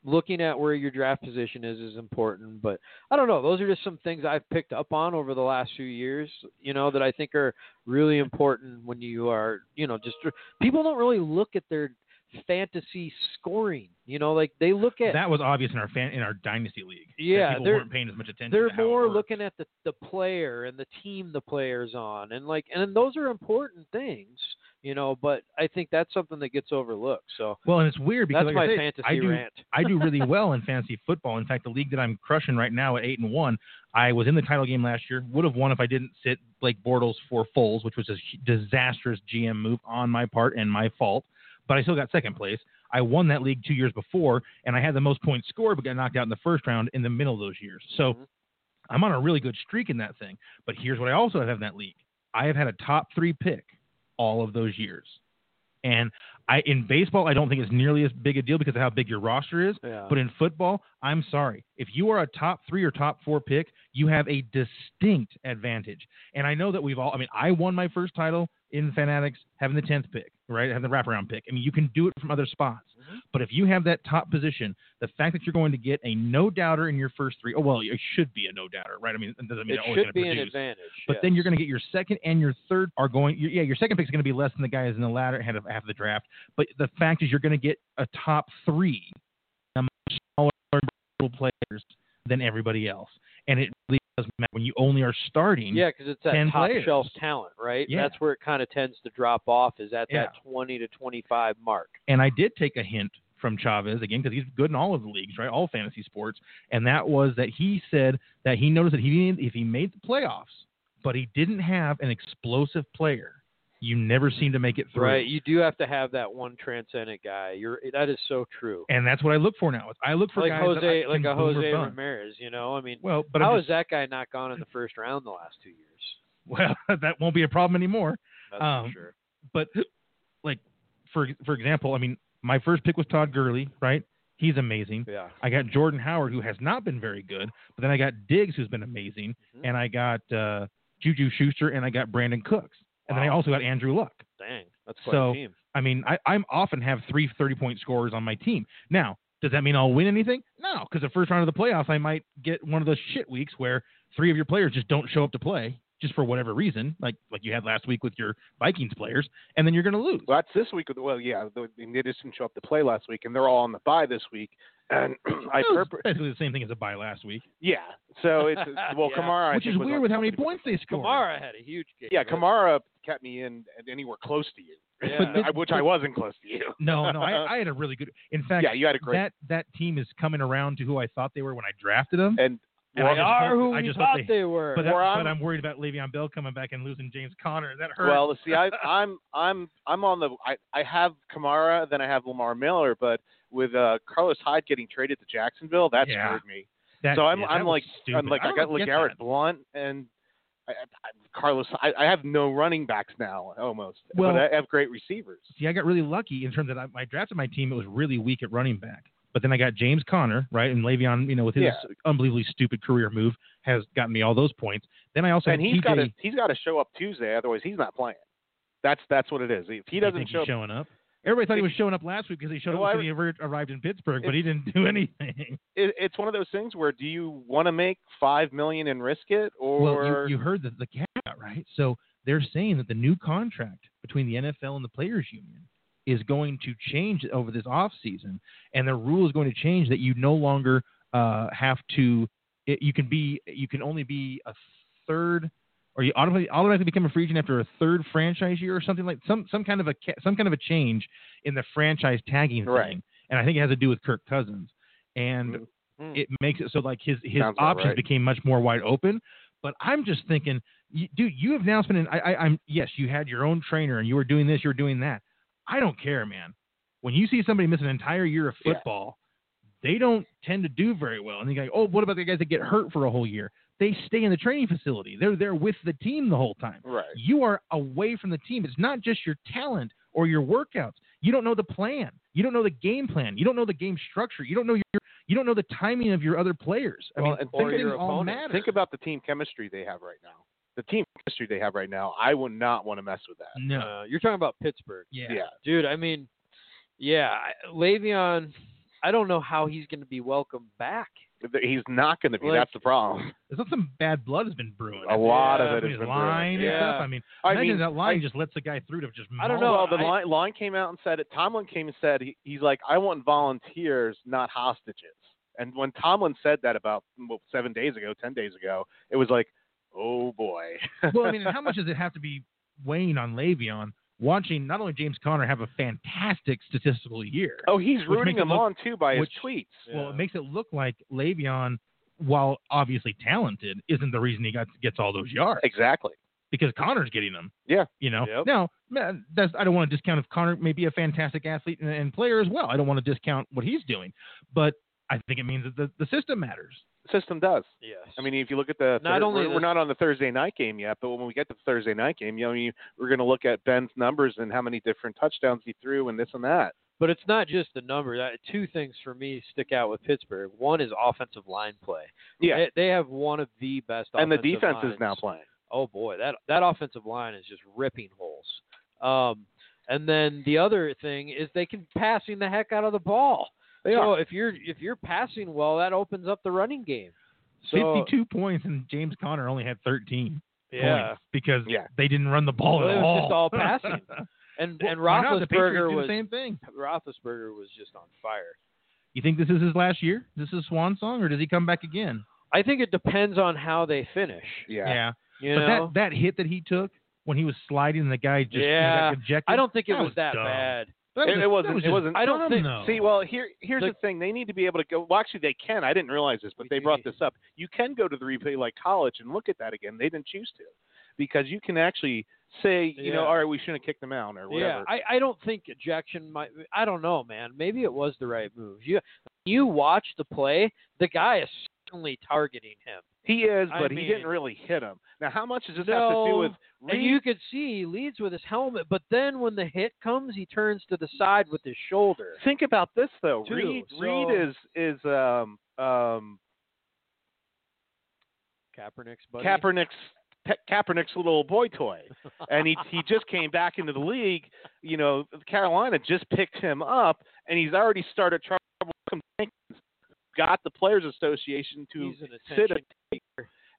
Speaker 4: looking at where your draft position is is important. But I don't know; those are just some things I've picked up on over the last few years. You know that I think are really important when you are you know just people don't really look at their fantasy scoring. You know, like they look at
Speaker 2: That was obvious in our fan in our dynasty league. that
Speaker 4: Yeah,
Speaker 2: people
Speaker 4: they're-
Speaker 2: weren't paying as much attention.
Speaker 4: they're
Speaker 2: to how it
Speaker 4: more
Speaker 2: worked.
Speaker 4: looking at the, the player and the team the player's on and like and those are important things you know but i think that's something that gets overlooked so
Speaker 2: Well, and it's weird because
Speaker 4: that's
Speaker 2: like
Speaker 4: my
Speaker 2: I, say,
Speaker 4: fantasy
Speaker 2: I do
Speaker 4: rant
Speaker 2: I do really well in fantasy football. In fact, the league that I'm crushing right now at eight and one, I was in the title game last year. Would have won if I didn't sit Blake Bortles for Foles, which was a hu- disastrous GM move on my part and my fault. But I still got second place. I won that league two years before, and I had the most points scored, but got knocked out in the first round in the middle of those years. So
Speaker 4: Mhm.
Speaker 2: I'm on a really good streak in that thing. But here's what I also have in that league: I have had a top three pick all of those years. And I in baseball, I don't think it's nearly as big a deal because of how big your roster is.
Speaker 4: yeah.
Speaker 2: But in football, I'm sorry. If you are a top three or top four pick, you have a distinct advantage. And I know that we've all, I mean, I won my first title in Fanatics having the 10th pick, right? Having the wraparound pick. I mean, you can do it from other spots.
Speaker 4: Mm-hmm.
Speaker 2: But if you have that top position, the fact that you're going to get a no doubter in your first three, oh, well, it should be a no doubter, right? I mean, it doesn't mean
Speaker 4: it
Speaker 2: they're always gonna
Speaker 4: should be an
Speaker 2: produce.
Speaker 4: advantage
Speaker 2: But then you're going to get your second and your third are going. Your, yeah, your second pick is going to be less than the guys in the latter half of, half of the draft. But the fact is, you're going to get a top three, a much smaller group of players than everybody else, and it really does matter when you only are starting.
Speaker 4: yeah because it's that
Speaker 2: 10
Speaker 4: top
Speaker 2: players.
Speaker 4: shelf talent right
Speaker 2: Yeah.
Speaker 4: that's where it kind of tends to drop off is at
Speaker 2: Yeah.
Speaker 4: that 20 to 25 mark
Speaker 2: And I did take a hint from Chavez again because he's good in all of the leagues, right? All fantasy sports, and that was that he said that he noticed that he didn't if he made the playoffs, but he didn't have an explosive player. You never seem to make it through.
Speaker 4: right you do have to have that one transcendent guy you're that is so true
Speaker 2: and that's what I look for now. I look for
Speaker 4: like
Speaker 2: guys that
Speaker 4: jose
Speaker 2: I
Speaker 4: like
Speaker 2: can
Speaker 4: a
Speaker 2: boom or
Speaker 4: jose
Speaker 2: bust.
Speaker 4: ramirez you know i mean
Speaker 2: Well, but
Speaker 4: how
Speaker 2: I'm
Speaker 4: is
Speaker 2: just, [laughs]
Speaker 4: that guy not gone in the first round the last two years
Speaker 2: well, that won't be a problem anymore.
Speaker 4: that's
Speaker 2: Um,
Speaker 4: for sure
Speaker 2: But like for for example, I mean, my first pick was Todd Gurley, right? He's amazing.
Speaker 4: Yeah.
Speaker 2: I got Jordan Howard, who has not been very good, but then I got Diggs, who's been amazing,
Speaker 4: Mhm.
Speaker 2: and I got uh, Juju Schuster, and I got Brandon Cooks, and then I
Speaker 4: Wow.
Speaker 2: also got Andrew Luck.
Speaker 4: Dang. That's
Speaker 2: quite a So-
Speaker 4: team.
Speaker 2: I mean, I I'm often have three 30 point scorers on my team. Now, does that mean I'll win anything? No, because the first round of the playoffs, I might get one of those shit weeks where three of your players just don't show up to play just for whatever reason, like like you had last week with your Vikings players, and then you're going to lose.
Speaker 5: Well, that's this week. with- Well, yeah, they they just didn't show up to play last week, and they're all on the bye this week. And [clears throat] I
Speaker 2: It was
Speaker 5: purpo-
Speaker 2: basically the same thing as a bye last week,
Speaker 5: yeah.
Speaker 2: [laughs]
Speaker 5: So it's well,
Speaker 4: Yeah.
Speaker 5: Kamara. I
Speaker 2: which
Speaker 5: think,
Speaker 2: is
Speaker 5: was
Speaker 2: weird
Speaker 5: on
Speaker 2: with how many
Speaker 5: 20
Speaker 2: points they scored.
Speaker 4: Kamara had a huge game.
Speaker 5: Yeah,
Speaker 4: right?
Speaker 5: Kamara kept me in at anywhere close to you,
Speaker 4: Yeah.
Speaker 2: But then-
Speaker 5: I- which I wasn't close to you.
Speaker 2: No, no, I, I had a really good. In fact,
Speaker 5: yeah, you had a great.
Speaker 2: that that team is coming around to who I thought they were when I drafted them.
Speaker 5: and
Speaker 4: They
Speaker 2: and I just
Speaker 4: are
Speaker 2: hope-
Speaker 4: who
Speaker 2: I
Speaker 4: we
Speaker 2: just hope
Speaker 4: thought
Speaker 2: they-
Speaker 4: they, were.
Speaker 2: But,
Speaker 5: We're
Speaker 2: I-
Speaker 5: on-
Speaker 2: but I'm worried about Le'Veon Bell coming back and losing James Conner. That hurts.
Speaker 5: well, see, I, I'm I'm I'm on the I, I have Kamara, then I have Lamar Miller, but with uh, Carlos Hyde getting traded to Jacksonville, that
Speaker 2: Yeah.
Speaker 5: scared me.
Speaker 2: That-
Speaker 5: so I'm
Speaker 2: yeah, that
Speaker 5: I'm
Speaker 2: was
Speaker 5: like
Speaker 2: stupid.
Speaker 5: I'm like I,
Speaker 2: don't
Speaker 5: got
Speaker 2: get
Speaker 5: LeGarrette
Speaker 2: that.
Speaker 5: Blunt and I, I, I- Carlos. I, I have no running backs now almost,
Speaker 2: Well-
Speaker 5: but I have great receivers.
Speaker 2: See, I got really lucky in terms that I, I drafted my team. It was really weak at running back, but then I got James Conner, right, and Le'Veon. You know, with his
Speaker 5: Yeah.
Speaker 2: unbelievably stupid career move, has gotten me all those points. Then I also
Speaker 5: and
Speaker 2: had
Speaker 5: he's
Speaker 2: TJ.
Speaker 5: got to he's got to show up Tuesday, otherwise he's not playing. That's that's what it is. If he
Speaker 2: You
Speaker 5: doesn't
Speaker 2: think
Speaker 5: show
Speaker 2: he's
Speaker 5: up,
Speaker 2: showing up. Everybody thought he was showing up last week because he showed
Speaker 5: Well, I-
Speaker 2: up because he ever arrived in Pittsburgh, but
Speaker 5: It-
Speaker 2: he didn't
Speaker 5: [laughs]
Speaker 2: do anything.
Speaker 5: it, it's one of those things where do you want to make five million and risk it, or
Speaker 2: well, you, you heard the, the caveat, right? So they're saying that the new contract between the NFL and the players union is going to change over this offseason, and the rule is going to change that you no longer uh, have to. It, you can be. You can only be a third. Or you automatically, automatically become a free agent after a third franchise year, or something like some some kind of a ca- some kind of a change in the franchise tagging
Speaker 5: Right.
Speaker 2: thing, and I think it has to do with Kirk Cousins, and
Speaker 4: Mm.
Speaker 2: it makes it so like his his
Speaker 5: Sounds about
Speaker 2: options
Speaker 5: right.
Speaker 2: became much more wide open. But I'm just thinking, you, dude, you have now spent. An, I, I, I'm yes, you had your own trainer and you were doing this, you were doing that. I don't care, man. When you see somebody miss an entire year of
Speaker 5: Yeah.
Speaker 2: football, they don't tend to do very well. And you're like, oh, what about the guys that get hurt for a whole year? They stay in the training facility. They're there with the team the whole time.
Speaker 5: right?
Speaker 2: You are away from the team. It's not just your talent or your workouts. You don't know the plan. You don't know the game plan. You don't know the game structure. You don't know your you don't know the timing of your other players. I
Speaker 5: well,
Speaker 2: mean,
Speaker 5: and
Speaker 2: all
Speaker 5: think, of-
Speaker 2: things all matter.
Speaker 5: think about the team chemistry they have right now. The team chemistry they have right now, I would not want to mess with that.
Speaker 2: no.
Speaker 4: Uh, you're talking about Pittsburgh.
Speaker 2: Yeah.
Speaker 4: Dude, I mean, yeah, I- Le'Veon, I don't know how he's going to be welcomed back.
Speaker 5: Th- He's not going to be.
Speaker 4: Like-
Speaker 5: that's the problem.
Speaker 2: There's not some bad blood has been brewing.
Speaker 5: A lot
Speaker 4: of
Speaker 2: I
Speaker 5: it
Speaker 2: mean,
Speaker 5: has been
Speaker 2: line
Speaker 5: brewing.
Speaker 2: and
Speaker 4: Yeah.
Speaker 2: stuff. I mean,
Speaker 5: I
Speaker 2: imagine
Speaker 5: mean,
Speaker 2: that line just lets a guy through to just.
Speaker 4: I don't
Speaker 2: maul
Speaker 4: know.
Speaker 5: Well, the
Speaker 4: I-
Speaker 5: line, line came out and said it. Tomlin came and said he, he's like, I want volunteers, not hostages. And when Tomlin said that about well, seven days ago, ten days ago, it was like, oh boy.
Speaker 2: well, I mean, how much does it have to be weighing on Le'Veon watching not only James Conner have a fantastic statistical year?
Speaker 5: oh, he's
Speaker 2: Which
Speaker 5: rooting
Speaker 2: makes it
Speaker 5: him
Speaker 2: look-
Speaker 5: on too by
Speaker 2: which-
Speaker 5: his tweets.
Speaker 2: Well, it makes it look like Le'Veon, while obviously talented, isn't the reason he got, gets all those yards
Speaker 5: exactly.
Speaker 2: because Connor's getting them.
Speaker 5: Yeah.
Speaker 2: You know.
Speaker 4: Yep.
Speaker 2: Now, man, that's I don't want to discount if Connor may be a fantastic athlete and, and player as well. I don't want to discount what he's doing, but I think it means that the, the system matters.
Speaker 5: System does.
Speaker 4: Yes.
Speaker 5: I mean, if you look at the,
Speaker 4: Not
Speaker 5: thir-
Speaker 4: only
Speaker 5: we're,
Speaker 4: the-
Speaker 5: we're not on the Thursday night game yet, but when we get to the Thursday night game, you know, I mean, we're going to look at Ben's numbers and how many different touchdowns he threw and this and that.
Speaker 4: But it's not just the number. That, two things for me stick out with Pittsburgh. One is offensive line play.
Speaker 5: Yeah,
Speaker 4: They, they have one of the best.
Speaker 5: and the
Speaker 4: offensive
Speaker 5: defense is
Speaker 4: lines.
Speaker 5: now playing.
Speaker 4: Oh boy, that that offensive line is just ripping holes. Um, and then the other thing is they can passing the heck out of the ball.
Speaker 5: They
Speaker 4: so
Speaker 5: are.
Speaker 4: if you're if you're passing well, that opens up the running game. So
Speaker 2: 52 points and James Conner only had 13
Speaker 4: yeah,
Speaker 2: points because
Speaker 5: Yeah.
Speaker 2: they didn't run the ball
Speaker 4: Well,
Speaker 2: at
Speaker 4: it was
Speaker 2: all.
Speaker 4: just
Speaker 2: [laughs]
Speaker 4: all passing. and and
Speaker 2: Why not? The Patriots
Speaker 4: Roethlisberger
Speaker 2: do
Speaker 4: was
Speaker 2: the same thing.
Speaker 4: Roethlisberger was just on fire.
Speaker 2: You think this is his last year? Is this his swan song, or does he come back again?
Speaker 4: I think it depends on how they finish.
Speaker 5: Yeah.
Speaker 4: You
Speaker 2: but
Speaker 4: know,
Speaker 2: that that hit that he took when he was sliding, and the guy just
Speaker 4: Yeah.
Speaker 2: he got ejected.
Speaker 4: I don't think it
Speaker 2: that
Speaker 4: was,
Speaker 2: was
Speaker 4: that
Speaker 2: dumb.
Speaker 4: bad.
Speaker 2: That
Speaker 5: It-
Speaker 2: was just-
Speaker 5: it wasn't-
Speaker 2: that was
Speaker 5: it
Speaker 2: just
Speaker 5: wasn't-
Speaker 4: I don't
Speaker 2: dumb,
Speaker 4: think-
Speaker 2: though.
Speaker 5: See, well, here here's the,
Speaker 4: The-
Speaker 5: thing. They need to be able to go. Well, actually, they can. I didn't realize this, but they brought this up. You can go to the replay like college and look at that again. They didn't choose to because you can actually say, you know,
Speaker 4: Yeah.
Speaker 5: all right, we shouldn't kick them out or whatever.
Speaker 4: Yeah, I, I don't think ejection might. I don't know, man. Maybe it was the right move. You you watch the play, the guy is certainly targeting him,
Speaker 5: he is,
Speaker 4: I
Speaker 5: but
Speaker 4: mean-
Speaker 5: he didn't really hit him. Now, how much does this have to
Speaker 4: No,
Speaker 5: do with?
Speaker 4: and
Speaker 5: re-
Speaker 4: you could see he leads with his helmet, but then when the hit comes, he turns to the side with his shoulder.
Speaker 5: Think about this though.
Speaker 4: Two,
Speaker 5: Reed
Speaker 4: so-
Speaker 5: Reed is is um um
Speaker 4: Kaepernick's buddy.
Speaker 5: Kaepernick's Pe- Kaepernick's little boy toy, and he he just came back into the league. You know, Carolina just picked him up, and he's already started trouble. with some Jenkins. Got the Players Association to
Speaker 4: He's an
Speaker 5: sit
Speaker 4: attention.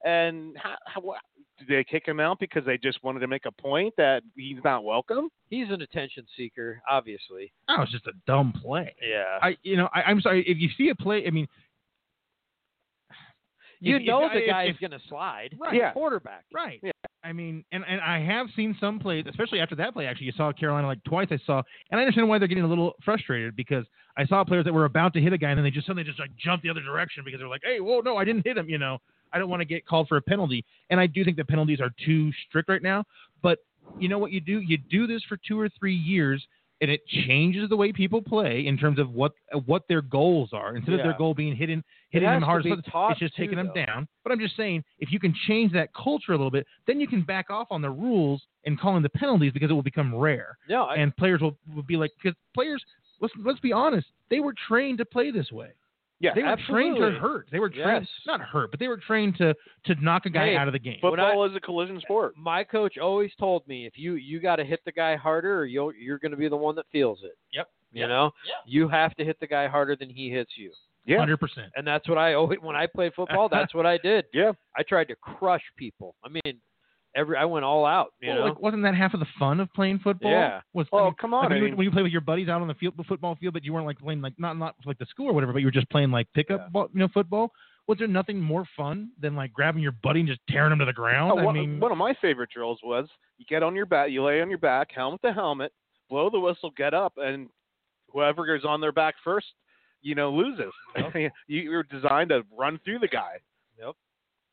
Speaker 5: and how, how, what- did they kick him out because they just wanted to make a point that he's not welcome?
Speaker 4: He's an attention seeker, obviously.
Speaker 2: that was just a dumb play.
Speaker 5: Yeah,
Speaker 2: I, you know, I, I'm sorry if you see a play. I mean,
Speaker 4: You
Speaker 2: if-
Speaker 4: know
Speaker 2: if-
Speaker 4: the
Speaker 2: if-
Speaker 4: guy's
Speaker 2: if-
Speaker 4: going to slide.
Speaker 2: Right.
Speaker 5: Yeah.
Speaker 4: Quarterback.
Speaker 2: Right.
Speaker 5: Yeah.
Speaker 2: I mean, and, and I have seen some plays, especially after that play. Actually, you saw Carolina like twice. I saw, and I understand why they're getting a little frustrated because I saw players that were about to hit a guy and then they just suddenly just like jump the other direction because they're like, "Hey, whoa, no, I didn't hit him." You know, I don't want to get called for a penalty, and I do think the penalties are too strict right now. But you know what you do? You do this for two or three years, and it changes the way people play in terms of what what their goals are. Instead of
Speaker 4: Yeah.
Speaker 2: their goal being hitting hitting
Speaker 4: has
Speaker 2: them
Speaker 4: to
Speaker 2: hard,
Speaker 4: be
Speaker 2: so-
Speaker 4: taught
Speaker 2: it's just
Speaker 4: too,
Speaker 2: taking them
Speaker 4: though.
Speaker 2: down. But I'm just saying, if you can change that culture a little bit, then you can back off on the rules and calling the penalties because it will become rare,
Speaker 4: No, I,
Speaker 2: and players will, will be like, because players, let's let's be honest, they were trained to play this way.
Speaker 5: yeah.
Speaker 2: They were trained
Speaker 4: absolutely.
Speaker 2: to hurt. They were trained
Speaker 4: Yes.
Speaker 2: not hurt, but they were trained to to knock a guy
Speaker 4: Hey,
Speaker 2: out of the game.
Speaker 4: when
Speaker 5: Football is a collision sport.
Speaker 4: my coach always told me if you you got to hit the guy harder or you'll, you're going to be the one that feels it.
Speaker 2: Yep.
Speaker 4: You
Speaker 2: Yep.
Speaker 4: know,
Speaker 2: Yeah.
Speaker 4: you have to hit the guy harder than he hits you,
Speaker 5: Yeah,
Speaker 2: Hundred percent.
Speaker 4: and that's what I always when I played
Speaker 2: [laughs]
Speaker 4: football. that's what I did.
Speaker 5: yeah.
Speaker 4: I tried to crush people. I mean, every I went all out. You know,
Speaker 2: Like, wasn't that half of the fun of playing football?
Speaker 4: Yeah.
Speaker 2: Was, I
Speaker 5: Oh,
Speaker 2: mean,
Speaker 5: come
Speaker 2: like,
Speaker 5: on.
Speaker 2: when,
Speaker 5: I
Speaker 2: you,
Speaker 5: mean,
Speaker 2: when you play with your buddies out on the field, the football field, but you weren't like playing like not not like the school or whatever, but you were just playing like pickup
Speaker 5: Yeah.
Speaker 2: ball, you know, football. Was there nothing more fun than like grabbing your buddy and just tearing him to the ground?
Speaker 5: Oh,
Speaker 2: I
Speaker 5: one,
Speaker 2: mean,
Speaker 5: one of my favorite drills was you get on your back, you lay on your back, helmet to helmet, blow the whistle, get up, and whoever goes on their back first, you know, loses. [laughs] you, you were designed to run through the guy.
Speaker 4: Yep.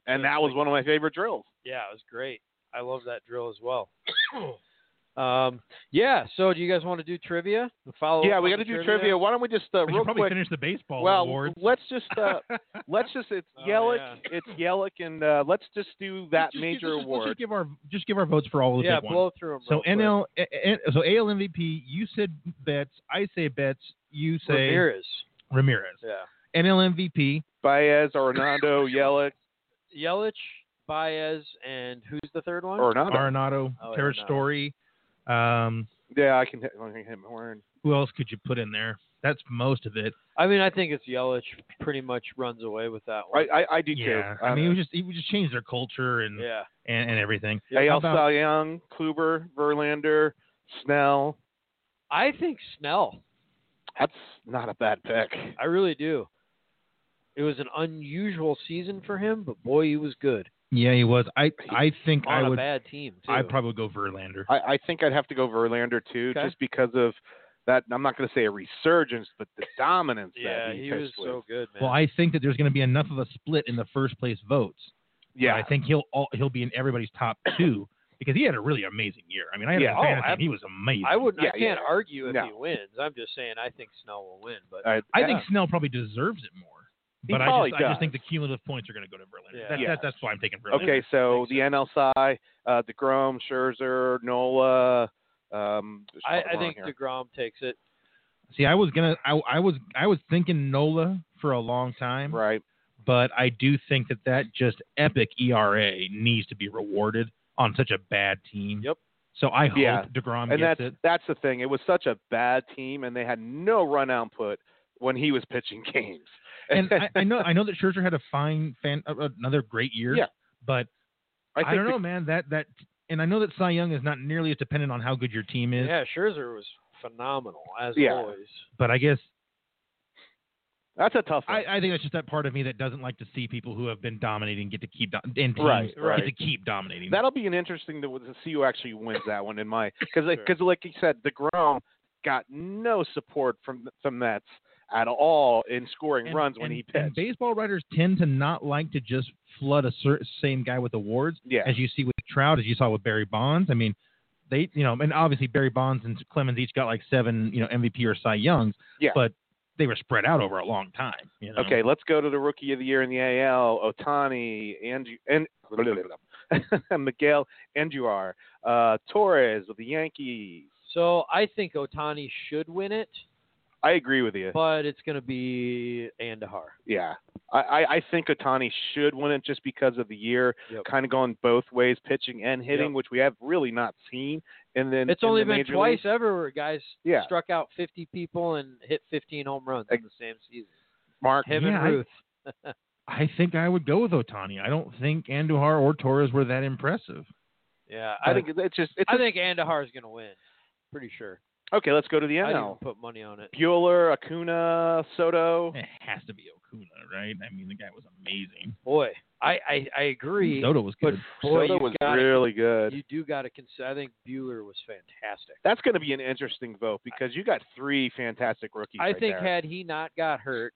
Speaker 5: And that was one of my favorite drills.
Speaker 2: [coughs]
Speaker 4: yeah, it was great. I love that drill as well. Um, yeah. So, do you guys want to do trivia?
Speaker 2: Oh,
Speaker 4: Follow.
Speaker 5: Yeah,
Speaker 4: up
Speaker 5: we
Speaker 4: on
Speaker 5: got to
Speaker 4: the
Speaker 5: do trivia. Why don't we just uh,
Speaker 2: We
Speaker 5: real
Speaker 2: should probably
Speaker 5: quick?
Speaker 2: finish the baseball
Speaker 5: well,
Speaker 2: awards.
Speaker 5: let's just
Speaker 2: [laughs]
Speaker 5: uh, let's just it's
Speaker 4: Oh,
Speaker 5: Yelich,
Speaker 4: yeah.
Speaker 5: it's Yelich, and uh, let's just do that
Speaker 2: Let's just-
Speaker 5: major
Speaker 2: let's just-
Speaker 5: award.
Speaker 2: Let's just give our just give our votes for all of the
Speaker 4: Yeah,
Speaker 2: big ones.
Speaker 4: blow through them.
Speaker 2: So NL, a- a- so AL MVP. You said Betts. I say Betts. You say
Speaker 4: Ramirez.
Speaker 2: Ramirez.
Speaker 4: Yeah.
Speaker 2: NL MVP.
Speaker 5: Baez,
Speaker 2: [laughs]
Speaker 5: Orlando, Yelich,
Speaker 4: Yelich, Baez, and who's the third one?
Speaker 5: Orlando.
Speaker 2: Arenado.
Speaker 4: Oh,
Speaker 2: Terry
Speaker 4: Arenado.
Speaker 2: Story. Um,
Speaker 5: yeah, I can hit, I can hit my horn.
Speaker 2: who else could you put in there? That's most of it.
Speaker 4: I mean, I think it's Yelich. Pretty much runs away with that
Speaker 5: I,
Speaker 4: one.
Speaker 5: I, I do
Speaker 2: yeah,
Speaker 5: too.
Speaker 2: I mean,
Speaker 5: Uh,
Speaker 2: we just we just changed their culture and
Speaker 4: yeah.
Speaker 2: and, and everything.
Speaker 5: AL
Speaker 2: How about-
Speaker 5: Cy Young, Kluber, Verlander, Snell.
Speaker 4: I think Snell.
Speaker 5: That's not a bad pick.
Speaker 4: I really do. It was an unusual season for him, but boy, he was good
Speaker 2: Yeah, he was. I I think
Speaker 4: on
Speaker 2: I
Speaker 4: a
Speaker 2: would.
Speaker 4: bad team. Too.
Speaker 2: I probably go Verlander.
Speaker 5: I, I think I'd have to go Verlander too,
Speaker 4: Okay.
Speaker 5: just because of that. I'm not going to say a resurgence, but the dominance
Speaker 4: yeah,
Speaker 5: that
Speaker 4: he,
Speaker 5: he,
Speaker 4: was
Speaker 5: pitched with.
Speaker 4: so good, man.
Speaker 2: Well, I think that there's going to be enough of a split in the first place votes.
Speaker 5: yeah,
Speaker 2: I think he'll all, he'll be in everybody's top
Speaker 5: [coughs]
Speaker 2: two because he had a really amazing year. I mean, I had
Speaker 5: Yeah.
Speaker 2: a
Speaker 4: Oh,
Speaker 2: fantasy
Speaker 4: ab-
Speaker 2: and he was amazing.
Speaker 4: I wouldn't.
Speaker 5: Yeah,
Speaker 4: I can't
Speaker 5: yeah.
Speaker 4: argue if
Speaker 5: No.
Speaker 4: he wins. I'm just saying I think Snell will win. But
Speaker 5: I,
Speaker 2: I
Speaker 5: yeah.
Speaker 2: think Snell probably deserves it more.
Speaker 5: He
Speaker 2: But I
Speaker 5: probably
Speaker 2: just, I just
Speaker 5: does.
Speaker 2: think the cumulative points are going to go to Verlander.
Speaker 4: Yeah.
Speaker 2: That,
Speaker 5: Yeah.
Speaker 2: that, that's why I'm taking Verlander.
Speaker 5: Okay, so the NLCI, uh, Degrom, Scherzer, Nola. Um, there's
Speaker 4: I,
Speaker 5: something
Speaker 4: I think
Speaker 5: wrong here.
Speaker 4: Degrom takes it.
Speaker 2: See, I was gonna, I, I was, I was thinking Nola for a long time,
Speaker 5: right.
Speaker 2: but I do think that that just epic ERA needs to be rewarded on such a bad team.
Speaker 4: Yep.
Speaker 2: So I hope
Speaker 5: Yeah.
Speaker 2: Degrom
Speaker 5: and
Speaker 2: um, gets
Speaker 5: that's
Speaker 2: it.
Speaker 5: that's the thing. It was such a bad team, and they had no run output when he was pitching [laughs] games.
Speaker 2: And I, I know, I know that Scherzer had a fine fan, uh, another great year.
Speaker 5: Yeah.
Speaker 2: But
Speaker 5: I,
Speaker 2: I,
Speaker 5: think
Speaker 2: don't
Speaker 5: the-
Speaker 2: know, man. That that, and I know that Cy Young is not nearly as dependent on how good your team is,
Speaker 4: Yeah, Scherzer was phenomenal as
Speaker 5: Yeah.
Speaker 4: always.
Speaker 2: but I guess
Speaker 5: That's a tough one.
Speaker 2: I, I think that's just that part of me that doesn't like to see people who have been dominating get to keep do- and teams
Speaker 5: Right, right.
Speaker 2: get to keep dominating.
Speaker 5: That'll be an interesting to, to see who actually wins that one in
Speaker 2: [laughs]
Speaker 5: my because because like you said, Degrom got no support from the Mets at all in scoring
Speaker 2: And-
Speaker 5: runs when
Speaker 2: and-
Speaker 5: he
Speaker 2: and
Speaker 5: pitched.
Speaker 2: baseball writers tend to not like to just flood a cer- same guy with awards,
Speaker 5: yeah,
Speaker 2: as you see with Trout, as you saw with Barry Bonds. I mean, they you know, and obviously Barry Bonds and Clemens each got like seven you know MVP or Cy Youngs,
Speaker 5: Yeah.
Speaker 2: but they were spread out over a long time. You know?
Speaker 5: Okay, let's go to the rookie of the year in the AL, Otani, Andrew, and [laughs] Miguel Andujar, uh, Torres with the Yankees.
Speaker 4: So I think Otani should win it,
Speaker 5: I agree with you.
Speaker 4: but it's going to be Andahar.
Speaker 5: Yeah, I, I, I think Otani should win it just because of the year,
Speaker 4: Yep.
Speaker 5: kind of going both ways, pitching and hitting,
Speaker 4: Yep.
Speaker 5: which we have really not seen. And then
Speaker 4: It's
Speaker 5: in
Speaker 4: only
Speaker 5: the
Speaker 4: been
Speaker 5: major
Speaker 4: twice
Speaker 5: leagues.
Speaker 4: ever where guys
Speaker 5: Yeah.
Speaker 4: struck out 50 people and hit 15 home runs in the same season.
Speaker 5: Mark,
Speaker 4: Him
Speaker 2: Yeah,
Speaker 4: and
Speaker 2: I-
Speaker 4: Ruth.
Speaker 2: I think I would go with Otani. I don't think Andujar or Torres were that impressive.
Speaker 4: yeah,
Speaker 5: I think it's just it's
Speaker 4: I
Speaker 5: just-
Speaker 4: think Andahar is going to win. Pretty sure.
Speaker 5: okay. Let's go to the
Speaker 4: I'd even
Speaker 5: NL.
Speaker 4: put money on it.
Speaker 5: Bueller, Acuna, Soto.
Speaker 2: It has to be Okuna, right? I mean, the guy was amazing.
Speaker 4: Boy, I I, I agree.
Speaker 2: Soto was
Speaker 4: but
Speaker 2: good.
Speaker 4: boy,
Speaker 5: Soto
Speaker 4: you
Speaker 5: was
Speaker 4: gotta-
Speaker 5: really good.
Speaker 4: You do got to consider. I think Bueller was fantastic.
Speaker 5: That's going to be an interesting vote because you got three fantastic rookies.
Speaker 4: I
Speaker 5: right
Speaker 4: think
Speaker 5: there.
Speaker 4: had he not got hurt,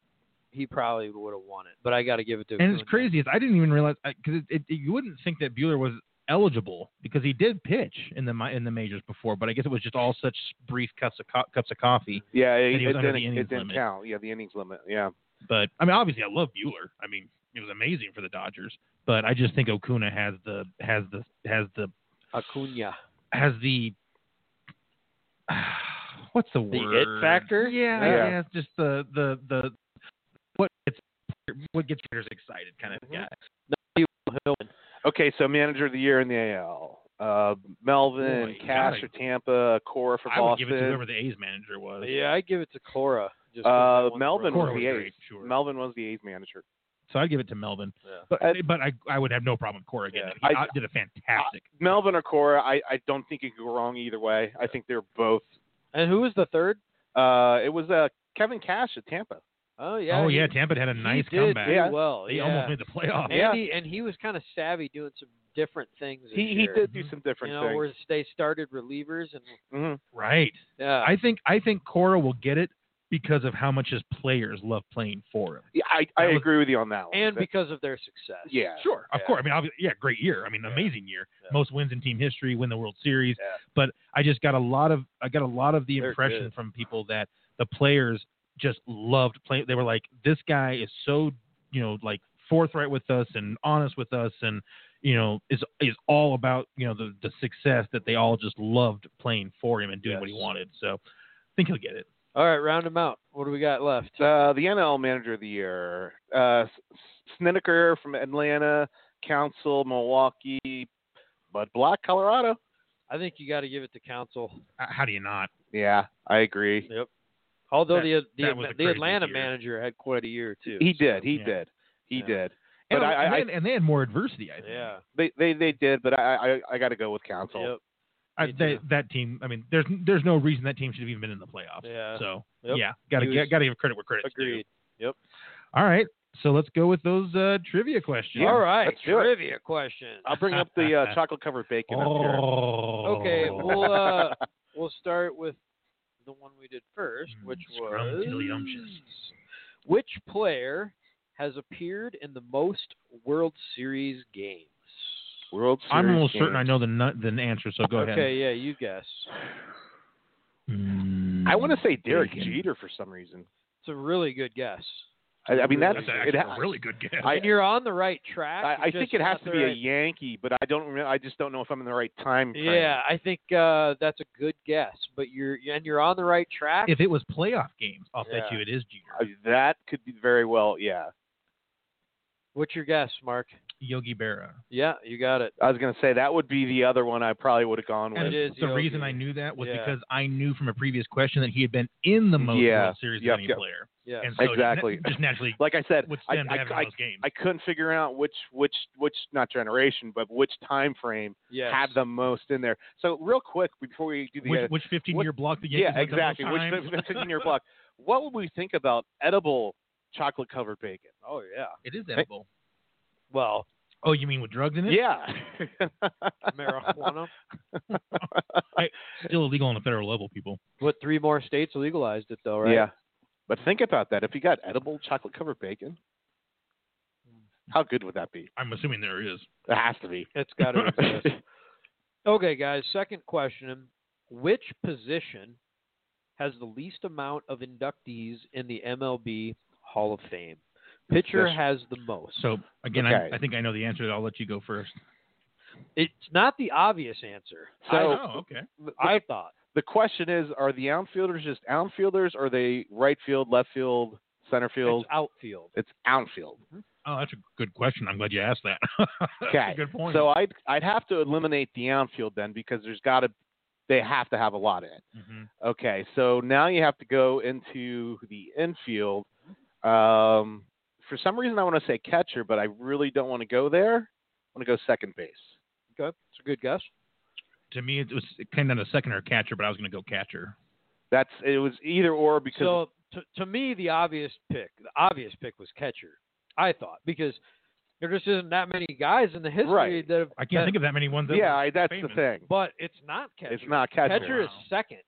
Speaker 4: he probably would have won it. But I got to give it to.
Speaker 2: and it's
Speaker 4: Acuna.
Speaker 2: crazy is I didn't even realize because it, it, you wouldn't think that Bueller was eligible because he did pitch in the mi- in the majors before, but I guess it was just all such brief cups of co- cups of coffee.
Speaker 5: yeah,
Speaker 2: he
Speaker 5: it,
Speaker 2: was
Speaker 5: it
Speaker 2: under
Speaker 5: didn't,
Speaker 2: the innings
Speaker 5: it didn't
Speaker 2: limit.
Speaker 5: count. Yeah, the innings limit. Yeah,
Speaker 2: But I mean, obviously, I love Bueller. I mean, it was amazing for the Dodgers, but I just think Okuna has the has the has the
Speaker 4: Acuna.
Speaker 2: has the [sighs] what's the
Speaker 4: The it
Speaker 2: word
Speaker 4: factor?
Speaker 2: Yeah,
Speaker 5: Yeah.
Speaker 2: yeah. just the the the what gets what gets players excited kind of guy.
Speaker 5: Okay, so manager of the year in the AL. Uh, Melvin,
Speaker 2: Boy,
Speaker 5: Cash
Speaker 2: gotta-
Speaker 5: for Tampa, Cora for
Speaker 2: I would
Speaker 5: Boston.
Speaker 2: give it to whoever the A's manager was.
Speaker 4: Yeah, I give it to Cora. Just 'cause
Speaker 5: Uh,
Speaker 4: I want
Speaker 5: Melvin
Speaker 4: Cora.
Speaker 2: Cora
Speaker 5: was
Speaker 2: was
Speaker 5: the
Speaker 2: great,
Speaker 5: A's.
Speaker 2: sure.
Speaker 5: Melvin was the A's manager.
Speaker 2: So I'd give it to Melvin.
Speaker 4: Yeah.
Speaker 2: But
Speaker 5: Uh,
Speaker 2: but I I would have no problem with Cora again.
Speaker 4: Yeah.
Speaker 2: He
Speaker 5: I-
Speaker 2: uh, did a fantastic.
Speaker 5: Melvin or Cora, I, I don't think you could go wrong either way. I think they're both.
Speaker 4: And who was the third?
Speaker 5: Uh, it was uh, Kevin Cash at Tampa.
Speaker 4: Oh yeah.
Speaker 2: oh
Speaker 4: he-
Speaker 2: yeah, Tampa had a nice
Speaker 4: he did
Speaker 2: comeback.
Speaker 4: Do
Speaker 5: Yeah.
Speaker 4: Well,
Speaker 2: They
Speaker 4: yeah.
Speaker 2: almost made the playoffs.
Speaker 5: Yeah.
Speaker 4: And he, and he was kind of savvy doing some different things. this
Speaker 5: He he
Speaker 4: year.
Speaker 2: Mm-hmm.
Speaker 5: did do some different
Speaker 4: you know,
Speaker 5: things.
Speaker 4: where they started relievers and
Speaker 5: Mhm.
Speaker 2: Right.
Speaker 4: yeah.
Speaker 2: I think I think Cora will get it because of how much his players love playing for him.
Speaker 5: Yeah, I, I
Speaker 2: That was-
Speaker 5: agree with you on that one.
Speaker 4: and
Speaker 5: That-
Speaker 4: because of their success.
Speaker 5: yeah,
Speaker 2: Sure, of
Speaker 4: Yeah.
Speaker 2: course. I mean, obvi- yeah, great year. I mean, amazing year.
Speaker 4: Yeah.
Speaker 2: Most wins in team history, win the World Series.
Speaker 4: Yeah.
Speaker 2: But I just got a lot of I got a lot of the
Speaker 4: They're
Speaker 2: impression
Speaker 4: good.
Speaker 2: from people that the players just loved playing. They were like, this guy is so you know like forthright with us and honest with us, and you know is is all about you know the the success that they all just loved playing for him and doing what he
Speaker 4: Yes.
Speaker 2: wanted. So I think he'll get it.
Speaker 4: All right, round them out. What do we got left?
Speaker 5: Uh, the NL Manager of the Year, uh, S- Snedeker from Atlanta, Council, Milwaukee, Bud Block, Colorado.
Speaker 4: I think you got to give it to Council.
Speaker 2: Uh, How do you not?
Speaker 5: Yeah, I agree.
Speaker 4: Although
Speaker 2: That-
Speaker 4: the the,
Speaker 2: that was a
Speaker 4: the
Speaker 2: crazy
Speaker 4: Atlanta
Speaker 2: year.
Speaker 4: manager had quite a year too.
Speaker 5: He did. He
Speaker 2: Yeah.
Speaker 5: did. He
Speaker 4: Yeah.
Speaker 5: did. But
Speaker 2: And,
Speaker 5: I, I,
Speaker 2: and, they, and they had more adversity, I think.
Speaker 4: Yeah.
Speaker 5: they, they they did. But I I, I got to go with Council.
Speaker 4: Yep.
Speaker 2: I,
Speaker 4: Me
Speaker 2: they,
Speaker 4: too.
Speaker 2: that team. I mean, there's there's no reason that team should have even been in the playoffs.
Speaker 4: Yeah.
Speaker 2: So
Speaker 4: Yep.
Speaker 2: yeah, gotta
Speaker 4: He was-
Speaker 2: gotta give credit where credit's due.
Speaker 4: Agreed.
Speaker 2: All right, so let's go with those uh, trivia questions.
Speaker 4: All right.
Speaker 5: let's do it.
Speaker 4: Trivia question.
Speaker 5: I'll bring up
Speaker 2: [laughs]
Speaker 5: the uh, chocolate covered bacon. up here.
Speaker 2: Oh.
Speaker 4: Okay. We'll uh,
Speaker 5: [laughs]
Speaker 4: we'll start with the one we did first,
Speaker 5: Hmm,
Speaker 2: Mm,
Speaker 4: which was
Speaker 2: scrumptious.
Speaker 4: which player has appeared in the most World Series games?
Speaker 5: World
Speaker 4: [laughs]
Speaker 5: Series
Speaker 2: I'm almost certain I
Speaker 5: games.
Speaker 2: know the nu- the answer, so go ahead.
Speaker 4: Okay. Yeah. You guess.
Speaker 2: Mm,
Speaker 5: I want to say Derek
Speaker 2: Bacon.
Speaker 5: Jeter for some reason.
Speaker 4: It's a really good guess.
Speaker 5: I, I mean that's,
Speaker 2: that's
Speaker 5: it
Speaker 2: actually
Speaker 5: ha-
Speaker 2: a really good guess.
Speaker 5: I-
Speaker 4: and you're on the right track.
Speaker 5: I, I
Speaker 4: you're
Speaker 5: think
Speaker 4: just
Speaker 5: it has
Speaker 4: not
Speaker 5: to
Speaker 4: the
Speaker 5: be a
Speaker 4: right-
Speaker 5: Yankee, but I don't. Remember, I just don't know if I'm in the right time. frame.
Speaker 4: Yeah, I think uh, that's a good guess, but you're and you're on the right track.
Speaker 2: if it was playoff games, I'll bet
Speaker 4: Yeah.
Speaker 2: you it is Jeter.
Speaker 5: Uh, that could be very well. Yeah,
Speaker 4: What's your guess, Mark?
Speaker 2: Yogi Berra.
Speaker 4: Yeah, you got it.
Speaker 5: I was gonna say that would be the other one I probably would have gone
Speaker 4: And
Speaker 5: with.
Speaker 4: it is
Speaker 2: the
Speaker 4: Yogi.
Speaker 2: reason I knew that was
Speaker 4: Yeah.
Speaker 2: because I knew from a previous question that he had been in the most
Speaker 5: Yeah.
Speaker 2: World Series
Speaker 5: Yep,
Speaker 2: of any
Speaker 5: yep.
Speaker 2: player,
Speaker 4: Yeah.
Speaker 2: and so just na-
Speaker 5: Exactly.
Speaker 2: just naturally
Speaker 5: Like I said,
Speaker 2: would
Speaker 5: I,
Speaker 2: stem to
Speaker 5: I-
Speaker 2: having
Speaker 5: I-
Speaker 2: those games.
Speaker 5: I couldn't figure out which which which not generation, but which time frame
Speaker 4: yes.
Speaker 5: had the most in there. So real quick before we do the
Speaker 2: which,
Speaker 5: edit-
Speaker 2: which 15 year block the Yankees
Speaker 5: yeah
Speaker 2: went to most
Speaker 5: exactly which
Speaker 2: times?
Speaker 5: 15 year block, what would we think about edible chocolate covered bacon?
Speaker 4: Oh yeah.
Speaker 2: [laughs] It is edible.
Speaker 5: [laughs]
Speaker 4: Well,
Speaker 2: Oh, you mean with drugs in it?
Speaker 5: Yeah,
Speaker 2: [laughs]
Speaker 5: [laughs]
Speaker 4: marijuana.
Speaker 2: Still illegal on the federal level, people.
Speaker 4: What three more states legalized it though, right?
Speaker 5: Yeah. But think about that. If you got edible chocolate covered bacon, how good would that be?
Speaker 2: I'm assuming there is.
Speaker 5: It has to be.
Speaker 4: It's got
Speaker 5: [laughs]
Speaker 4: to exist. okay, guys. Second question: Which position has the least amount of inductees in the MLB Hall of Fame? Pitcher
Speaker 5: Yes.
Speaker 4: has the most.
Speaker 2: So again,
Speaker 5: Okay.
Speaker 2: I, I think I know the answer. I'll let you go first.
Speaker 4: It's not the obvious answer.
Speaker 5: So-
Speaker 4: I,
Speaker 2: oh, okay.
Speaker 5: The,
Speaker 4: I thought.
Speaker 5: the question is are the outfielders just outfielders? Or are they right field, left field, center field?
Speaker 4: It's outfield.
Speaker 5: It's outfield.
Speaker 2: Oh, that's a good question. I'm glad you asked that. [laughs] That's a
Speaker 5: Okay.
Speaker 2: good point.
Speaker 5: So I'd, I'd have to eliminate the outfield then because there's got to, they have to have a lot in it.
Speaker 2: Mhm.
Speaker 5: Okay, so now you have to go into the infield. Um, for some reason, I want to say catcher, but I really don't want to go there. I want to go second base.
Speaker 4: Okay, it's a good guess.
Speaker 2: to me, it was it came down to second or catcher, but I was going to go catcher.
Speaker 5: That's it was either or because
Speaker 4: So to, to me, the obvious pick, the obvious pick was catcher. I thought because there just isn't that many guys in the history
Speaker 5: Right.
Speaker 4: that have.
Speaker 2: I can't think of that many ones. That
Speaker 5: yeah, I, that's
Speaker 2: famous.
Speaker 5: the thing.
Speaker 4: But it's not catcher.
Speaker 5: It's not catcher.
Speaker 4: Catcher is
Speaker 2: Wow.
Speaker 4: second.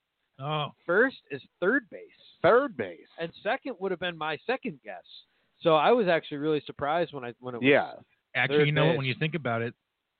Speaker 2: Oh,
Speaker 4: First is third base,
Speaker 5: Third base.
Speaker 4: and second would have been my second guess. So I was actually really surprised when I when it was.
Speaker 5: yeah,
Speaker 2: actually,
Speaker 4: Third
Speaker 2: you know what? When you
Speaker 4: base.
Speaker 2: think about it,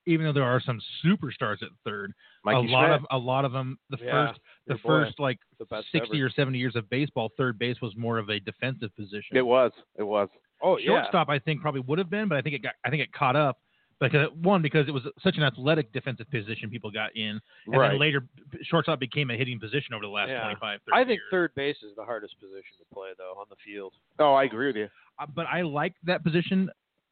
Speaker 2: even though there are some superstars at third,
Speaker 5: Mikey
Speaker 2: a lot
Speaker 5: Schmidt.
Speaker 2: of a lot of them, the
Speaker 4: Yeah,
Speaker 2: first, the
Speaker 4: your boy,
Speaker 2: first like
Speaker 4: the best
Speaker 2: 60
Speaker 4: ever.
Speaker 2: or 70 years of baseball, third base was more of a defensive position.
Speaker 5: it was. It was.
Speaker 4: Oh yeah.
Speaker 2: shortstop I think probably would have been, but I think it got I think it caught up because one because it was such an athletic defensive position people got in, and
Speaker 5: right.
Speaker 2: then later b- shortstop became a hitting position over the last
Speaker 4: Yeah.
Speaker 2: 25. 30
Speaker 4: I think
Speaker 2: years.
Speaker 4: third base is the hardest position to play though on the field.
Speaker 5: oh, I agree with you.
Speaker 2: Uh, but I like that position.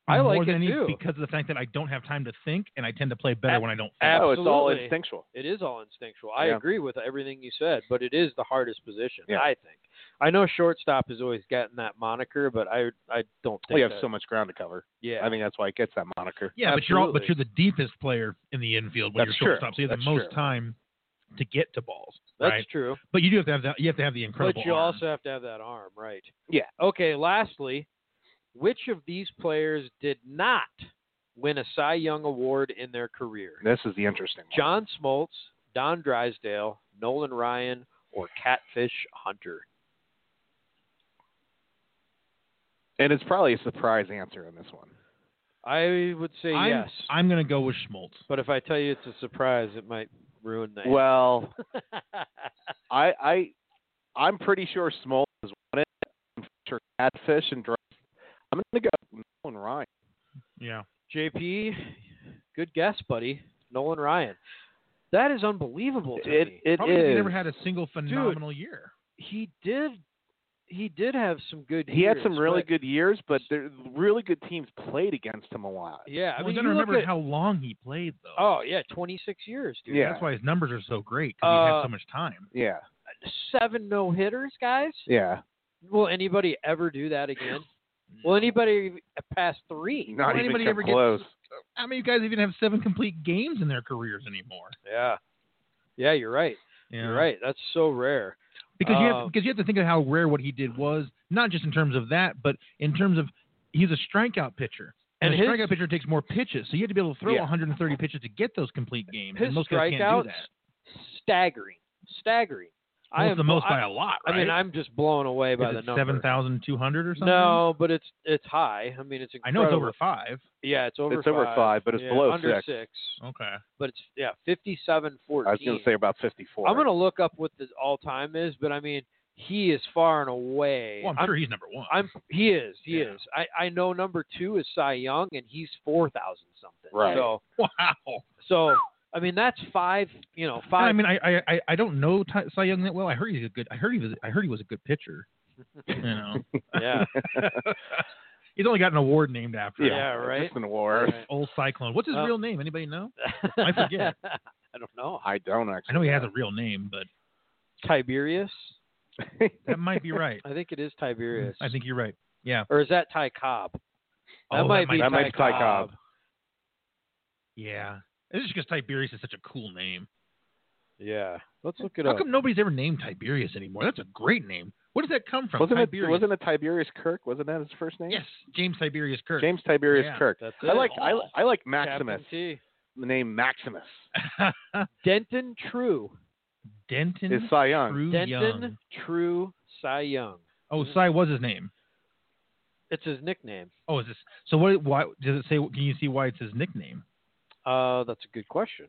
Speaker 4: I like
Speaker 2: more than any
Speaker 4: it, too.
Speaker 2: because of the fact that I don't have time to think, and I tend to play better
Speaker 4: Ab-
Speaker 2: when I don't.
Speaker 4: ab-
Speaker 2: Think.
Speaker 5: Oh, it's all
Speaker 4: Absolutely.
Speaker 5: instinctual.
Speaker 4: It is all instinctual. I
Speaker 5: Yeah.
Speaker 4: agree with everything you said, but it is the hardest position,
Speaker 5: Yeah.
Speaker 4: I think. I know shortstop has always gotten that moniker, but I I don't think
Speaker 5: We have
Speaker 4: that-
Speaker 5: so much ground to cover.
Speaker 4: yeah.
Speaker 5: I think that's why it gets that moniker.
Speaker 2: Yeah, but you're all, but
Speaker 4: absolutely.
Speaker 2: you're the deepest player in the infield when
Speaker 5: That's
Speaker 2: you're
Speaker 5: true.
Speaker 2: shortstop, so you have the
Speaker 5: That's
Speaker 2: most
Speaker 5: true.
Speaker 2: time to get to balls,
Speaker 4: that's
Speaker 2: right?
Speaker 4: true.
Speaker 2: But you do have to have that. You have to have the incredible.
Speaker 4: But you
Speaker 2: arm.
Speaker 4: also have to have that arm, right?
Speaker 5: Yeah.
Speaker 4: Okay, lastly, which of these players did not win a Cy Young award in their career?
Speaker 5: This is the interesting one.
Speaker 4: John Smoltz, Don Drysdale, Nolan Ryan, or Catfish Hunter?
Speaker 5: And it's probably a surprise answer on this one.
Speaker 4: I would say
Speaker 2: I'm,
Speaker 4: yes,
Speaker 2: I'm going to go with Schmaltz.
Speaker 4: but if I tell you it's a surprise, it might ruin the. [laughs]
Speaker 5: Well, I I I'm pretty sure Smoll is one. it. I'm sure Catfish and Dress. I'm gonna go Nolan Ryan.
Speaker 2: Yeah.
Speaker 4: JP, good guess, buddy. Nolan Ryan. That is unbelievable to
Speaker 5: It
Speaker 4: me.
Speaker 5: it
Speaker 2: Probably 'cause he
Speaker 5: is.
Speaker 2: never had a single phenomenal year.
Speaker 4: he did. He did have some good.
Speaker 5: he had
Speaker 4: years,
Speaker 5: some really
Speaker 4: but-
Speaker 5: good years, but there, really good teams played against him a lot.
Speaker 4: Yeah, I
Speaker 2: well,
Speaker 4: mean,
Speaker 2: then
Speaker 4: you look
Speaker 2: remember
Speaker 4: at-
Speaker 2: how long he played, though.
Speaker 4: Oh yeah, 26 years, dude.
Speaker 5: Yeah.
Speaker 2: That's why his numbers are so great because he
Speaker 4: Uh,
Speaker 2: had so much time.
Speaker 5: Yeah,
Speaker 4: Seven no hitters, guys.
Speaker 5: yeah.
Speaker 4: Will anybody ever do that again? Will anybody pass three?
Speaker 5: Not
Speaker 2: Will
Speaker 5: even
Speaker 2: anybody
Speaker 5: come
Speaker 2: ever get-
Speaker 5: close.
Speaker 2: How many guys even have seven complete games in their careers anymore?
Speaker 4: Yeah. Yeah, you're right.
Speaker 2: Yeah.
Speaker 4: You're right. That's so rare.
Speaker 2: Because you
Speaker 4: Um,
Speaker 2: have because you have to think of how rare what he did was, not just in terms of that, but in terms of he's a strikeout pitcher. And,
Speaker 4: And
Speaker 2: a
Speaker 4: his-
Speaker 2: strikeout pitcher takes more pitches, so you had to be able to throw
Speaker 5: Yeah.
Speaker 2: 130 pitches to get those complete games.
Speaker 4: His
Speaker 2: and most guys can't
Speaker 4: strikeouts,
Speaker 2: do that.
Speaker 4: staggering, staggering. I
Speaker 2: Well,
Speaker 4: am
Speaker 2: it's the most
Speaker 4: I,
Speaker 2: by a lot.
Speaker 4: I mean,
Speaker 2: right?
Speaker 4: I'm just blown away by
Speaker 2: Is
Speaker 4: the
Speaker 2: it
Speaker 4: number.
Speaker 2: seven thousand two hundred or something.
Speaker 4: No, but it's it's high. I mean, it's
Speaker 2: I know
Speaker 4: incredible.
Speaker 2: it's over five.
Speaker 4: Yeah, it's over.
Speaker 5: It's over five, but it's
Speaker 4: Yeah,
Speaker 5: below
Speaker 4: under
Speaker 5: six.
Speaker 2: Okay.
Speaker 4: But it's yeah, fifty-seven fourteen.
Speaker 5: I was gonna say about 54.
Speaker 4: I'm gonna look up what the all-time is, but I mean, he is far and away.
Speaker 2: Well, I'm, sure he's number one.
Speaker 4: I'm he is he
Speaker 2: Yeah.
Speaker 4: is. I I know number two is Cy Young, and he's four thousand something.
Speaker 5: Right.
Speaker 4: So
Speaker 2: [laughs] wow.
Speaker 4: so I mean that's five. You know five.
Speaker 2: I mean, I I I- I don't know Ty, Cy Young that well. I heard he's a good. I heard he was. I heard he was a good pitcher. You know,
Speaker 4: yeah.
Speaker 2: he's only got an award named after
Speaker 5: yeah,
Speaker 2: him.
Speaker 4: [laughs] Yeah,
Speaker 5: [laughs]
Speaker 4: right.
Speaker 5: Just an award.
Speaker 4: Right.
Speaker 2: Old Cyclone. What's his
Speaker 4: Uh,
Speaker 2: real name? Anybody know? I forget.
Speaker 4: [laughs] I don't know.
Speaker 5: I don't actually.
Speaker 2: I know he has a real name, but
Speaker 4: Tiberius.
Speaker 2: that might be
Speaker 4: [laughs]
Speaker 2: right.
Speaker 4: I think it is Tiberius.
Speaker 2: I think you're right. Yeah.
Speaker 4: Or is that Ty Cobb?
Speaker 2: Oh,
Speaker 4: that
Speaker 2: that
Speaker 4: might
Speaker 2: might-
Speaker 4: be Ty,
Speaker 5: that might be Ty Cobb.
Speaker 2: Yeah. It's just because Tiberius is such a cool name.
Speaker 4: Yeah. Let's look it
Speaker 2: How
Speaker 4: up.
Speaker 2: come nobody's ever named Tiberius anymore? That's a great name. Where does that come from?
Speaker 5: Wasn't
Speaker 2: Tiberius.
Speaker 5: it wasn't it Tiberius Kirk? Wasn't that his first name?
Speaker 2: Yes, James Tiberius Kirk.
Speaker 5: James Tiberius
Speaker 2: Yeah,
Speaker 5: Kirk.
Speaker 4: That's it.
Speaker 5: I like I,
Speaker 2: Oh.
Speaker 5: I like
Speaker 4: Captain
Speaker 5: Maximus.
Speaker 4: T.
Speaker 5: The name Maximus
Speaker 4: Denton True.
Speaker 2: Denton
Speaker 5: is Cy Young.
Speaker 2: True
Speaker 4: Denton
Speaker 2: Young.
Speaker 4: True Cy Young.
Speaker 2: Oh, Cy was his name.
Speaker 4: It's his nickname.
Speaker 2: Oh, is this? So what? Why does it say? Can you see why it's his nickname?
Speaker 4: Uh, that's a good question.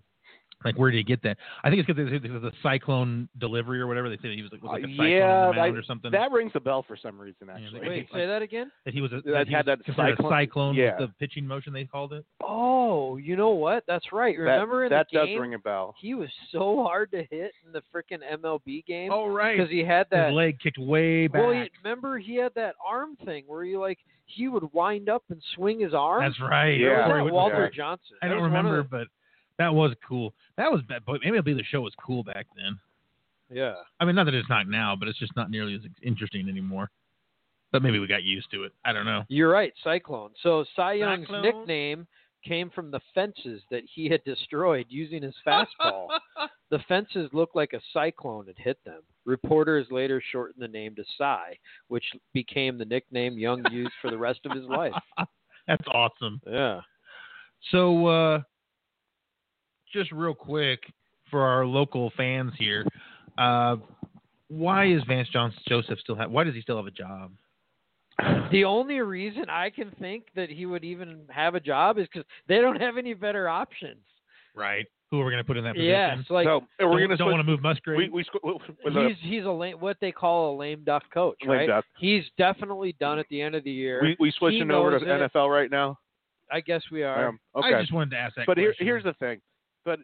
Speaker 2: Like, where did he get that? I think it's because of the cyclone delivery or whatever. They say that he was like, was like a
Speaker 5: Uh,
Speaker 2: cyclone
Speaker 5: yeah,
Speaker 2: on the mound
Speaker 5: that-
Speaker 2: or something.
Speaker 5: That rings a bell for some reason actually.
Speaker 2: Yeah,
Speaker 4: Wait,
Speaker 2: it's
Speaker 4: say that again.
Speaker 2: that he was a,
Speaker 5: that
Speaker 2: that he
Speaker 5: had
Speaker 2: was
Speaker 5: that
Speaker 2: considered
Speaker 5: cyclone-
Speaker 2: a cyclone
Speaker 5: yeah.
Speaker 2: with the pitching motion they called it.
Speaker 4: Oh, you know what? That's right.
Speaker 5: [laughs] That-
Speaker 4: Remember in
Speaker 5: that
Speaker 4: the
Speaker 5: does
Speaker 4: game,
Speaker 5: ring a bell.
Speaker 4: he was so hard to hit in the freaking MLB game
Speaker 2: right,
Speaker 4: because he had that.
Speaker 2: his leg kicked way back.
Speaker 4: Well, he, remember he had that arm thing where he like he would wind up and swing his arm.
Speaker 2: That's right.
Speaker 5: Yeah.
Speaker 4: Or was
Speaker 2: Corey
Speaker 4: that
Speaker 2: Whitman-
Speaker 4: Walter Johnson.
Speaker 2: I
Speaker 4: That
Speaker 2: don't
Speaker 4: was one of
Speaker 2: remember, but that was cool. That was bad. But MLB the show was cool back then.
Speaker 4: the- yeah.
Speaker 2: I mean, not that it's not now, but it's just not nearly as interesting anymore. But maybe we got used to it. I don't know.
Speaker 4: You're right, Cyclone. So Cy Young's
Speaker 2: Cyclone.
Speaker 4: nickname came from the fences that he had destroyed using his fastball. the fences looked like a cyclone had hit them. Reporters later shortened the name to Cy, which became the nickname Young used for the rest of his life.
Speaker 2: That's awesome.
Speaker 4: Yeah.
Speaker 2: So, uh, just real quick for our local fans here, uh, why is Vance Johnson Joseph still have? Why does he still have a job?
Speaker 4: The only reason I can think that he would even have a job is because they don't have any better options.
Speaker 2: Right? Who are we going to put in that position?
Speaker 4: Yes, like
Speaker 5: so we're
Speaker 2: Don't-
Speaker 5: going to
Speaker 2: don't want to move Musgrave.
Speaker 5: we we, squ- we, with a-
Speaker 4: he's he's a lame, what they call a lame duck coach,
Speaker 5: Lame
Speaker 4: right?
Speaker 5: duck.
Speaker 4: He's definitely done at the end of the year.
Speaker 5: we, we switching
Speaker 4: He
Speaker 5: over
Speaker 4: knows
Speaker 5: to
Speaker 4: it.
Speaker 5: NFL right now.
Speaker 4: I guess we are.
Speaker 5: Um, okay.
Speaker 2: I just wanted to ask that.
Speaker 5: but here,
Speaker 2: question.
Speaker 5: here's the thing. But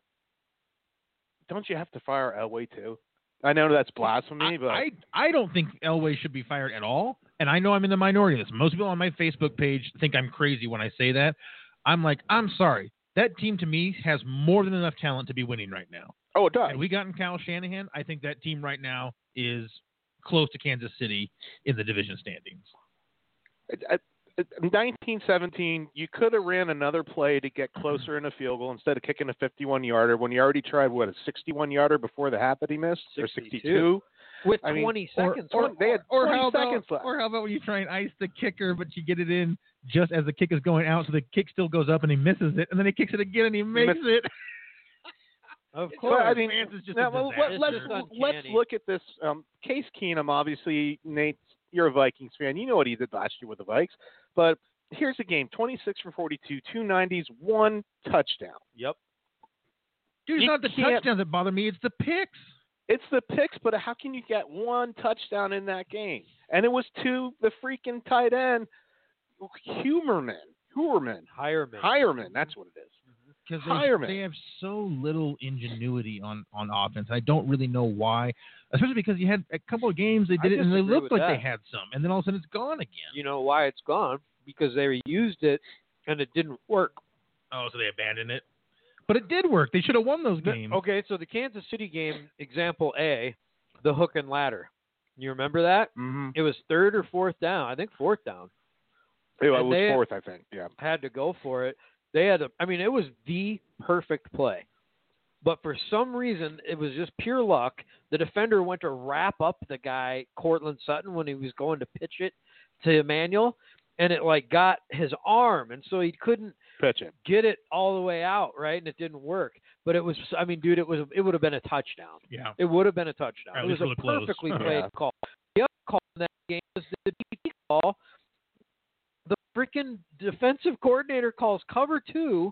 Speaker 5: don't you have to fire Elway too? I know that's blasphemy, but
Speaker 2: I, I I don't think Elway should be fired at all, and I know I'm in the minority. Of this most people on my Facebook page think I'm crazy when I say that. I'm like, I'm sorry. That team to me has more than enough talent to be winning right now.
Speaker 5: oh, it does.
Speaker 2: Had we gotten Kyle Shanahan, I think that team right now is close to Kansas City in the division standings.
Speaker 5: It- it- it- 1917, you could have ran another play to get closer in a field goal instead of kicking a 51 yarder when you already tried what a 61 yarder before the half that he missed or
Speaker 4: 62.
Speaker 5: 62.
Speaker 4: With
Speaker 5: I mean,
Speaker 4: 20
Speaker 2: or-
Speaker 4: seconds
Speaker 5: or
Speaker 4: left.
Speaker 5: they had
Speaker 2: Or
Speaker 5: 20
Speaker 2: how
Speaker 5: seconds
Speaker 2: about
Speaker 5: left.
Speaker 2: or how about when you try and ice the kicker, but you get it in just as the kick is going out, so the kick still goes up and he misses it, and then he kicks it again and he makes it. [laughs]
Speaker 4: of
Speaker 5: Well,
Speaker 4: course.
Speaker 5: I mean,
Speaker 2: Vance is just a
Speaker 5: now, well, let,
Speaker 2: disaster.
Speaker 5: let's
Speaker 4: It's just
Speaker 5: let's
Speaker 4: uncanny.
Speaker 5: look at this. Um, Case Keenum, obviously, Nate you're a Vikings fan. You know what he did last year with the Vikes. But here's the game: 26 for 42, two nineties, one touchdown.
Speaker 4: Yep.
Speaker 2: Dude, it's
Speaker 5: You
Speaker 2: not the
Speaker 5: can't-
Speaker 2: touchdowns that bother me, it's the picks.
Speaker 5: It's the picks, but how can you get one touchdown in that game? And it was to the freaking tight end, Humerman. Humerman.
Speaker 4: Hireman.
Speaker 5: Hireman. That's what it is.
Speaker 2: Because
Speaker 5: Hireman.
Speaker 2: they, they have so little ingenuity on, on offense. I don't really know why, especially because you had a couple of games they
Speaker 4: I
Speaker 2: did it and they
Speaker 4: disagree
Speaker 2: looked
Speaker 4: with
Speaker 2: like they
Speaker 4: that.
Speaker 2: had some, and then all of a sudden it's gone again.
Speaker 4: You know why it's gone? Because they used it and it didn't work.
Speaker 2: Oh, so they abandoned it. But it did work. They should have won those
Speaker 4: The-
Speaker 2: games.
Speaker 4: okay, so the Kansas City game, example A, the hook and ladder. You remember that?
Speaker 5: Mm-hmm.
Speaker 4: It was third or fourth down. I think fourth down.
Speaker 5: It
Speaker 4: And
Speaker 5: was
Speaker 4: they-
Speaker 5: fourth, I think. Yeah.
Speaker 4: Had to go for it. They had, a, I mean, it was the perfect play. But for some reason, it was just pure luck. The defender went to wrap up the guy, Cortland Sutton, when he was going to pitch it to Emmanuel, and it like got his arm, and so he couldn't
Speaker 5: Pitch it.
Speaker 4: get it all the way out, right? And it didn't work. But it was, I mean, dude, it was, it would have been a touchdown.
Speaker 2: Yeah.
Speaker 4: It would have been a touchdown.
Speaker 2: At
Speaker 4: it
Speaker 2: least
Speaker 4: was
Speaker 2: it
Speaker 4: a
Speaker 2: looked close.
Speaker 4: perfectly
Speaker 5: Yeah.
Speaker 4: played call. The other call in that game was the DT call. The freaking defensive coordinator calls cover two,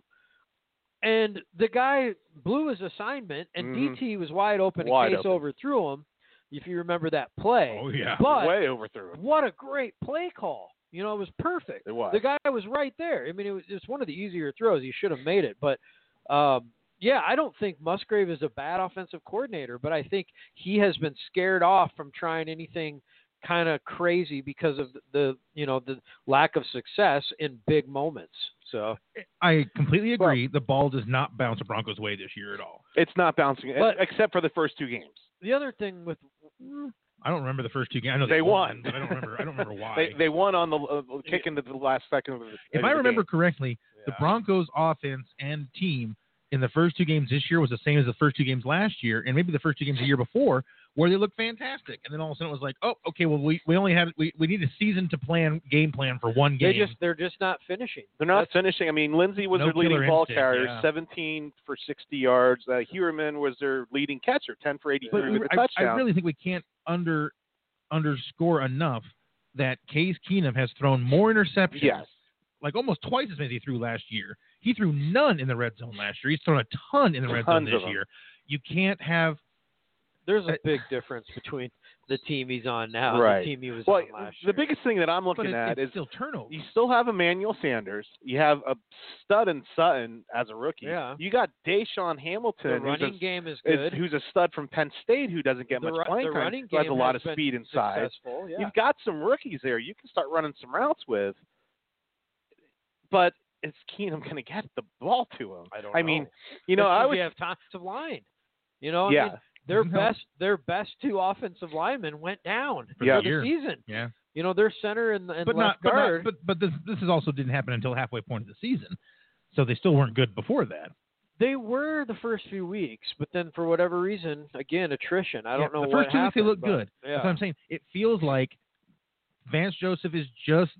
Speaker 4: and the guy blew his assignment, and
Speaker 5: Mhm.
Speaker 4: DT was wide open.
Speaker 5: Wide
Speaker 4: and Case
Speaker 5: open.
Speaker 4: overthrew him, if you remember that play.
Speaker 2: Oh yeah.
Speaker 4: But
Speaker 5: Way overthrew it.
Speaker 4: what a great play call! You know, it was perfect.
Speaker 5: It was.
Speaker 4: The guy was right there. I mean, it was it's one of the easier throws. He should have made it, but um, yeah, I don't think Musgrave is a bad offensive coordinator, but I think he has been scared off from trying anything kind of crazy because of the, the you know the lack of success in big moments. So
Speaker 2: I completely agree. the ball does not bounce a Broncos way this year at all.
Speaker 5: It's not bouncing,
Speaker 4: But-
Speaker 5: except for the first two games.
Speaker 4: the other thing with mm,
Speaker 2: I don't remember the first two games. I know
Speaker 5: They won.
Speaker 2: but I don't remember. I don't
Speaker 4: [laughs]
Speaker 2: remember why.
Speaker 5: They, they won on the uh, kick into the last second of the.
Speaker 2: if
Speaker 5: of
Speaker 2: I
Speaker 5: the
Speaker 2: remember
Speaker 5: game.
Speaker 2: correctly, the Broncos offense and team in the first two games this year was the same as the first two games last year, and maybe the first two games the year before, where they looked fantastic, and then all of a sudden it was like, oh, okay, well we, we only had we, we need a season to plan game plan for one game.
Speaker 4: they just they're just not finishing.
Speaker 5: They're not
Speaker 4: That's-
Speaker 5: finishing. I mean, Lindsey was
Speaker 2: No
Speaker 5: their leading
Speaker 2: killer
Speaker 5: ball
Speaker 2: instinct,
Speaker 5: carrier,
Speaker 2: yeah.
Speaker 5: 17 for 60 yards. Uh, Huerman was their leading catcher, 10 for 83
Speaker 2: but
Speaker 5: with a
Speaker 2: I, I
Speaker 5: touchdown.
Speaker 2: really think we can't under underscore enough that Case Keenum has thrown more interceptions
Speaker 5: yes.
Speaker 2: like almost twice as many as he threw last year. He threw none in the red zone last year. He's thrown a ton in the red
Speaker 5: Tons
Speaker 2: zone
Speaker 5: of
Speaker 2: this
Speaker 5: them.
Speaker 2: year. You can't have
Speaker 4: There's a
Speaker 2: I-
Speaker 4: big difference between the team he's on now and
Speaker 5: Right.
Speaker 4: the team he was
Speaker 5: Well,
Speaker 4: on last
Speaker 5: the
Speaker 4: year.
Speaker 5: biggest thing that I'm
Speaker 2: but
Speaker 5: looking
Speaker 2: it,
Speaker 5: at
Speaker 2: it's
Speaker 5: is
Speaker 2: still turnovers.
Speaker 5: you still have Emmanuel Sanders. You have a stud in Sutton as a rookie.
Speaker 4: Yeah.
Speaker 5: You got Deshaun
Speaker 4: the
Speaker 5: Hamilton, who's
Speaker 4: running
Speaker 5: a,
Speaker 4: game is
Speaker 5: is-
Speaker 4: good.
Speaker 5: who's a stud from Penn State who doesn't get
Speaker 4: the, ru-
Speaker 5: much playing
Speaker 4: the
Speaker 5: time,
Speaker 4: running
Speaker 5: who
Speaker 4: game
Speaker 5: has a lot
Speaker 4: has
Speaker 5: of
Speaker 4: been
Speaker 5: speed and size.
Speaker 4: Successful, yeah.
Speaker 5: You've got some rookies there. You can start running some routes with, but is Keenum going to get the ball to him?
Speaker 4: I don't.
Speaker 5: I mean, you know, I was
Speaker 4: you have offensive line. You know, I
Speaker 5: yeah,
Speaker 4: mean, their
Speaker 2: [laughs] No.
Speaker 4: best their best two offensive linemen went down
Speaker 2: For
Speaker 5: Yeah.
Speaker 4: for
Speaker 2: the
Speaker 4: the
Speaker 2: year.
Speaker 4: season.
Speaker 2: Yeah.
Speaker 4: You know, their center and, and
Speaker 2: but
Speaker 4: left
Speaker 2: not, but
Speaker 4: guard.
Speaker 2: not but but this this is also didn't happen until halfway point of the season. So they still weren't good before that.
Speaker 4: they were the first few weeks, but then for whatever reason, again, attrition. I
Speaker 2: Yeah,
Speaker 4: don't know
Speaker 2: the
Speaker 4: what
Speaker 2: first two weeks they
Speaker 4: happened,
Speaker 2: looked
Speaker 4: but-
Speaker 2: good.
Speaker 4: Yeah.
Speaker 2: That's what I'm saying. It feels like Vance Joseph is just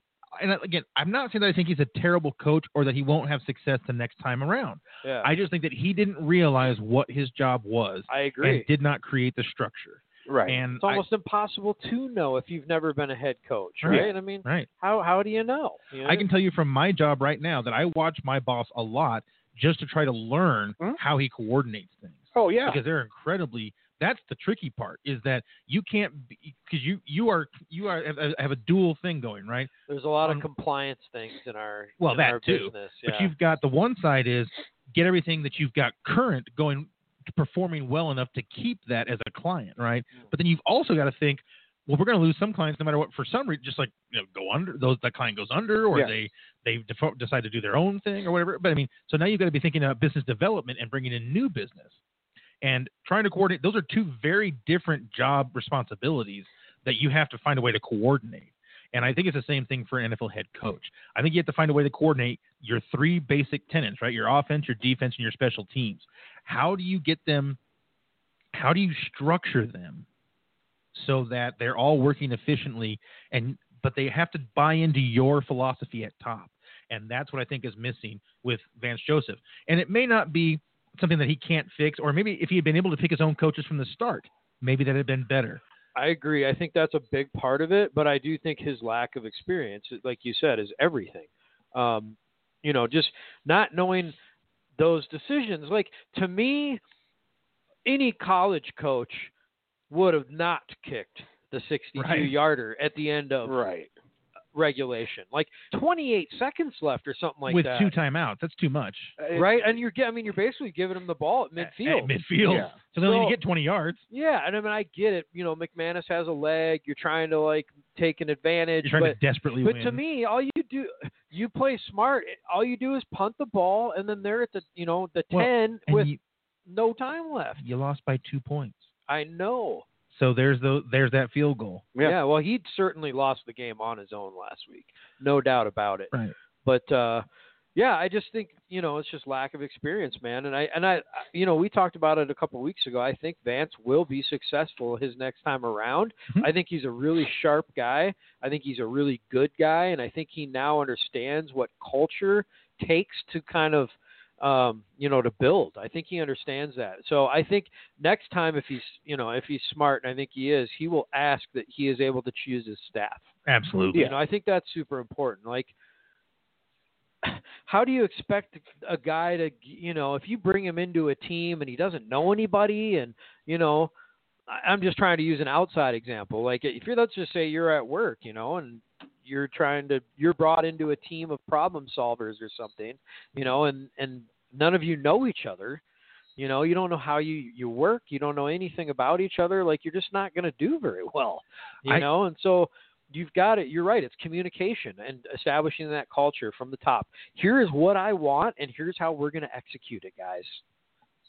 Speaker 2: and again, I'm not saying that I think he's a terrible coach or that he won't have success the next time around.
Speaker 4: yeah.
Speaker 2: I just think that he didn't realize what his job was
Speaker 4: I
Speaker 2: and
Speaker 4: agree.
Speaker 2: did not create the structure.
Speaker 5: right.
Speaker 2: And
Speaker 4: It's almost impossible to know if you've never been a head coach,
Speaker 2: Right.
Speaker 4: right? I mean,
Speaker 2: I, right.
Speaker 4: how how do you know? You know?
Speaker 2: I can tell you from my job right now that I watch my boss a lot just to try to learn
Speaker 5: Mhm.
Speaker 2: how he coordinates things
Speaker 5: oh yeah,
Speaker 2: because they're incredibly. That's the tricky part is that you can't because you you are you are have- have a dual thing going right.
Speaker 4: There's a lot
Speaker 2: Um,
Speaker 4: of compliance things in our
Speaker 2: Well,
Speaker 4: in
Speaker 2: that
Speaker 4: our
Speaker 2: too,
Speaker 4: business.
Speaker 2: But
Speaker 4: yeah.
Speaker 2: you've got the one side is get everything that you've got current going performing well enough to keep that as a client right.
Speaker 4: Mm.
Speaker 2: But then you've also got to think. Well, we're going to lose some clients no matter what for some reason, just like you know, go under those that client goes under, or
Speaker 5: Yeah.
Speaker 2: they they defo- decide to do their own thing or whatever. But I mean, so now you've got to be thinking about business development and bringing in new business and trying to coordinate. Those are two very different job responsibilities that you have to find a way to coordinate. And I think it's the same thing for an NFL head coach. I think you have to find a way to coordinate your three basic tenants, right? Your offense, your defense, and your special teams. How do you get them? How do you structure them so that they're all working efficiently and but they have to buy into your philosophy at top. And that's what I think is missing with Vance Joseph. And it may not be something that he can't fix, or maybe if he had been able to pick his own coaches from the start, maybe that had been better.
Speaker 4: I agree. I think that's a big part of it, but I do think his lack of experience, like you said, is everything. Um, you know, just not knowing those decisions. Like to me, any college coach would have not kicked the 62
Speaker 2: Right.
Speaker 4: yarder at the end of
Speaker 5: Right.
Speaker 4: regulation, like 28 seconds left or something like
Speaker 2: with
Speaker 4: that.
Speaker 2: two timeouts. That's too much.
Speaker 4: right, and you're get. I mean, you're basically giving him the ball at
Speaker 2: At-
Speaker 4: midfield.
Speaker 2: At midfield.
Speaker 5: Yeah.
Speaker 2: So they only
Speaker 4: So-
Speaker 2: need to get 20 yards.
Speaker 4: Yeah, and I mean I get it. You know, McManus has a leg. You're trying to like take an advantage,
Speaker 2: You're trying
Speaker 4: but
Speaker 2: to desperately
Speaker 4: but
Speaker 2: win.
Speaker 4: to me, all you do, you play smart. All you do is punt the ball, and then they're at the you know the
Speaker 2: Well,
Speaker 4: ten
Speaker 2: and
Speaker 4: with
Speaker 2: you,
Speaker 4: no time left.
Speaker 2: you lost by two points.
Speaker 4: I know.
Speaker 2: So there's the there's that field goal.
Speaker 5: Yeah.
Speaker 4: well, he certainly lost the game on his own last week, no doubt about it.
Speaker 2: Right.
Speaker 4: But uh, yeah, I just think you know it's just lack of experience, man. And I and I, you know, we talked about it a couple weeks ago. I think Vance will be successful his next time around.
Speaker 2: Mhm.
Speaker 4: I think he's a really sharp guy. I think he's a really good guy, and I think he now understands what culture takes to kind of. Um, you know, to build, I think he understands that. So I think next time, if he's, you know, if he's smart, and I think he is, he will ask that he is able to choose his staff.
Speaker 2: Absolutely.
Speaker 4: You know, I think that's super important. Like, how do you expect a guy to, you know, if you bring him into a team and he doesn't know anybody, and you know, I- I'm just trying to use an outside example. Like, if you're, let's just say you're at work, you know, and you're trying to, you're brought into a team of problem solvers or something, you know, and and none of you know each other. You know, you don't know how you you work. You don't know anything about each other. Like, you're just not going to do very well. You
Speaker 2: I-
Speaker 4: know, and so you've got it. You're right. It's communication and establishing that culture from the top. Here is what I want, and here's how we're going to execute it, guys.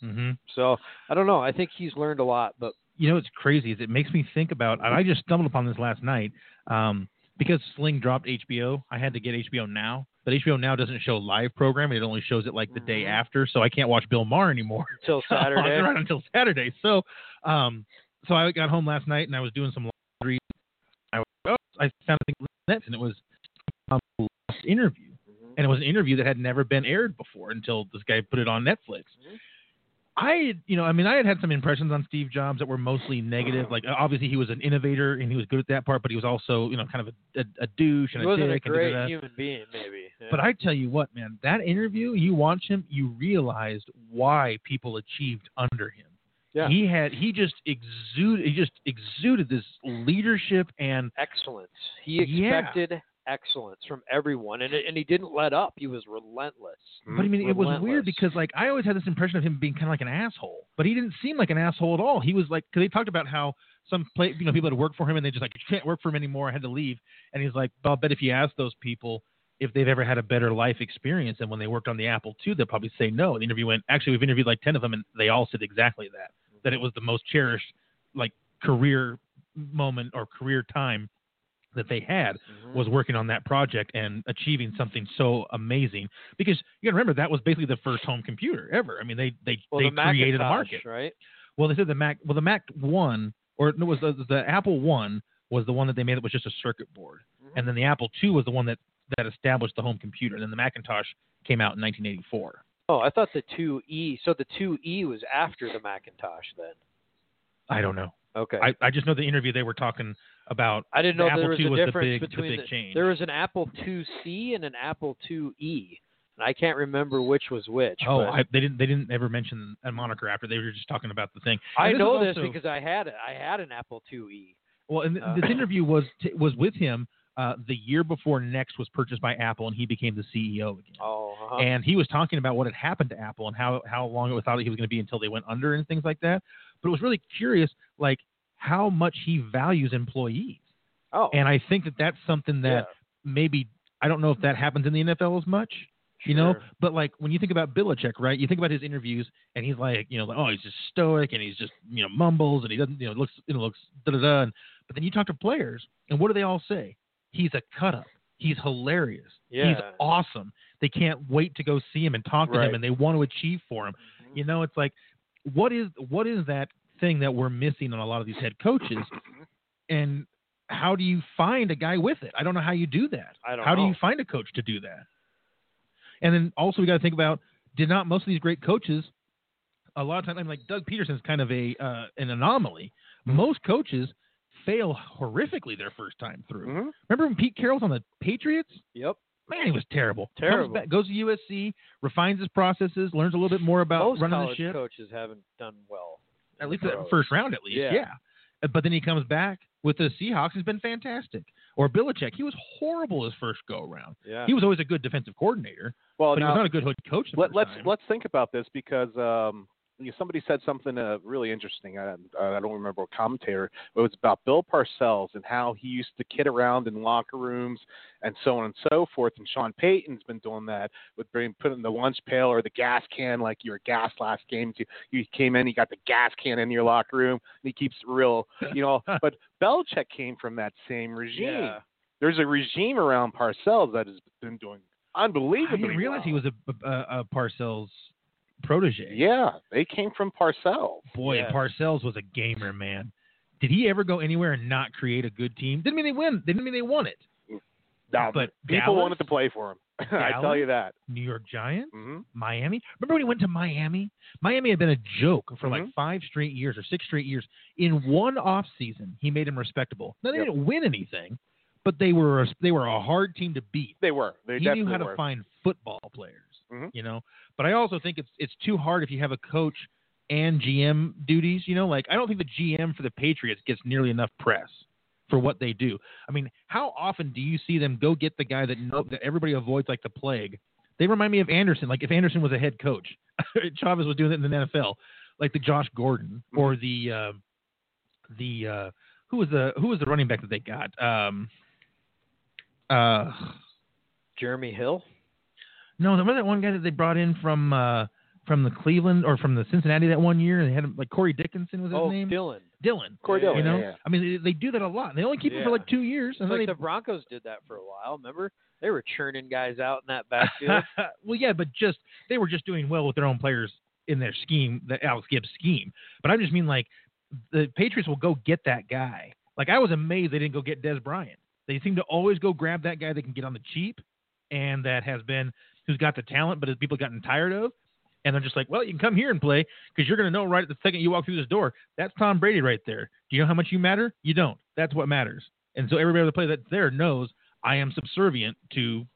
Speaker 2: hmm
Speaker 4: So I don't know. I think he's learned a lot, but
Speaker 2: You know what's crazy is it makes me think about, and I just stumbled upon this last night um, because Sling dropped HBO. I had to get HBO Now, but HBO Now doesn't show live programming. It only shows it like the day
Speaker 4: Mhm.
Speaker 2: after, so I can't watch Bill Maher anymore. [laughs]
Speaker 4: until Saturday,
Speaker 2: right until Saturday. So, um, so I got home last night and I was doing some laundry. I was, oh, I found a thing on the net and it was um, last interview,
Speaker 4: Mhm.
Speaker 2: and it was an interview that had never been aired before until this guy put it on Netflix.
Speaker 4: Mhm.
Speaker 2: I, had- you know, I mean, I had had some impressions on Steve Jobs that were mostly negative. Like, obviously, he was an innovator and he was good at that part, but he was also, you know, kind of a, a, a douche and
Speaker 4: he
Speaker 2: a
Speaker 4: wasn't a
Speaker 2: dick. and da-da-da.
Speaker 4: great human being, maybe. Yeah.
Speaker 2: But I tell you what, man, that interview, you watch him, you realized why people achieved under him.
Speaker 4: Yeah.
Speaker 2: He had he just exuded he just exuded this leadership and
Speaker 4: excellence. He
Speaker 2: Yeah.
Speaker 4: expected excellence from everyone, and and he didn't let up. He was relentless.
Speaker 2: but I mean it was
Speaker 4: Hmm? Relentless.
Speaker 2: weird because like I always had this impression of him being kind of like an asshole, but he didn't seem like an asshole at all. He was like cuz they talked about how some play, you know people had worked for him and they just like "You can't work for him anymore. I had to leave. And he's like, "But I'll bet if you ask those people if they've ever had a better life experience than when they worked on the Apple II, they'll probably say no." And the interview went, "Actually, we've interviewed like ten of them, and they all said exactly that. That it was the most cherished like career moment or career time that they had
Speaker 4: Mhm.
Speaker 2: was working on that project and achieving something so amazing. Because you got to remember that was basically the first home computer ever. I mean, they they
Speaker 4: well,
Speaker 2: they
Speaker 4: the
Speaker 2: created a
Speaker 4: Macintosh,
Speaker 2: market.
Speaker 4: right?
Speaker 2: Well, they said the Mac. Well, the Mac One or no, was the, the Apple One was the one that they made that was just a circuit board,
Speaker 4: Mm-hmm.
Speaker 2: and then the Apple Two was the one that that established the home computer. And then the Macintosh came out in 1984.
Speaker 4: Oh, I thought the two E. So the two E was after the Macintosh, then.
Speaker 2: I don't know.
Speaker 4: Okay.
Speaker 2: I, I just know the interview they were talking about.
Speaker 4: I didn't
Speaker 2: the
Speaker 4: know
Speaker 2: Apple
Speaker 4: there was
Speaker 2: II
Speaker 4: a
Speaker 2: was the
Speaker 4: difference
Speaker 2: big- the
Speaker 4: between
Speaker 2: big change.
Speaker 4: there was an Apple IIc and an Apple IIe, and I can't remember which was which.
Speaker 2: Oh,
Speaker 4: but
Speaker 2: I, they didn't. They didn't ever mention a moniker after. They were just talking about the thing.
Speaker 4: I
Speaker 2: And is
Speaker 4: know this
Speaker 2: also-
Speaker 4: because I had it. I had an Apple IIe.
Speaker 2: Well, and th-
Speaker 4: Uh,
Speaker 2: this
Speaker 4: [laughs]
Speaker 2: interview was t- was with him uh, the year before Next was purchased by Apple, and he became the CEO again.
Speaker 4: Oh, uh-huh.
Speaker 2: And he was talking about what had happened to Apple and how how long it was thought that he was going to be until they went under and things like that. But it was really curious, like how much he values employees,
Speaker 4: oh,
Speaker 2: and I think that that's something that maybe I don't know if that happens in the NFL as much. You know,
Speaker 4: Sure.
Speaker 2: but like when you think about Belichick, right? You think about his interviews, and he's like, you know, like, oh, he's just stoic, and he's just, you know, mumbles, and he doesn't, you know, looks, you know, looks da da da. And- But then you talk to players, and what do they all say? He's a cut up. He's hilarious. He's
Speaker 4: Yeah.
Speaker 2: awesome. They can't wait to go see him and talk to
Speaker 4: Right. Mm-hmm.
Speaker 2: him, and they want to achieve for him. You know, it's like, what is what is that thing that we're missing on a lot of these head coaches,
Speaker 4: Mm-hmm.
Speaker 2: and how do you find a guy with it? I don't know how you do that.
Speaker 4: I don't
Speaker 2: how do
Speaker 4: know.
Speaker 2: you find a coach to do that? And then also we got to think about did not most of these great coaches a lot of times I mean, like Doug Peterson's kind of a uh, an anomaly. Most coaches fail horrifically their first time through.
Speaker 5: Mhm.
Speaker 2: Remember when Pete Carroll's on the Patriots?
Speaker 4: Yep.
Speaker 2: Man, he was terrible.
Speaker 5: Terrible.
Speaker 2: Comes back, goes to USC, refines his processes, learns a little bit more about
Speaker 4: Most
Speaker 2: uh, running the
Speaker 4: college
Speaker 2: ship.
Speaker 4: coaches haven't done well. in
Speaker 2: At
Speaker 4: the
Speaker 2: least uh, that
Speaker 4: pros.
Speaker 2: first round, at least.
Speaker 4: Yeah.
Speaker 2: Yeah. Uh, But then he comes back with the Seahawks. He's been fantastic. Or Belichick. He was horrible his first go round.
Speaker 4: Yeah.
Speaker 2: He was always a good defensive coordinator,
Speaker 5: Well,
Speaker 2: but he
Speaker 5: now,
Speaker 2: was not a good head coach. The
Speaker 5: let,
Speaker 2: first
Speaker 5: let's
Speaker 2: time.
Speaker 5: let's think about this because um, you know, somebody said something uh, really interesting. I, I don't remember what commentator, but it was about Bill Parcells and how he used to kid around in locker rooms and so on and so forth. And Sean Payton's been doing that with bringing putting the lunch pail or the gas can like your gas last game. You, you came in, you got the gas can in your locker room, and he keeps it real,
Speaker 2: [laughs]
Speaker 5: you know. but Belichick came from that same regime.
Speaker 4: Yeah.
Speaker 5: There's a regime around Parcells that has been doing
Speaker 2: I
Speaker 5: unbelievably.
Speaker 2: didn't realize
Speaker 5: well.
Speaker 2: he was a, a, a Parcells protege.
Speaker 5: Yeah, they came from Parcells.
Speaker 2: Boy,
Speaker 4: Yeah.
Speaker 2: Parcells was a gamer, man. Did he ever go anywhere and not create a good team? Didn't mean they win. Didn't mean they won it.
Speaker 5: Now,
Speaker 2: But
Speaker 5: people
Speaker 2: Dallas?
Speaker 5: wanted to play for him. [laughs] I tell
Speaker 2: Dallas?
Speaker 5: you that.
Speaker 2: New York Giants,
Speaker 5: hmm
Speaker 2: Miami. Remember when he went to Miami? Miami had been a joke for
Speaker 5: Mm-hmm.
Speaker 2: like five straight years or six straight years. In one off season, he made him respectable. Now they
Speaker 5: Yep.
Speaker 2: didn't win anything, but they were a, they were a hard team to beat.
Speaker 5: They were. They
Speaker 2: he
Speaker 5: definitely
Speaker 2: knew how to
Speaker 5: were.
Speaker 2: find football players,
Speaker 5: Mhm.
Speaker 2: you know. But I also think it's it's too hard if you have a coach and GM duties. You know, like I don't think the GM for the Patriots gets nearly enough press for what they do. I mean, how often do you see them go get the guy that no, that everybody avoids like the plague? They remind me of Anderson. Like if Anderson was a head coach, [laughs] Chavez was doing it in the NFL, like the Josh Gordon
Speaker 4: Mm-hmm.
Speaker 2: or the uh, the uh, who was the who was the running back that they got. Um, uh,
Speaker 4: Jeremy Hill.
Speaker 2: no, remember that one guy that they brought in from uh, from the Cleveland or from the Cincinnati that one year, and they had him, like Corey Dickinson was his
Speaker 4: Oh,
Speaker 2: name.
Speaker 4: Dylan.
Speaker 2: Dylan.
Speaker 5: Corey
Speaker 4: Yeah,
Speaker 5: Dillon,
Speaker 2: You know,
Speaker 5: yeah, yeah.
Speaker 2: I mean, they, they do that a lot. They only keep him for
Speaker 4: Yeah.
Speaker 2: like two years, and
Speaker 4: It's like
Speaker 2: then
Speaker 4: the Broncos did that for a while. Remember, they were churning guys out in that [laughs] backfield.
Speaker 2: they. [laughs] well, yeah, but just they were just doing well with their own players in their scheme, the Alex Gibbs scheme. But I just mean like the Patriots will go get that guy. Like I was amazed they didn't go get Des Bryant. They seem to always go grab that guy they can get on the cheap, and that has been who's got the talent, but has people gotten tired of. And they're just like, well, you can come here and play because you're going to know right at the second you walk through this door. That's Tom Brady right there. Do you know how much you matter? You don't. That's what matters. And so everybody on the play that's there knows I am subservient to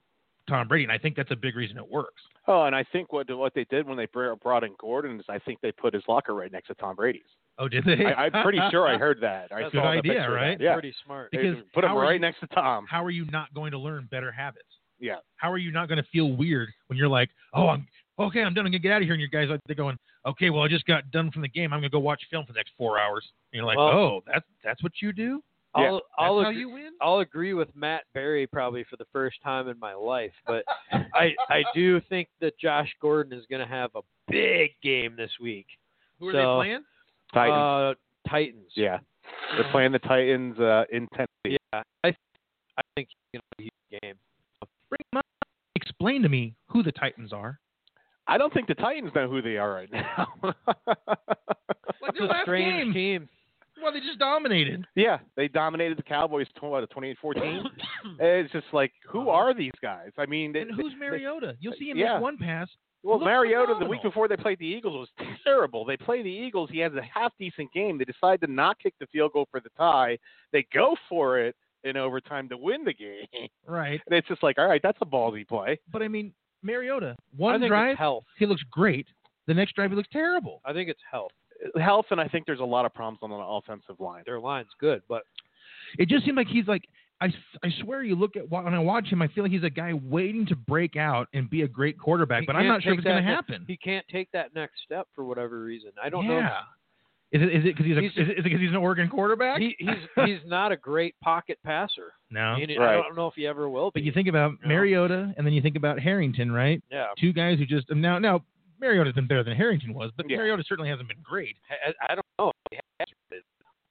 Speaker 2: Tom Brady. And I think that's a big reason it works.
Speaker 5: Oh, and I think what what they did when they br- brought in Gordon is I think they put his locker right next to Tom
Speaker 2: [laughs]
Speaker 5: Brady's.
Speaker 2: Oh, did they?
Speaker 5: I,
Speaker 2: [laughs]
Speaker 5: I'm pretty sure I heard that. I
Speaker 4: That's
Speaker 5: saw
Speaker 4: a
Speaker 5: the
Speaker 2: good idea,
Speaker 5: picture of that.
Speaker 2: right?
Speaker 5: Yeah.
Speaker 4: Pretty smart.
Speaker 5: They
Speaker 2: Because
Speaker 5: put him
Speaker 2: how are
Speaker 5: right
Speaker 2: you-
Speaker 5: next to Tom.
Speaker 2: How are you not going to learn better habits?
Speaker 5: Yeah.
Speaker 2: How are you not going to feel weird when you're like, oh, I'm okay, I'm done, I'm gonna get out of here, and your guys like they're going, okay, well, I just got done from the game, I'm gonna go watch film for the next four hours. And you're like,
Speaker 4: Well-
Speaker 2: oh, that's that's what you do.
Speaker 5: Yeah.
Speaker 4: I'll, I'll
Speaker 2: that's how
Speaker 4: agree-
Speaker 2: you win.
Speaker 4: I'll agree with Matt Barry probably for the first time in my life,
Speaker 2: [laughs]
Speaker 4: but I I do think that Josh Gordon is going to have a big game this week.
Speaker 2: Who are
Speaker 4: So-
Speaker 2: they playing?
Speaker 5: Titans.
Speaker 4: Uh, Titans.
Speaker 5: yeah.
Speaker 2: [gasps]
Speaker 5: They're playing the Titans uh, in Tennessee.
Speaker 4: Yeah. I I think he's going to have a huge game.
Speaker 2: Bring 'em up. Explain to me who the Titans
Speaker 5: [laughs]
Speaker 2: are.
Speaker 5: I don't think the Titans know who they are right now. [laughs]
Speaker 2: Like their
Speaker 4: It's a
Speaker 2: last game.
Speaker 4: strange team.
Speaker 2: Well, they just dominated.
Speaker 5: yeah, they dominated the Cowboys
Speaker 2: [coughs]
Speaker 5: 28-14. it's just like, who are these guys? I mean, they,
Speaker 2: And who's Mariota? You'll see him
Speaker 5: Yeah.
Speaker 2: make one pass.
Speaker 5: Well,
Speaker 2: looked
Speaker 5: Mariota the week
Speaker 2: phenomenal.
Speaker 5: before they played the Eagles was terrible. They play the Eagles. He has a half decent game. They decide to not kick the field goal for the tie. They go for it in overtime to win the game. [laughs] And
Speaker 2: Right.
Speaker 5: it's just like, all right, that's a ballsy play.
Speaker 2: But I mean, Mariota,
Speaker 4: I
Speaker 2: one
Speaker 4: think
Speaker 2: drive,
Speaker 4: it's health.
Speaker 2: he looks great. The next drive, he looks terrible.
Speaker 4: I think it's health.
Speaker 5: Health, and I think there's a lot of problems on the offensive line.
Speaker 4: Their line's good, but
Speaker 2: It just seemed like he's like I, I swear you look at when I watch him, I feel like he's a guy waiting to break out and be a great quarterback,
Speaker 4: He
Speaker 2: but I'm
Speaker 4: can't
Speaker 2: not sure if
Speaker 4: take
Speaker 2: it's going
Speaker 4: that
Speaker 2: to
Speaker 4: ne-
Speaker 2: happen.
Speaker 4: he can't take that next step for whatever reason. I don't
Speaker 2: yeah. Is it is it because he's, a,
Speaker 4: He's-
Speaker 2: is it because he's an Oregon
Speaker 4: know.
Speaker 2: quarterback?
Speaker 4: He, he's he's not a great pocket passer.
Speaker 2: no.
Speaker 4: And I
Speaker 5: Right.
Speaker 4: don't know if he ever will be.
Speaker 2: But you think about
Speaker 4: No.
Speaker 2: Mariota and then you think about Harrington, right?
Speaker 4: yeah.
Speaker 2: Two guys who just now now Mariota's been better than Harrington was, but
Speaker 5: Yeah.
Speaker 2: Mariota certainly hasn't been great.
Speaker 4: I, I don't know. He has been.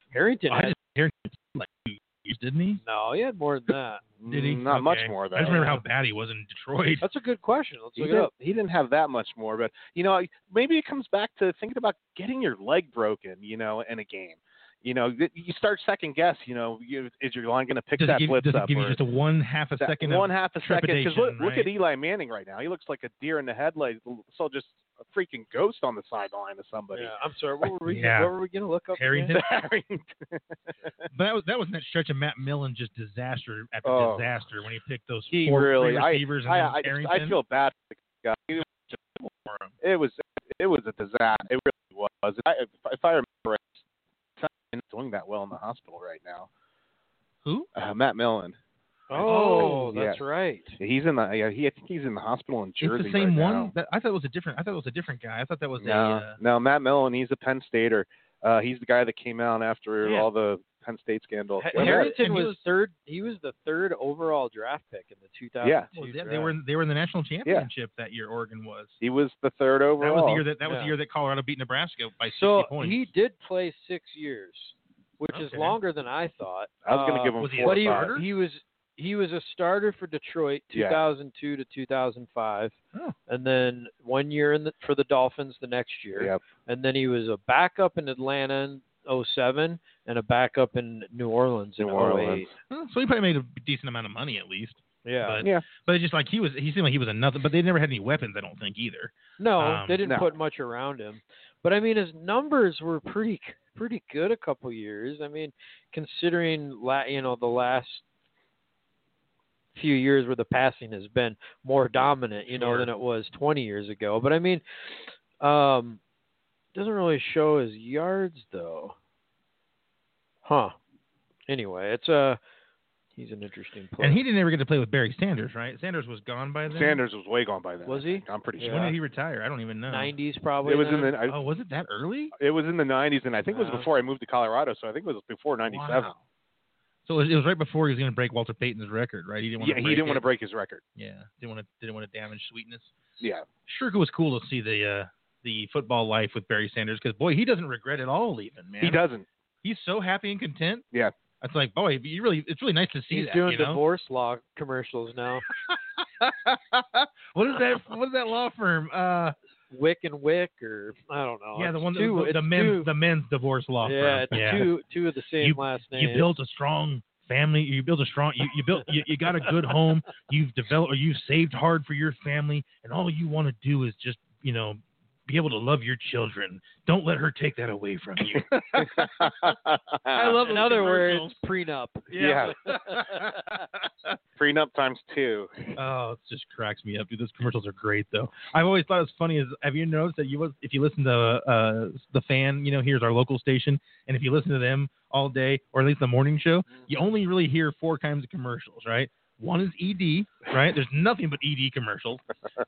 Speaker 4: Harrington
Speaker 2: I
Speaker 4: had,
Speaker 2: just Harrington like two years, didn't he?
Speaker 4: no, he had more than that.
Speaker 2: Did he?
Speaker 5: Not much
Speaker 2: Okay.
Speaker 5: more, though.
Speaker 2: I just remember how bad he was in Detroit.
Speaker 4: That's a good question. Let's
Speaker 5: He
Speaker 4: look
Speaker 5: didn't,
Speaker 4: it up.
Speaker 5: he didn't have that much more, but you know, maybe it comes back to thinking about getting your leg broken, you know, in a game. You know, th- you start second guess. You know, you, is your line going to pick
Speaker 2: does
Speaker 5: that
Speaker 2: it give,
Speaker 5: blitz
Speaker 2: does it
Speaker 5: up?
Speaker 2: give you
Speaker 5: or-
Speaker 2: just a one half a
Speaker 5: that
Speaker 2: second of
Speaker 5: one half a second. Because look,
Speaker 2: trepidation,
Speaker 5: look at
Speaker 2: right?
Speaker 5: Eli Manning right now. He looks like a deer in the headlights. So just a freaking ghost on the sideline of somebody.
Speaker 4: Yeah,
Speaker 5: [laughs]
Speaker 4: I'm sorry.
Speaker 2: [laughs]
Speaker 4: What were we?
Speaker 2: Yeah.
Speaker 4: What were we gonna look up?
Speaker 2: Harrington.
Speaker 4: again?
Speaker 5: Harrington.
Speaker 2: But that was that was that stretch of Matt Millen just disaster after
Speaker 5: Oh.
Speaker 2: disaster when he picked those
Speaker 5: He
Speaker 2: four three
Speaker 5: really- I-
Speaker 2: receivers
Speaker 5: I,
Speaker 2: and
Speaker 5: I,
Speaker 2: then
Speaker 5: just-
Speaker 2: Harrington.
Speaker 5: I feel bad for the guy.
Speaker 2: [laughs]
Speaker 5: He was just- It was it was a disaster. It really was. I, if, if I remember, right, he's not doing that well in the hospital right now.
Speaker 2: Who?
Speaker 5: Uh, Matt Millen.
Speaker 4: [laughs] Oh,
Speaker 5: Oh,
Speaker 4: that's right.
Speaker 5: He's in the. Yeah, he. I think he's in the hospital in Jersey.
Speaker 2: it's the same
Speaker 5: right
Speaker 2: one.
Speaker 5: now.
Speaker 2: That, I thought it was a different. I thought it was a different guy. I thought that was
Speaker 5: No,
Speaker 2: a. Uh,
Speaker 5: no, Matt Millen. He's a Penn Stater. Uh, he's the guy that came out after
Speaker 2: Yeah.
Speaker 5: all the Penn State scandal.
Speaker 4: Ha-
Speaker 2: Well,
Speaker 5: Remember
Speaker 2: Harry-
Speaker 5: that?
Speaker 4: Harrington
Speaker 2: and he
Speaker 4: was,
Speaker 2: was-
Speaker 4: third. He was the third overall draft pick in the 2002
Speaker 5: Yeah.
Speaker 2: well, they,
Speaker 4: draft.
Speaker 2: they were in, they were in the national championship that year. Oregon was.
Speaker 5: he was the third
Speaker 2: That
Speaker 5: overall.
Speaker 2: was the year that that was
Speaker 4: Yeah.
Speaker 2: the year that Colorado beat Nebraska by 60
Speaker 4: so
Speaker 2: points.
Speaker 4: he did play six years, which is
Speaker 2: Okay.
Speaker 4: longer than I thought.
Speaker 5: I was
Speaker 4: Uh,
Speaker 5: gonna give him
Speaker 2: was he a
Speaker 5: four
Speaker 4: But
Speaker 5: or
Speaker 4: he,
Speaker 5: five.
Speaker 2: starter?
Speaker 4: he was he was a starter for Detroit
Speaker 5: Yeah.
Speaker 4: 2002 to 2005,
Speaker 2: Oh.
Speaker 4: and then one year in the, for the Dolphins the next year,
Speaker 5: Yep.
Speaker 4: and then he was a backup in Atlanta in 07 and a backup in New Orleans in
Speaker 5: New
Speaker 4: 08.
Speaker 5: Orleans.
Speaker 2: Huh, so he probably made a decent amount of money at least.
Speaker 4: Yeah,
Speaker 2: But
Speaker 5: Yeah.
Speaker 2: but it's just like he was he seemed like he was a nothing. But they never had any weapons. I don't think either.
Speaker 4: no,
Speaker 2: um,
Speaker 4: they didn't
Speaker 5: no.
Speaker 4: put much around him. But I mean, his numbers were pretty pretty good a couple years. I mean, considering la- you know the last few years where the passing has been more dominant, you know,
Speaker 2: Sure.
Speaker 4: than it was 20 years ago. But I mean, um, doesn't really show his yards though, huh? Anyway, it's a he's an interesting player.
Speaker 2: And he didn't ever get to play with Barry Sanders, right? Sanders was gone by then.
Speaker 5: Sanders was way gone by then.
Speaker 4: Was
Speaker 5: I
Speaker 4: he?
Speaker 5: think. I'm pretty
Speaker 4: Yeah.
Speaker 5: sure.
Speaker 2: When did he retire? I don't even know.
Speaker 4: 90s probably.
Speaker 5: It was
Speaker 4: then.
Speaker 5: in the. I,
Speaker 2: Oh, was it that early?
Speaker 5: It was in the 90s, and I think it
Speaker 4: Uh-huh.
Speaker 5: was before I moved to Colorado, so I think it was before 97.
Speaker 2: Wow. So it was, it was right before he was going to break Walter Payton's record, right? He didn't want
Speaker 5: Yeah,
Speaker 2: to.
Speaker 5: he didn't want to break his record.
Speaker 2: Yeah, didn't want to didn't want to damage sweetness.
Speaker 5: Yeah,
Speaker 2: Sure, it was cool to see the uh, the football life with Barry Sanders because boy, he doesn't regret at all leaving, man.
Speaker 5: he
Speaker 2: [laughs]
Speaker 5: doesn't.
Speaker 2: He's so happy and content.
Speaker 5: Yeah.
Speaker 2: It's like, boy, you really it's really nice to see
Speaker 4: He's
Speaker 2: that.
Speaker 4: doing
Speaker 2: you know?
Speaker 4: divorce law commercials now.
Speaker 2: [laughs] what is that? What is that law firm? Uh,
Speaker 4: Wick and Wick, or I don't know.
Speaker 2: yeah, the
Speaker 4: Oh, It's
Speaker 2: one that
Speaker 4: two,
Speaker 2: the,
Speaker 4: it's
Speaker 2: the men's
Speaker 4: two-
Speaker 2: the men's divorce law
Speaker 4: yeah,
Speaker 2: firm.
Speaker 4: it's two two of the same last name.
Speaker 2: you built a strong family you built a strong you, you built you, you got a good home you've developed or you've saved hard for your family and all you want to do is just you know be able to love your children don't let her take that away from
Speaker 4: [laughs]
Speaker 2: you
Speaker 4: I
Speaker 5: [laughs]
Speaker 4: love.
Speaker 2: those
Speaker 4: In other words,
Speaker 2: commercials.
Speaker 4: prenup.
Speaker 2: [laughs]
Speaker 5: Yeah. Prenup times two.
Speaker 2: oh it just cracks me up dude those commercials are great though i've always thought it's funny is have you noticed that you if you listen to uh the fan you know here's our local station and if you listen to them all day or at least the morning show you only really hear four kinds of commercials, right? One is ED, right? There's nothing but ED commercials.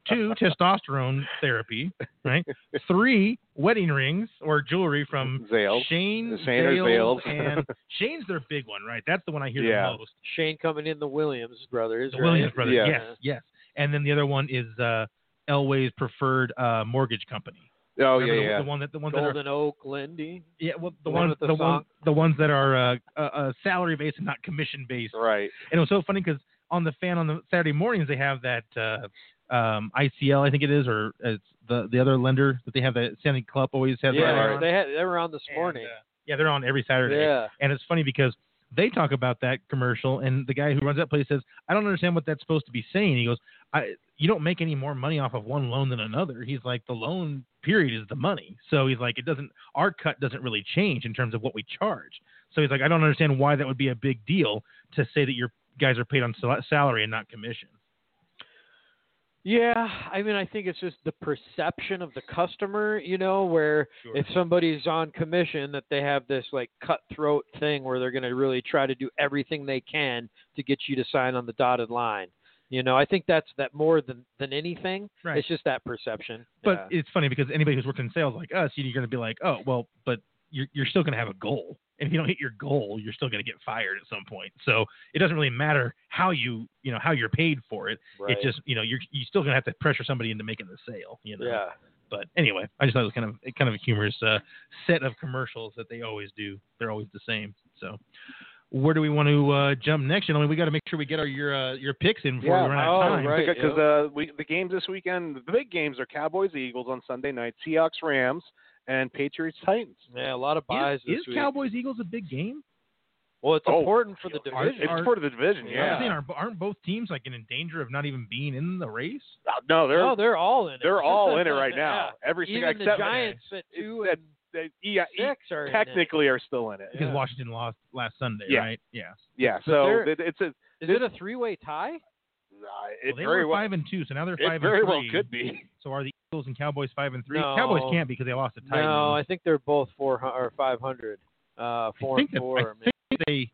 Speaker 2: Two, testosterone therapy, right? Three, wedding rings or jewelry from
Speaker 5: Zales.
Speaker 2: Shane
Speaker 5: Shane or
Speaker 2: Zales,
Speaker 5: Zales.
Speaker 2: and Shane's their big one, right? That's the one I hear
Speaker 5: Yeah.
Speaker 2: the most.
Speaker 4: Shane coming in the Williams brothers.
Speaker 2: The
Speaker 4: right?
Speaker 2: Williams brothers,
Speaker 5: Yeah.
Speaker 2: yes, yes. And then the other one is uh, Elway's preferred uh, mortgage company.
Speaker 5: Oh
Speaker 2: Remember
Speaker 5: yeah,
Speaker 2: the,
Speaker 5: yeah.
Speaker 2: the one that the ones that are
Speaker 4: Golden Oak, Lindy.
Speaker 2: yeah, well, the,
Speaker 4: the one
Speaker 2: ones
Speaker 4: with the
Speaker 2: the ones
Speaker 4: song?
Speaker 2: the ones that are uh, uh, uh, salary based and not commission based.
Speaker 5: Right.
Speaker 2: And it was so funny because on the fan on the Saturday mornings they have that uh, um, ICL I think it is or it's the the other lender that they have that Sandy Club always has. that
Speaker 4: Yeah,
Speaker 2: on.
Speaker 4: they had they were on this
Speaker 2: And,
Speaker 4: morning.
Speaker 2: uh, yeah, they're on every Saturday.
Speaker 4: yeah,
Speaker 2: And it's funny because they talk about that commercial and the guy who runs that place says, "I don't understand what that's supposed to be saying." He goes, "I you don't make any more money off of one loan than another." He's like, "The loan period is the money." So he's like, "It doesn't our cut doesn't really change in terms of what we charge." So he's like, "I don't understand why that would be a big deal to say that your guys are paid on sal- salary and not commission."
Speaker 4: yeah. I mean, I think it's just the perception of the customer. You know, where
Speaker 2: Sure.
Speaker 4: if somebody's on commission, that they have this like cutthroat thing where they're going to really try to do everything they can to get you to sign on the dotted line. You know, I think that's that more than than anything.
Speaker 2: Right.
Speaker 4: It's just that perception.
Speaker 2: But it's funny because anybody who's worked in sales like us, you're going to be like, "Oh, well, but you're you're still going to have a goal, and if you don't hit your goal, you're still going to get fired at some point." So it doesn't really matter how you you know how you're paid for it.
Speaker 4: yeah, right.
Speaker 2: It's just you know you're you're still going to have to pressure somebody into making the sale. You know.
Speaker 4: yeah.
Speaker 2: But anyway, I just thought it was kind of kind of a humorous uh, set of commercials that they always do. They're always the same. So. Where do we want to uh, jump next? And I mean, we got to make sure we get our your uh, your picks in before
Speaker 5: Yeah.
Speaker 2: we run out
Speaker 4: Oh,
Speaker 2: of time.
Speaker 4: right.
Speaker 5: Because uh, we, the games this weekend, the big games are Cowboys Eagles on Sunday night, Seahawks Rams, and Patriots Titans.
Speaker 4: Yeah, a lot of buys
Speaker 2: Is,
Speaker 4: this
Speaker 2: is
Speaker 4: week.
Speaker 2: Cowboys Eagles a big game?
Speaker 4: Well, it's
Speaker 5: Oh,
Speaker 4: important for the
Speaker 2: are-
Speaker 4: division.
Speaker 5: It's
Speaker 2: are-
Speaker 5: part of the division, yeah.
Speaker 2: I'm saying, aren't, aren't both teams like in danger of not even being in the race?
Speaker 5: Uh, no, they're
Speaker 4: no, Oh, they're all in it.
Speaker 5: they're all in
Speaker 4: [laughs]
Speaker 5: it right now. Every
Speaker 4: Even
Speaker 5: single
Speaker 4: the
Speaker 5: except
Speaker 4: Giants at
Speaker 5: it's-
Speaker 4: two
Speaker 5: that-
Speaker 4: and
Speaker 5: they- yeah, e-
Speaker 4: six are
Speaker 5: technically are still in it.
Speaker 2: Because
Speaker 4: Yeah.
Speaker 2: Washington lost last Sunday,
Speaker 5: Yeah.
Speaker 2: right? Yeah.
Speaker 5: Yeah,
Speaker 4: But
Speaker 5: so
Speaker 4: they're-
Speaker 5: it, it's a
Speaker 4: In it. Is it a three-way tie?
Speaker 5: uh, it
Speaker 2: well, they
Speaker 5: very
Speaker 2: were
Speaker 5: well
Speaker 2: five and two, so now they're
Speaker 5: it
Speaker 2: five
Speaker 5: very
Speaker 2: and three.
Speaker 5: well could be. [laughs]
Speaker 2: So are the Eagles and Cowboys five and three?
Speaker 4: No.
Speaker 2: Cowboys can't because they lost to Titans.
Speaker 4: No, I think they're both four hu- or five hundred. Uh, four
Speaker 2: I think
Speaker 4: and
Speaker 2: that-
Speaker 4: four.
Speaker 2: I think they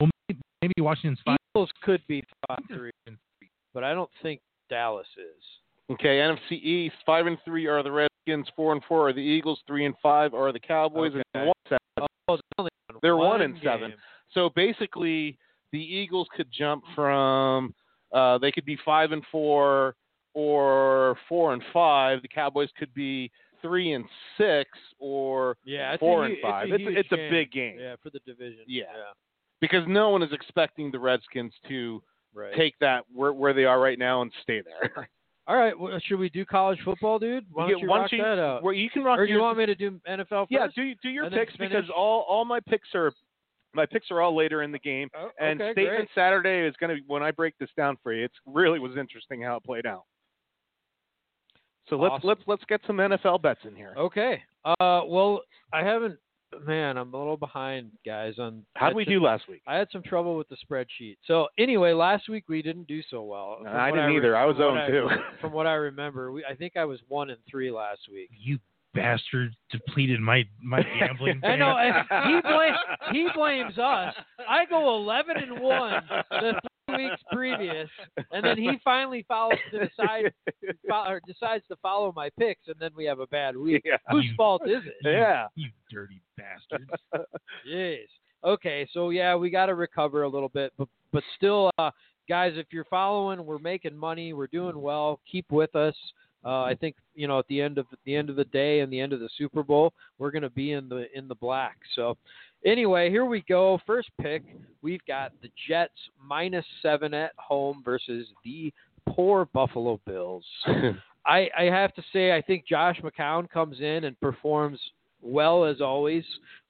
Speaker 2: well maybe, maybe Washington's
Speaker 4: I mean,
Speaker 2: five.
Speaker 4: Eagles could be
Speaker 2: I
Speaker 4: five
Speaker 2: think they're
Speaker 4: three,
Speaker 2: five and three.
Speaker 4: but I don't think Dallas is.
Speaker 5: Okay, NFC East five and three are the Redskins, four and four are the Eagles, three and five are the Cowboys,
Speaker 4: Okay.
Speaker 5: and one seven.
Speaker 4: Oh, they're, only on
Speaker 5: They're
Speaker 4: one,
Speaker 5: one and seven.
Speaker 4: game.
Speaker 5: So basically, the Eagles could jump from uh, they could be five and four or four and five. The Cowboys could be three and six or
Speaker 4: Yeah, it's a
Speaker 5: four
Speaker 4: hu-
Speaker 5: and five.
Speaker 4: It's a,
Speaker 5: it's,
Speaker 4: huge
Speaker 5: a
Speaker 4: game.
Speaker 5: big game
Speaker 4: Yeah, for the division.
Speaker 5: Yeah. because no one is expecting the Redskins to
Speaker 4: right.
Speaker 5: take that where, where they are right now and stay there.
Speaker 4: All right, well, should we do college football, dude? Why
Speaker 5: Yeah,
Speaker 4: don't you
Speaker 5: why don't
Speaker 4: rock
Speaker 5: you-
Speaker 4: that out?
Speaker 5: Where Uh, you can rock
Speaker 4: Or do you
Speaker 5: your-
Speaker 4: want me to do NFL first?
Speaker 5: yeah, do do your
Speaker 4: and then
Speaker 5: picks because
Speaker 4: finish?
Speaker 5: all all my picks are my picks are all later in the game.
Speaker 4: Oh, okay,
Speaker 5: And
Speaker 4: great.
Speaker 5: statement Saturday is going to be when I break this down for you. It's really was interesting how it played out. So let's
Speaker 4: Awesome.
Speaker 5: let's let's get some NFL bets in here.
Speaker 4: Okay. Uh, well, I haven't. Man, I'm a little behind, guys. On
Speaker 5: How did we do last week?
Speaker 4: I had some trouble with the spreadsheet. So anyway, last week we didn't do so well.
Speaker 5: No,
Speaker 4: from
Speaker 5: I
Speaker 4: what
Speaker 5: didn't
Speaker 4: re-
Speaker 5: either. I was
Speaker 4: from what
Speaker 5: 0 and
Speaker 4: I- [laughs] From what I remember, we, I think I was one and three last
Speaker 5: E-,
Speaker 4: week.
Speaker 2: [laughs] You bastard depleted my
Speaker 5: [laughs]
Speaker 2: my gambling.
Speaker 4: I know.
Speaker 2: ban.
Speaker 4: and He blames he blames us. I go 11 and
Speaker 5: [laughs]
Speaker 4: one the three weeks previous, and then he finally follows to
Speaker 5: [laughs]
Speaker 4: decide fo- or decides to follow my picks, and then we have a bad week.
Speaker 5: Yeah.
Speaker 4: Whose
Speaker 2: You-
Speaker 4: fault is it?
Speaker 5: [laughs] Yeah.
Speaker 2: You dirty bastards.
Speaker 4: Jeez. Okay, so yeah, we got to recover a little bit, but but still, uh, guys, if you're following, we're making money, we're doing well. Keep with us. Uh, I think you know at the end of at the end of the day and the end of the Super Bowl, we're going to be in the in the black. So anyway, here we go. First pick, we've got the Jets minus seven at home versus the poor Buffalo Bills. I, I have to say, I think Josh McCown comes in and performs well as always.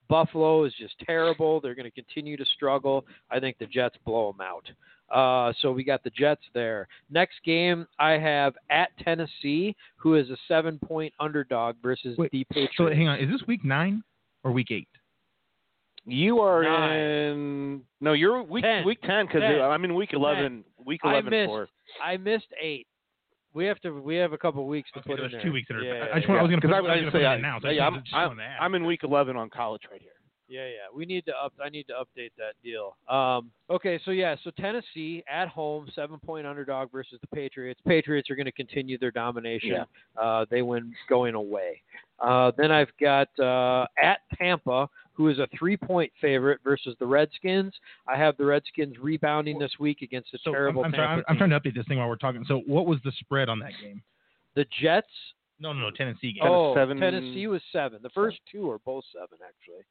Speaker 4: Buffalo is just terrible. They're going to continue to struggle. I think the Jets blow them out. Uh, so we got the Jets there. Next game, I have at Tennessee, who is a seven point underdog versus
Speaker 2: Wait,
Speaker 4: the Patriots.
Speaker 2: so hang on, is this week nine or week eight?
Speaker 5: You are
Speaker 4: Nine.
Speaker 5: in no, you're week
Speaker 4: Ten.
Speaker 5: week ten because
Speaker 4: Ten.
Speaker 5: I'm in week eleven. Week
Speaker 4: I
Speaker 5: eleven
Speaker 4: missed.
Speaker 5: for
Speaker 4: I missed eight. We have to. We have a couple weeks to
Speaker 2: Okay,
Speaker 4: put
Speaker 2: there's
Speaker 4: in there.
Speaker 2: two weeks that are.
Speaker 4: Yeah,
Speaker 2: I just want, I was going
Speaker 5: yeah.
Speaker 2: to put,
Speaker 5: Because I-
Speaker 2: I was
Speaker 5: I
Speaker 2: gonna
Speaker 5: say
Speaker 2: put
Speaker 5: I-
Speaker 2: it now. So
Speaker 5: yeah,
Speaker 2: I
Speaker 5: I'm-
Speaker 2: am just on that.
Speaker 5: I'm in week eleven on college right here.
Speaker 4: Yeah, yeah. We need to up. I need to update that deal. Um, okay, so yeah, so Tennessee at home, seven point underdog versus the Patriots. Patriots are going to continue their domination. Uh, they win going away. Uh, then I've got uh, at Tampa, who is a three point favorite versus the Redskins. I have the Redskins rebounding this week against a
Speaker 2: so
Speaker 4: terrible
Speaker 2: I'm, I'm, sorry,
Speaker 4: Tampa
Speaker 2: I'm, I'm
Speaker 4: team.
Speaker 2: trying to update this thing while we're talking. So what was the spread on that game?
Speaker 4: The Jets.
Speaker 2: No, no, no, Tennessee game.
Speaker 5: Ten-
Speaker 4: oh,
Speaker 5: seven-
Speaker 4: Tennessee was seven. The first two are both seven, actually.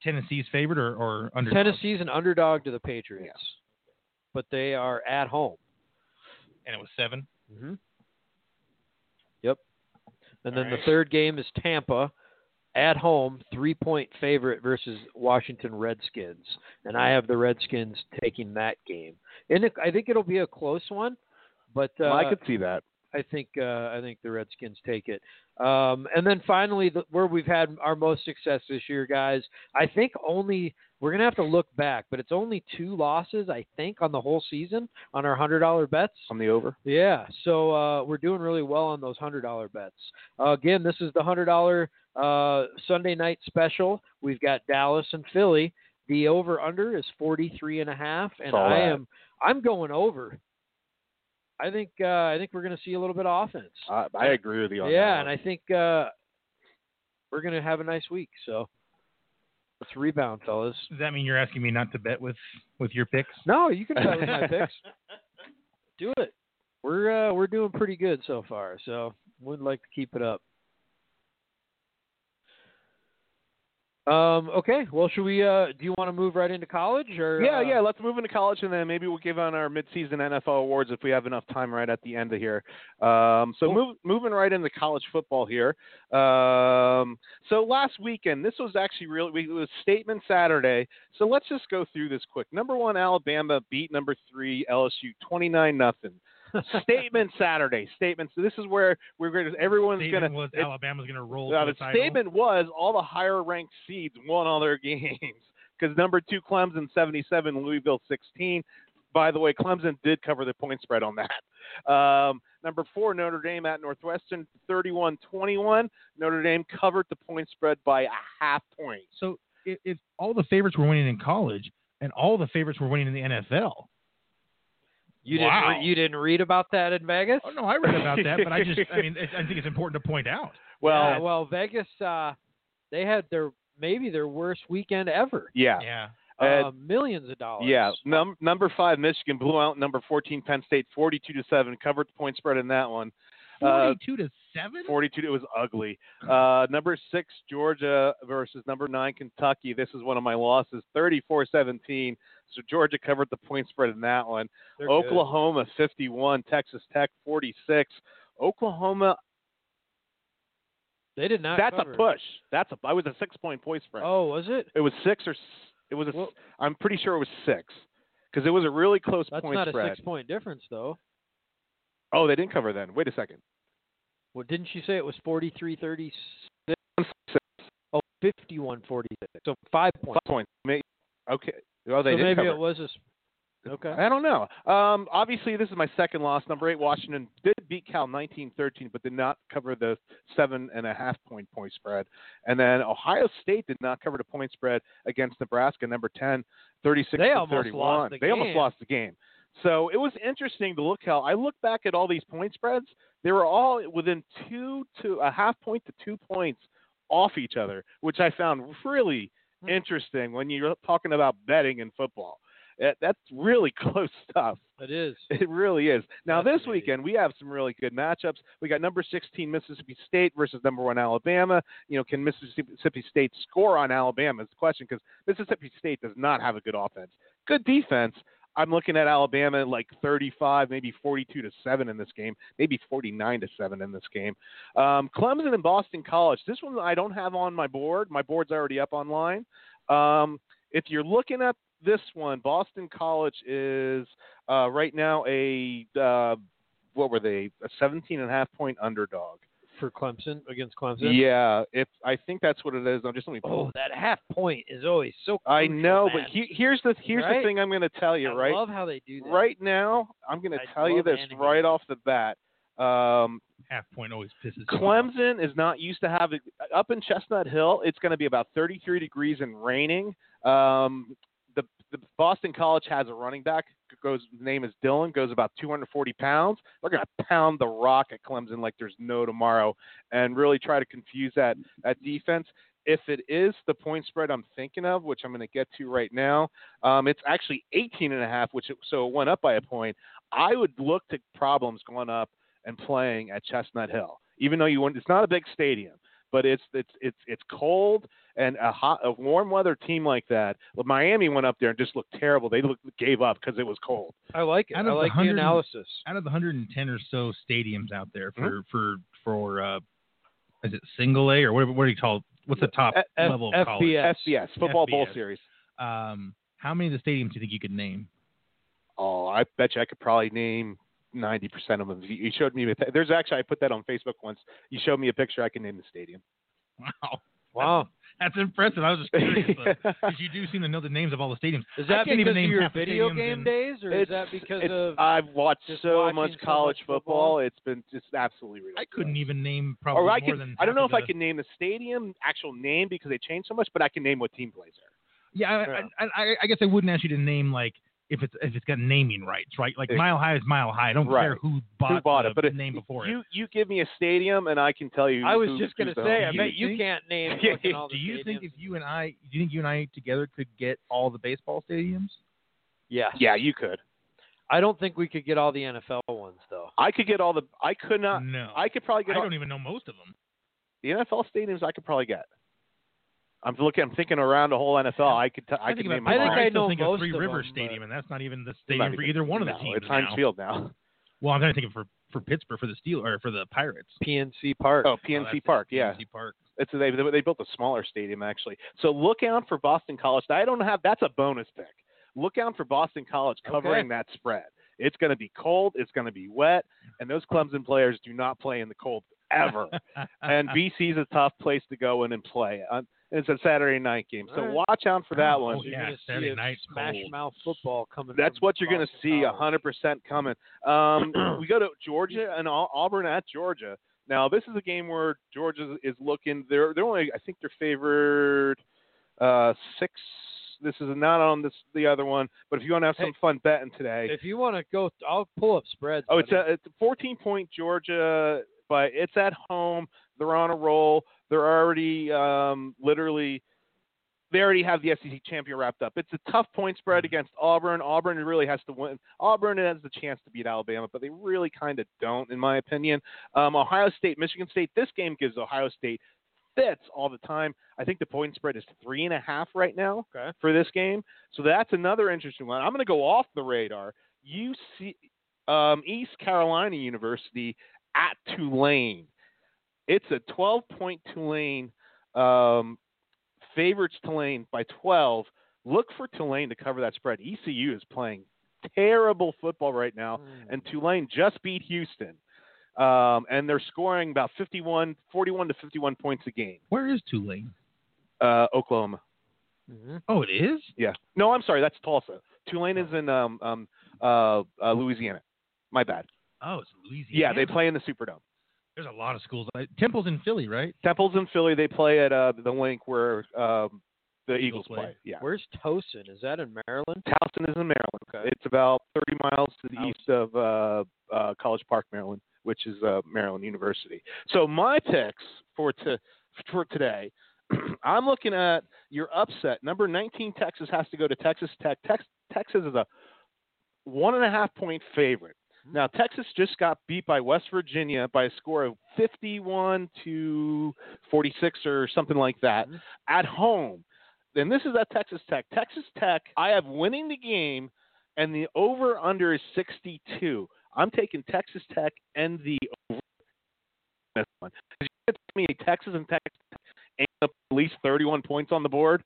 Speaker 2: Tennessee's favorite or or under?
Speaker 4: Tennessee's an underdog to the Patriots, but they are at home.
Speaker 2: and it was seven.
Speaker 4: Mm-hmm. Yep. And then the
Speaker 2: Alright.
Speaker 4: third game is Tampa at home, three point favorite versus Washington Redskins. And I have the Redskins taking that game. And it, I think it'll be a close one, but uh,
Speaker 5: Well, I could see that.
Speaker 4: I think uh, I think the Redskins take it. Um, and then finally, the, where we've had our most success this year, guys. I think only we're gonna have to look back, but it's only two losses I think on the whole season on our hundred dollar bets.
Speaker 5: On the over.
Speaker 4: Yeah, so uh, we're doing really well on those hundred dollar bets. Uh, again, this is the hundred dollar uh, Sunday night special. We've got Dallas and Philly. The over under is forty three and a half, and
Speaker 5: Saw
Speaker 4: I
Speaker 5: that.
Speaker 4: am I'm going over. I think uh, I think we're going to see a little bit of offense.
Speaker 5: I, I agree with you on
Speaker 4: yeah,
Speaker 5: that.
Speaker 4: and I think uh, we're going to have a nice week. So let's rebound, fellas.
Speaker 2: Does that mean you're asking me not to bet with with your picks?
Speaker 4: No, you can bet with my
Speaker 2: [laughs]
Speaker 4: picks. Do it. We're uh, we're doing pretty good so far, so would like to keep it up. Um, okay. Well, should we? Uh, do you want to move right into college? Or
Speaker 5: Yeah,
Speaker 4: uh,
Speaker 5: yeah. Let's move into college, and then maybe we'll give on our midseason NFL awards if we have enough time right at the end of here. Um, so move, moving right into college football here. Um, so last weekend, this was actually really we, it was statement Saturday. So let's just go through this quick. Number one, Alabama beat number three LSU twenty
Speaker 4: [laughs]
Speaker 5: nine nothing. Statement Saturday. Statements. So this is where we're going. to Everyone's going to
Speaker 2: Statement was Alabama's going to roll.
Speaker 5: uh,
Speaker 2: to
Speaker 5: the
Speaker 2: the title.
Speaker 5: statement was all the higher ranked seeds won all their [laughs] games because number two Clemson 77, Louisville 16. By the way, Clemson did cover the point spread on that. Um, number four Notre Dame at Northwestern 31 21. Notre Dame covered the point spread by a half point.
Speaker 2: So if, if all the favorites were winning in college and all the favorites were winning in the NFL, Wow.
Speaker 4: You didn't. Re- you didn't read about that in Vegas?
Speaker 2: oh no, I read about that, but I just, I mean, it, I think it's important to point out.
Speaker 5: Well,
Speaker 4: Yeah, well, Vegas. Uh, they had their maybe their worst weekend ever.
Speaker 5: yeah.
Speaker 2: Yeah, Oh,
Speaker 5: Uh,
Speaker 4: Uh, millions of dollars.
Speaker 5: Yeah, num- number five Michigan blew out number fourteen Penn State forty-two to seven. Covered the point spread in that one. Uh,
Speaker 2: forty-two to seven.
Speaker 5: 42. It was ugly. Uh, number six, Georgia versus number nine, Kentucky. This is one of my losses, 34 17. So Georgia covered the point spread in that one.
Speaker 4: They're good.
Speaker 5: Oklahoma, 51. Texas Tech, 46. Oklahoma,
Speaker 4: They did not.
Speaker 5: that's
Speaker 4: cover.
Speaker 5: a push. That's a. I was a six point point spread.
Speaker 4: Oh, was it?
Speaker 5: It was six or. s- It was a.
Speaker 4: Well-
Speaker 5: am pretty sure it was six because it was a really close
Speaker 4: That's
Speaker 5: point
Speaker 4: not
Speaker 5: spread.
Speaker 4: a six-point difference, though.
Speaker 5: Oh, they didn't cover then. Wait a second.
Speaker 4: Well, didn't you say it was 43 36?
Speaker 5: Six
Speaker 4: Oh, 51 46. So five points.
Speaker 5: points. May- Okay. Well, they
Speaker 4: so
Speaker 5: did
Speaker 4: maybe
Speaker 5: cover.
Speaker 4: it was a. s- Okay.
Speaker 5: I don't know. Um, obviously, this is my second loss. Number eight, Washington did beat Cal 19-13, but did not cover the seven and a half point point spread. And then Ohio State did not cover the point spread against Nebraska. Number 10, 36
Speaker 4: They
Speaker 5: to
Speaker 4: almost
Speaker 5: 31.
Speaker 4: lost the
Speaker 5: they almost
Speaker 4: game.
Speaker 5: lost the game. So it was interesting to look how I look back at all these point spreads. They were all within two to a half point to two points off each other, which I found really
Speaker 4: Hmm.
Speaker 5: interesting when you're talking about betting in football. That, that's really [laughs] close stuff.
Speaker 4: It is.
Speaker 5: It really is. Now this
Speaker 2: Fascinating.
Speaker 5: weekend we have some really good matchups. We got number 16 Mississippi State versus number one Alabama. You know, can Mississippi State score on Alabama? Is the question because Mississippi State does not have a good offense. Good defense. I'm looking at Alabama like 35, maybe 42 to seven in this game, maybe 49 to seven in this game. Um, Clemson and Boston College. This one I don't have on my board. My board's already up online. Um, if you're looking at this one, Boston College is uh, right now a uh, what were they a 17 and a half point underdog
Speaker 4: For Clemson, against Clemson.
Speaker 5: yeah if i think that's what it is i'm just let me pull
Speaker 4: Oh, that half point is always so.
Speaker 5: i
Speaker 4: crucial,
Speaker 5: know
Speaker 4: man.
Speaker 5: but he, here's the here's
Speaker 4: Right?
Speaker 5: the thing i'm going to tell you
Speaker 4: I
Speaker 5: right
Speaker 4: love how they do that.
Speaker 5: right now i'm going to
Speaker 4: I
Speaker 5: tell you
Speaker 4: love
Speaker 5: this
Speaker 4: Anaheim.
Speaker 5: right off the bat um,
Speaker 2: Half point always pisses. me off.
Speaker 5: Clemson is not used to having up in Chestnut Hill. It's going to be about 33 degrees and raining. Um, the, the Boston College has a running back. Goes his name is Dylan. Goes about 240 pounds. They're going to pound the rock at Clemson like there's no tomorrow, and really try to confuse that that defense. If it is the point spread I'm thinking of, which I'm going to get to right now, um, it's actually 18 and a half, which it, so it went up by a point. I would look to problems going up and playing at Chestnut Hill. Even though you wouldn't, it's not a big stadium, but it's it's it's it's cold and a hot, a warm weather team like that. Well, Miami went up there and just looked terrible. They looked, gave up because it was cold.
Speaker 4: I like it.
Speaker 2: Out
Speaker 4: I
Speaker 2: of the
Speaker 4: like the
Speaker 2: 100
Speaker 4: analysis.
Speaker 2: out of the 110 or so stadiums out there for
Speaker 5: Uh-huh.
Speaker 2: for for uh, is it single A or whatever? What do you call? What's the top
Speaker 5: F- F-
Speaker 2: level of college?
Speaker 4: FBS.
Speaker 5: FBS football bowl
Speaker 2: FBS.
Speaker 5: series.
Speaker 2: Um, how many of the stadiums do you think you could name? [laughs]
Speaker 5: Oh, I bet you I could probably name. Ninety percent of them. You you showed me. a pi- There's actually I put that on Facebook once. You showed me a picture. I can name the stadium.
Speaker 2: Wow,
Speaker 4: Wow.
Speaker 2: that's impressive. I was just curious
Speaker 5: [laughs]
Speaker 2: because you do seem to know the names of all the stadiums.
Speaker 4: Is
Speaker 2: I
Speaker 4: that
Speaker 2: can't
Speaker 4: because
Speaker 2: even
Speaker 4: of
Speaker 2: name
Speaker 4: your
Speaker 2: half the
Speaker 4: video
Speaker 2: stadiums
Speaker 4: game
Speaker 2: in-
Speaker 4: days, or is
Speaker 5: It's-
Speaker 4: that because
Speaker 5: it's-
Speaker 4: of?
Speaker 5: I've watched
Speaker 4: just
Speaker 5: so
Speaker 4: watching
Speaker 5: much
Speaker 4: so much
Speaker 5: college
Speaker 4: football?
Speaker 5: football. It's been just absolutely ridiculous.
Speaker 2: I couldn't even name probably
Speaker 5: Or I
Speaker 2: more
Speaker 5: could.
Speaker 2: than.
Speaker 5: I don't
Speaker 2: half
Speaker 5: know
Speaker 2: of
Speaker 5: if I
Speaker 2: the-
Speaker 5: can name the stadium actual name because they changed so much, but I can name what team plays there.
Speaker 2: Yeah, I,
Speaker 5: Yeah.
Speaker 2: I, I, I guess I wouldn't ask you to name like if it's if it's got naming rights, right? Like
Speaker 5: Ex-
Speaker 2: Mile High is Mile High. I don't care
Speaker 5: Right.
Speaker 2: who bought,
Speaker 5: who bought
Speaker 2: the
Speaker 5: it? But it-
Speaker 2: name before
Speaker 5: you you give me a stadium and I can tell you.
Speaker 4: I was
Speaker 5: who-
Speaker 4: just gonna
Speaker 5: who's the
Speaker 4: say.
Speaker 5: owner.
Speaker 4: I
Speaker 2: Do you
Speaker 4: bet you
Speaker 2: think-
Speaker 4: can't
Speaker 2: [laughs]
Speaker 4: name.
Speaker 5: Yeah,
Speaker 4: fucking all
Speaker 2: it. Do
Speaker 4: the
Speaker 2: you think if
Speaker 4: stadiums.
Speaker 2: you and I, do you think you and I together could get all the baseball stadiums?
Speaker 4: Yeah.
Speaker 5: Yeah, you could.
Speaker 4: I don't think we could get all the NFL ones though.
Speaker 5: I could get all the. I could not.
Speaker 2: no,
Speaker 5: Uh, I could probably
Speaker 2: I
Speaker 5: get all,
Speaker 2: don't even know most of them.
Speaker 5: the NFL stadiums. I could probably get. I'm looking. I'm thinking around the whole NFL. I could. T- I,
Speaker 2: I,
Speaker 5: could
Speaker 2: think
Speaker 5: name.
Speaker 2: about,
Speaker 5: them
Speaker 2: I
Speaker 5: all.
Speaker 2: think
Speaker 4: I
Speaker 2: I still
Speaker 4: know
Speaker 2: think of
Speaker 4: most
Speaker 2: Three
Speaker 4: of
Speaker 2: Rivers
Speaker 4: them, but-
Speaker 2: Stadium, and that's not even the
Speaker 5: Might
Speaker 2: stadium
Speaker 5: be
Speaker 2: for
Speaker 5: good.
Speaker 2: either one of the
Speaker 5: No,
Speaker 2: teams.
Speaker 5: It's Heinz
Speaker 2: now.
Speaker 5: Field now. [laughs]
Speaker 2: Well, I'm trying to think of for for Pittsburgh for the Steel or for the Pirates.
Speaker 4: PNC Park.
Speaker 5: Oh,
Speaker 2: Oh, that's
Speaker 5: PNC
Speaker 2: it,
Speaker 5: Park. Yeah,
Speaker 2: PNC Park.
Speaker 5: it's they they built a smaller stadium actually. So look out for Boston College. I don't have that's a bonus pick. Look out for Boston College covering that spread. It's going to be cold. It's going to be wet, and those Clemson players do not play in the cold ever. and BC is a tough place to go in and play. Um, it's a Saturday night game, so
Speaker 4: All right.
Speaker 5: watch out for that
Speaker 2: Oh,
Speaker 5: one.
Speaker 2: yeah,
Speaker 4: You're gonna see
Speaker 2: Saturday
Speaker 4: a
Speaker 2: night
Speaker 4: smash
Speaker 2: cold.
Speaker 4: mouth football coming.
Speaker 5: That's
Speaker 4: from
Speaker 5: what you're going to
Speaker 4: Boston College.
Speaker 5: see 100% coming.
Speaker 4: [clears throat]
Speaker 5: Um, we go to Georgia and Au- Auburn at Georgia. Now, this is a game where Georgia is looking. They're they're only I think they're favored uh, six. This is not on this the other one, but if you want to have some
Speaker 4: Hey.
Speaker 5: fun betting today,
Speaker 4: If you want to go, I'll pull up spreads.
Speaker 5: Oh, it's
Speaker 4: buddy.
Speaker 5: a, it's a 14 point Georgia, but it's at home. They're on a roll. They're already um, literally they already have the SEC champion wrapped up. It's a tough point spread against Auburn. Auburn really has to win. Auburn has the chance to beat Alabama, but they really kind of don't, in my opinion. Um, Ohio State, Michigan State. This game gives Ohio State fits all the time. I think the point spread is three and a half right now
Speaker 4: Okay.
Speaker 5: for this game. So that's another interesting one. I'm going to go off the radar. UC, um, East Carolina University at Tulane. It's a 12 point Tulane um, favorites Tulane by 12. Look for Tulane to cover that spread. ECU is playing terrible football right now,
Speaker 4: Hmm.
Speaker 5: and Tulane just beat Houston. Um, and they're scoring about 51, 41 to 51 points a game.
Speaker 2: Where is Tulane?
Speaker 5: Uh, Oklahoma.
Speaker 4: Mhm.
Speaker 2: Oh, it is.
Speaker 5: Yeah. No, I'm sorry. That's Tulsa. Tulane is in um, um, uh, uh, Louisiana. My bad.
Speaker 2: Oh, it's Louisiana.
Speaker 5: Yeah, they play in the Superdome.
Speaker 2: There's a lot of schools. Uh, Temple's in Philly, right?
Speaker 5: Temple's in Philly. They play at uh, the link where um, the Eagles,
Speaker 2: Eagles
Speaker 5: play.
Speaker 2: play.
Speaker 5: Yeah.
Speaker 4: Where's Tosin? Is that in Maryland?
Speaker 5: Towson is in Maryland. It's about 30 miles to the east of uh, uh, College Park, Maryland, which is uh, Maryland University. So my picks for to for today, [clears throat] I'm looking at your upset number 19. Texas has to go to Texas Tech. Tex- Texas is a one and a half point favorite. Now Texas just got beat by West Virginia by a score of 51 to 46 or something like that
Speaker 4: Mhm.
Speaker 5: at home. And this is at Texas Tech. Texas Tech, I have winning the game, and the over under is 62. I'm taking Texas Tech and the over. in This one. 'Cause you give me Texas and Texas Tech aim up at least 31 points on the board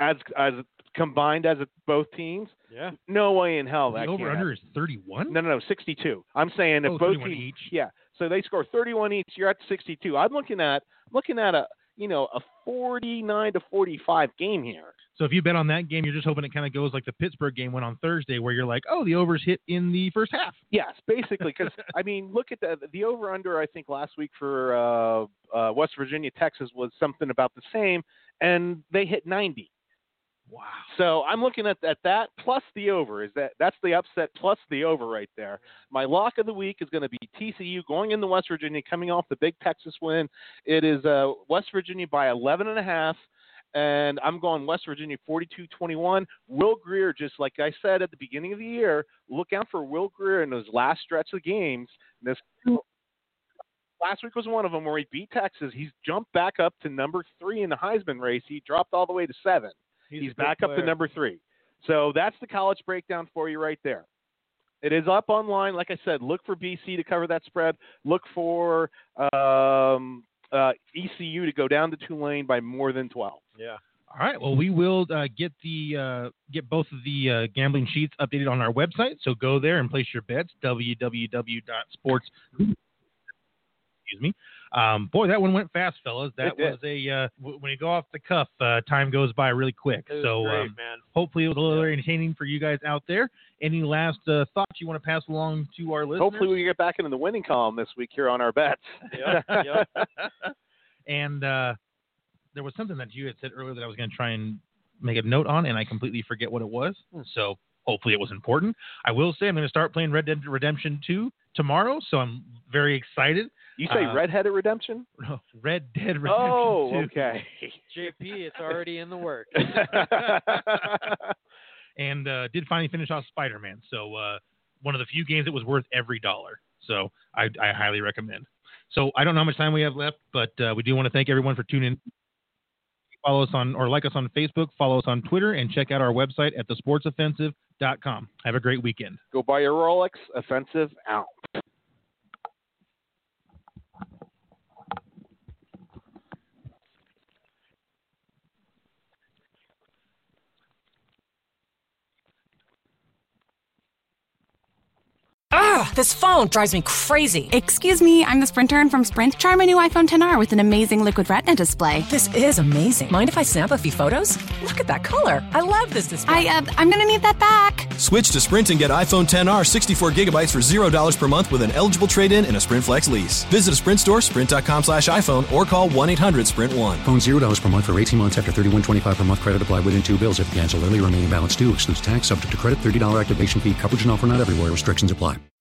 Speaker 5: as as combined as a- both teams.
Speaker 4: Yeah.
Speaker 5: No way in hell that
Speaker 2: the
Speaker 5: can't
Speaker 2: over
Speaker 5: happen.
Speaker 2: under is 31.
Speaker 5: No, no, no, 62. I'm saying if
Speaker 2: Oh,
Speaker 5: both
Speaker 2: 31
Speaker 5: teams,
Speaker 2: each.
Speaker 5: yeah. So they score 31 each. You're at 62. I'm looking at looking at a you know a 49 to 45 game here.
Speaker 2: So if you bet on that game, you're just hoping it kind of goes like the Pittsburgh game went on Thursday, where you're like, oh, the overs hit in the first half.
Speaker 5: Yes, basically, because I mean, look at the the over under. I think last week for uh, uh, West Virginia Texas was something about the same, and they hit 90.
Speaker 2: Wow.
Speaker 5: So I'm looking at, at that plus the over. Is that that's the upset plus the over right there. My lock of the week is going to be TCU going into West Virginia, coming off the big Texas win. It is uh, West Virginia by 11 and a half, and I'm going West Virginia 42-21. Will Greer, just like I said at the beginning of the year, look out for Will Greer in those last stretch of games. This last week was one of them where he beat Texas. He's jumped back up to number three in the Heisman race. He dropped all the way to seven he's,
Speaker 4: a good
Speaker 5: back up to
Speaker 4: player.
Speaker 5: number three. So that's the college breakdown for you right there. It is up online. Like I said, look for BC to cover that spread. Look for um, uh, ECU to go down to Tulane by more than 12.
Speaker 4: Yeah.
Speaker 2: All right. Well, we will uh, get the uh, get both of the uh, gambling sheets updated on our website. So go there and place your bets. www.sports. Excuse me. Um, boy, that one went fast, fellas. That
Speaker 5: It did.
Speaker 2: was a uh, w- when you go off the cuff, uh, time goes by really quick.
Speaker 4: It was
Speaker 2: So
Speaker 4: great,
Speaker 2: um,
Speaker 4: man.
Speaker 2: hopefully it was a little entertaining for you guys out there. Any last uh, thoughts you want to pass along to our listeners?
Speaker 5: Hopefully, we get back into the winning column this week here on our bets.
Speaker 4: Yep, yep.
Speaker 2: and uh, there was something that you had said earlier that I was going to try and make a note on, and I completely forget what it was. So hopefully it was important. I will say I'm going to start playing Red Dead Redemption 2 tomorrow, so I'm very excited.
Speaker 5: [laughs]
Speaker 2: [laughs]
Speaker 5: You say
Speaker 4: Uh-huh.
Speaker 2: Uh,
Speaker 5: redheaded redemption?
Speaker 2: Red Dead Redemption
Speaker 5: Oh,
Speaker 2: 2.
Speaker 5: okay. [laughs]
Speaker 4: JP, it's already in the work. [laughs]
Speaker 2: And uh, did finally finish off Spider Man. So uh, one of the few games that was worth every dollar. So I, I highly recommend. So I don't know how much time we have left, but uh, we do want to thank everyone for tuning in. Follow us on or like us on Facebook. Follow us on Twitter and check out our website at thesportsoffensive.com. Have a great weekend.
Speaker 5: Go buy your Rolex. Offensive out.
Speaker 4: Ugh, Ah, this phone drives me crazy.
Speaker 1: Excuse me, I'm the Sprinter and from Sprint. Try my new iPhone 10R with an amazing liquid retina display.
Speaker 4: This is amazing. Mind if I snap a few photos? Look at that color. I love this display.
Speaker 1: I, uh, I'm gonna need that back.
Speaker 6: Switch to Sprint and get iPhone 10R 64 gigabytes for zero dollars per month with an eligible trade-in and a Sprint Flex lease. Visit a Sprint store, sprint.com/iphone, or call 1-800-SPRINT-1.
Speaker 7: Phone zero dollars per month for 18 months after 31.25 per month credit applied within two bills. If canceled early, remaining balance due. Excludes tax. Subject to credit. $30 activation fee. Coverage and offer not everywhere. Restrictions apply.